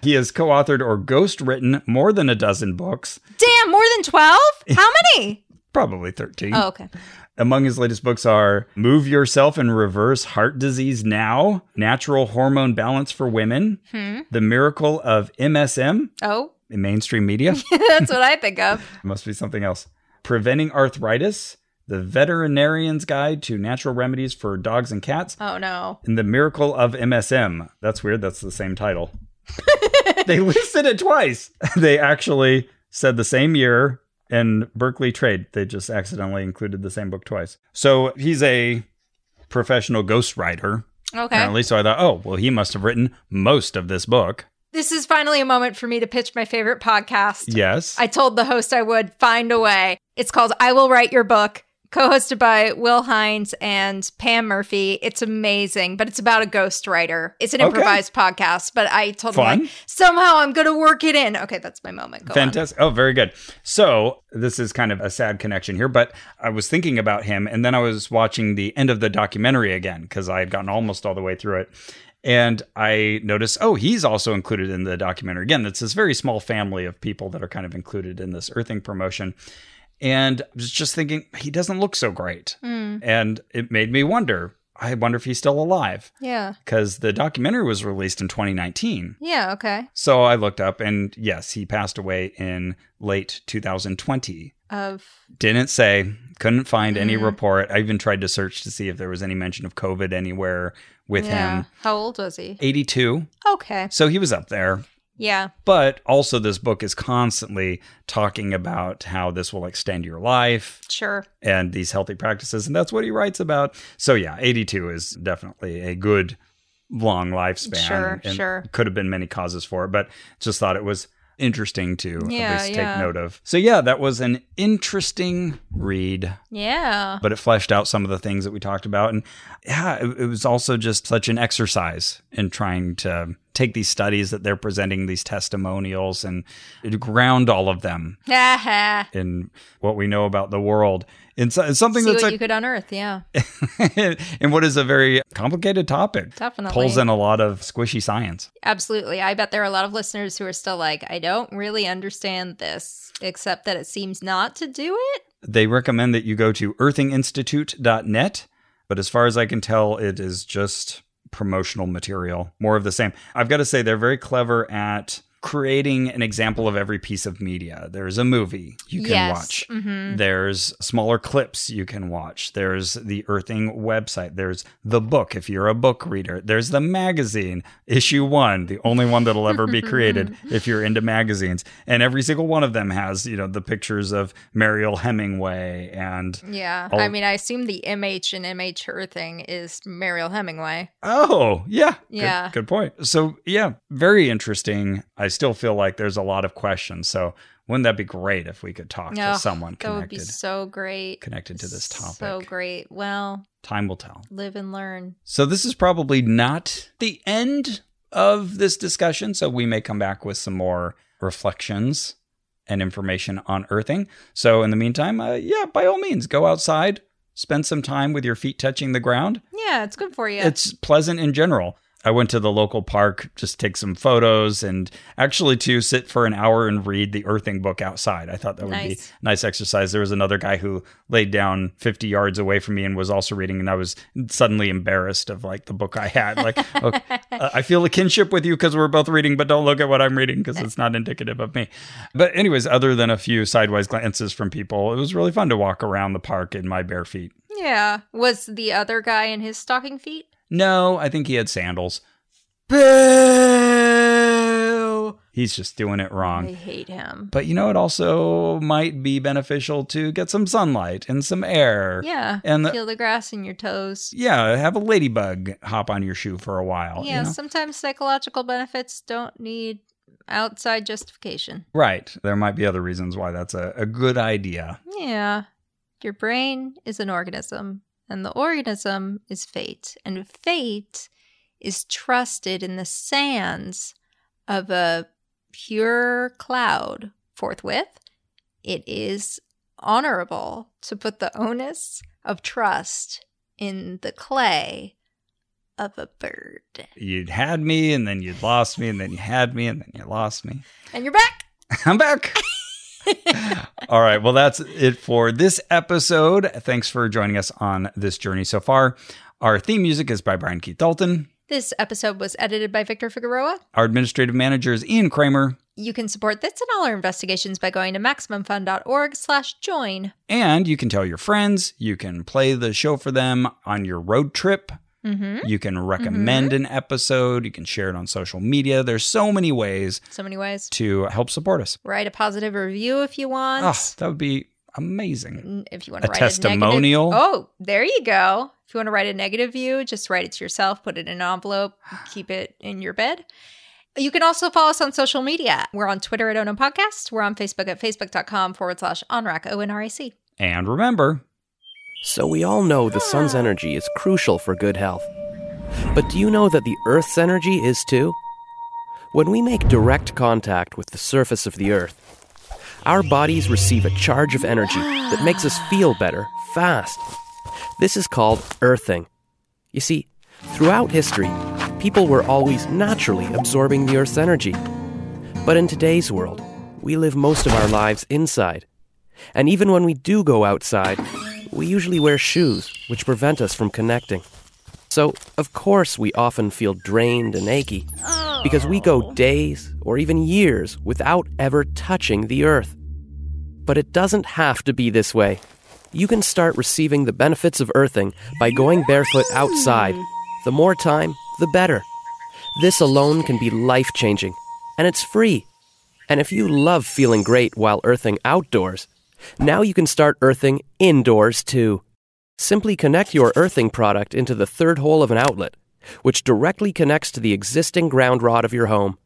S2: He has co authored or ghost written more than a dozen books,
S1: Damn, more than 12? How many?
S2: probably 13.
S1: Oh, okay.
S2: Among his latest books are Move Yourself and Reverse Heart Disease Now, Natural Hormone Balance for Women,
S1: Hmm.
S2: The Miracle of MSM,
S1: Oh,
S2: in mainstream media.
S1: that's what I think of.
S2: Must be something else. Preventing Arthritis, The Veterinarian's Guide to Natural Remedies for Dogs and Cats,
S1: Oh, no.
S2: and The Miracle of MSM. That's weird. That's the same title. they listed it twice. They actually said the same year and Berkeley Trade. They just accidentally included the same book twice. So he's a professional ghostwriter,
S1: Okay.
S2: apparently. So I thought, oh, well, he must have written most of this book.
S1: This is finally a moment for me to pitch my favorite podcast.
S2: Yes.
S1: I told the host I would find a way. It's called I Will Write Your Book, co hosted by Will Hines and Pam Murphy. It's amazing, but it's about a ghostwriter. It's an
S2: Okay.
S1: improvised podcast, but I told them,
S2: Fun.
S1: like, somehow I'm going to work it in. Okay, that's my moment. Go on.
S2: Fantastic. Oh, very good. So, this is kind of a sad connection here, but I was thinking about him and then I was watching the end of the documentary again because I had gotten almost all the way through it. And I noticed, oh, he's also included in the documentary. Again, it's this very small family of people that are kind of included in this earthing promotion. And I was just thinking, he doesn't look so great. And it made me wonder I wonder if he's still alive
S1: Yeah.
S2: because the documentary was released in 2019.
S1: Yeah. Okay.
S2: So I looked up, and yes, he passed away in late 2020.
S1: Of
S2: Didn't say, couldn't find any report. I even tried to search to see if there was any mention of COVID anywhere with
S1: yeah.
S2: him.
S1: How old was he?
S2: 82.
S1: Okay.
S2: So he was up there.
S1: Yeah.
S2: But also, this book is constantly talking about how this will extend your life
S1: Sure.
S2: and these healthy practices. And that's what he writes about. So, yeah, 82 is definitely a good long lifespan.
S1: Sure,
S2: and
S1: sure.
S2: Could have been many causes for it, but just thought it was interesting to
S1: Yeah,
S2: at least
S1: yeah.
S2: take note of. So, yeah, that was an interesting read,
S1: Yeah.
S2: but it fleshed out some of the things that we talked about. And yeah, it, it was also just such an exercise in trying to take these studies that they're presenting, these testimonials, and ground all of them.
S1: Ha
S2: In what we know about the world, and so, it's something
S1: See
S2: that's
S1: what
S2: a
S1: you could unearth. Yeah.
S2: and what is a very complicated topic.
S1: Definitely.
S2: Pulls in a lot of squishy science.
S1: Absolutely. I bet there are a lot of listeners who are still like, I don't really understand this, except that it seems not to do it.
S2: They recommend that you go to earthinginstitute.net, but as far as I can tell, it is just promotional material, more of the same. I've got to say, they're very clever at creating an example of every piece of media. There's a movie you can
S1: Yes.
S2: watch.
S1: Mhm.
S2: There's smaller clips you can watch. There's the Earthing website. There's the book if you're a book reader. There's the magazine, issue one, the only one that'll ever be created if you're into magazines. And every single one of them has, you know, the pictures of Mariel Hemingway and
S1: Yeah.
S2: All-
S1: I mean, I assume the MH and MH her thing is Mariel Hemingway.
S2: Oh, yeah. Good-
S1: Yeah.
S2: Good, point. So, yeah, very interesting. I still feel like there's a lot of questions. So, wouldn't that be great if we could talk
S1: No,
S2: to someone
S1: That would be
S2: connected
S1: so great.
S2: connected to this topic?
S1: So great. Well,
S2: Time will tell.
S1: live and learn.
S2: So this is probably not the end of this discussion. So we may come back with some more reflections and information on earthing. So in the meantime, uh, yeah, by all means, go outside, spend some time with your feet touching the ground.
S1: Yeah, it's good for you.
S2: It's pleasant in general. I went to the local park, just take some photos, and actually to sit for an hour and read the earthing book outside. I thought that would
S1: Nice.
S2: be a nice exercise. There was another guy who laid down 50 yards away from me and was also reading, and I was suddenly embarrassed of like the book I had. Like, okay, uh, I feel a kinship with you because we're both reading, but don't look at what I'm reading because it's not indicative of me. But anyways, other than a few sidewise glances from people, it was really fun to walk around the park in my bare feet.
S1: yeah. Was the other guy in his stocking feet?
S2: No, I think he had sandals.
S1: Boo!
S2: He's just doing it
S1: I
S2: wrong.
S1: hate him.
S2: But you know, it also might be beneficial to get some sunlight and some air.
S1: Yeah.
S2: And the-
S1: Feel the grass in your toes.
S2: yeah, have a ladybug hop on your shoe for a while. you
S1: yeah.
S2: know?
S1: Sometimes psychological benefits don't need outside justification.
S2: Right. There might be other reasons why that's a, a good idea.
S1: Yeah. Your brain is an organism, and the organism is fate. And fate is trusted in the sands of a pure cloud forthwith. It is honorable to put the onus of trust in the clay of a bird.
S2: You'd had me, and then you'd lost me, and then you had me, and then you lost me.
S1: And you're back.
S2: I'm back. All right. Well, that's it for this episode. Thanks for joining us on this journey so far. Our theme music is by Brian Keith Dalton.
S1: this episode was edited by Victor Figueroa.
S2: Our administrative manager is Ian Kramer.
S1: You can support this and all our investigations by going to MaximumFun.org slash join.
S2: And you can tell your friends. You can play the show for them on your road trip.
S1: Mm-hmm.
S2: You can recommend an episode. You can share it on social media. There's so many ways
S1: So many ways.
S2: to help support us.
S1: Write a positive review if you want.
S2: Oh, that would be amazing.
S1: N- If you want
S2: A
S1: to write
S2: testimonial?
S1: A negative, oh, there you go. If you want to write a negative view, just write it to yourself, put it in an envelope, keep it in your bed. You can also follow us on social media. We're on Twitter at Onum Podcast. We're on Facebook at facebook.com forward slash onrac, O N R A C.
S2: And remember,
S3: So we all know the sun's energy is crucial for good health. But do you know that the Earth's energy is too? When we make direct contact with the surface of the Earth, our bodies receive a charge of energy that makes us feel better fast. This is called earthing. You see, throughout history, people were always naturally absorbing the Earth's energy. But in today's world, we live most of our lives inside. And even when we do go outside, we usually wear shoes, which prevent us from connecting. So, of course, we often feel drained and achy because we go days or even years without ever touching the earth. But it doesn't have to be this way. You can start receiving the benefits of earthing by going barefoot outside. The more time, the better. This alone can be life changing, and it's free. And if you love feeling great while earthing outdoors, now you can start earthing indoors too. Simply connect your earthing product into the third hole of an outlet, which directly connects to the existing ground rod of your home.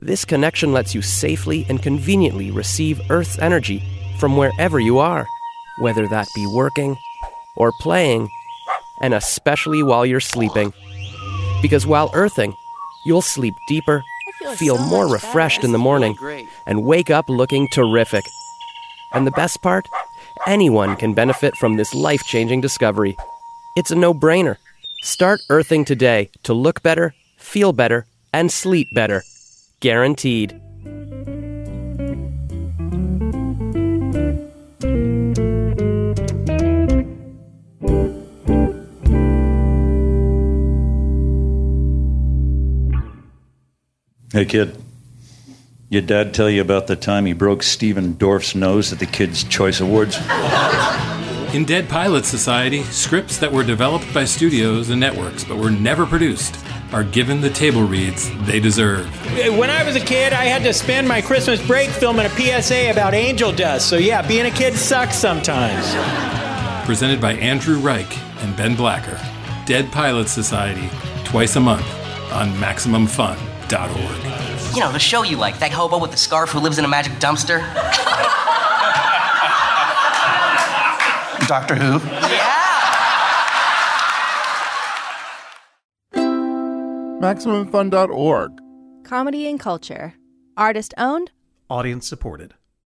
S3: This connection lets you safely and conveniently receive Earth's energy from wherever you are, whether that be working or playing, and especially while you're sleeping. Because while earthing, you'll sleep deeper, feel, more refreshed in the morning, and wake up looking terrific. And the best part? Anyone can benefit from this life changing discovery. It's a no brainer. Start earthing today to look better, feel better, and sleep better. Guaranteed.
S4: Hey, kid. Your dad tell you about the time he broke Steven Dorff's nose at the Kids' Choice Awards?
S5: In Dead Pilot Society, scripts that were developed by studios and networks but were never produced are given the table reads they deserve.
S6: When I was a kid, I had to spend my Christmas break filming a PSA about angel dust. So, yeah, being a kid sucks sometimes.
S5: Presented by Andrew Reich and Ben Blacker. Dead Pilot Society, twice a month on MaximumFun.org.
S7: You know, the show you like, that hobo with the scarf who lives in a magic dumpster.
S8: Doctor Who.
S7: Yeah!
S9: MaximumFun.org.
S10: Comedy and culture. Artist owned.
S11: Audience supported.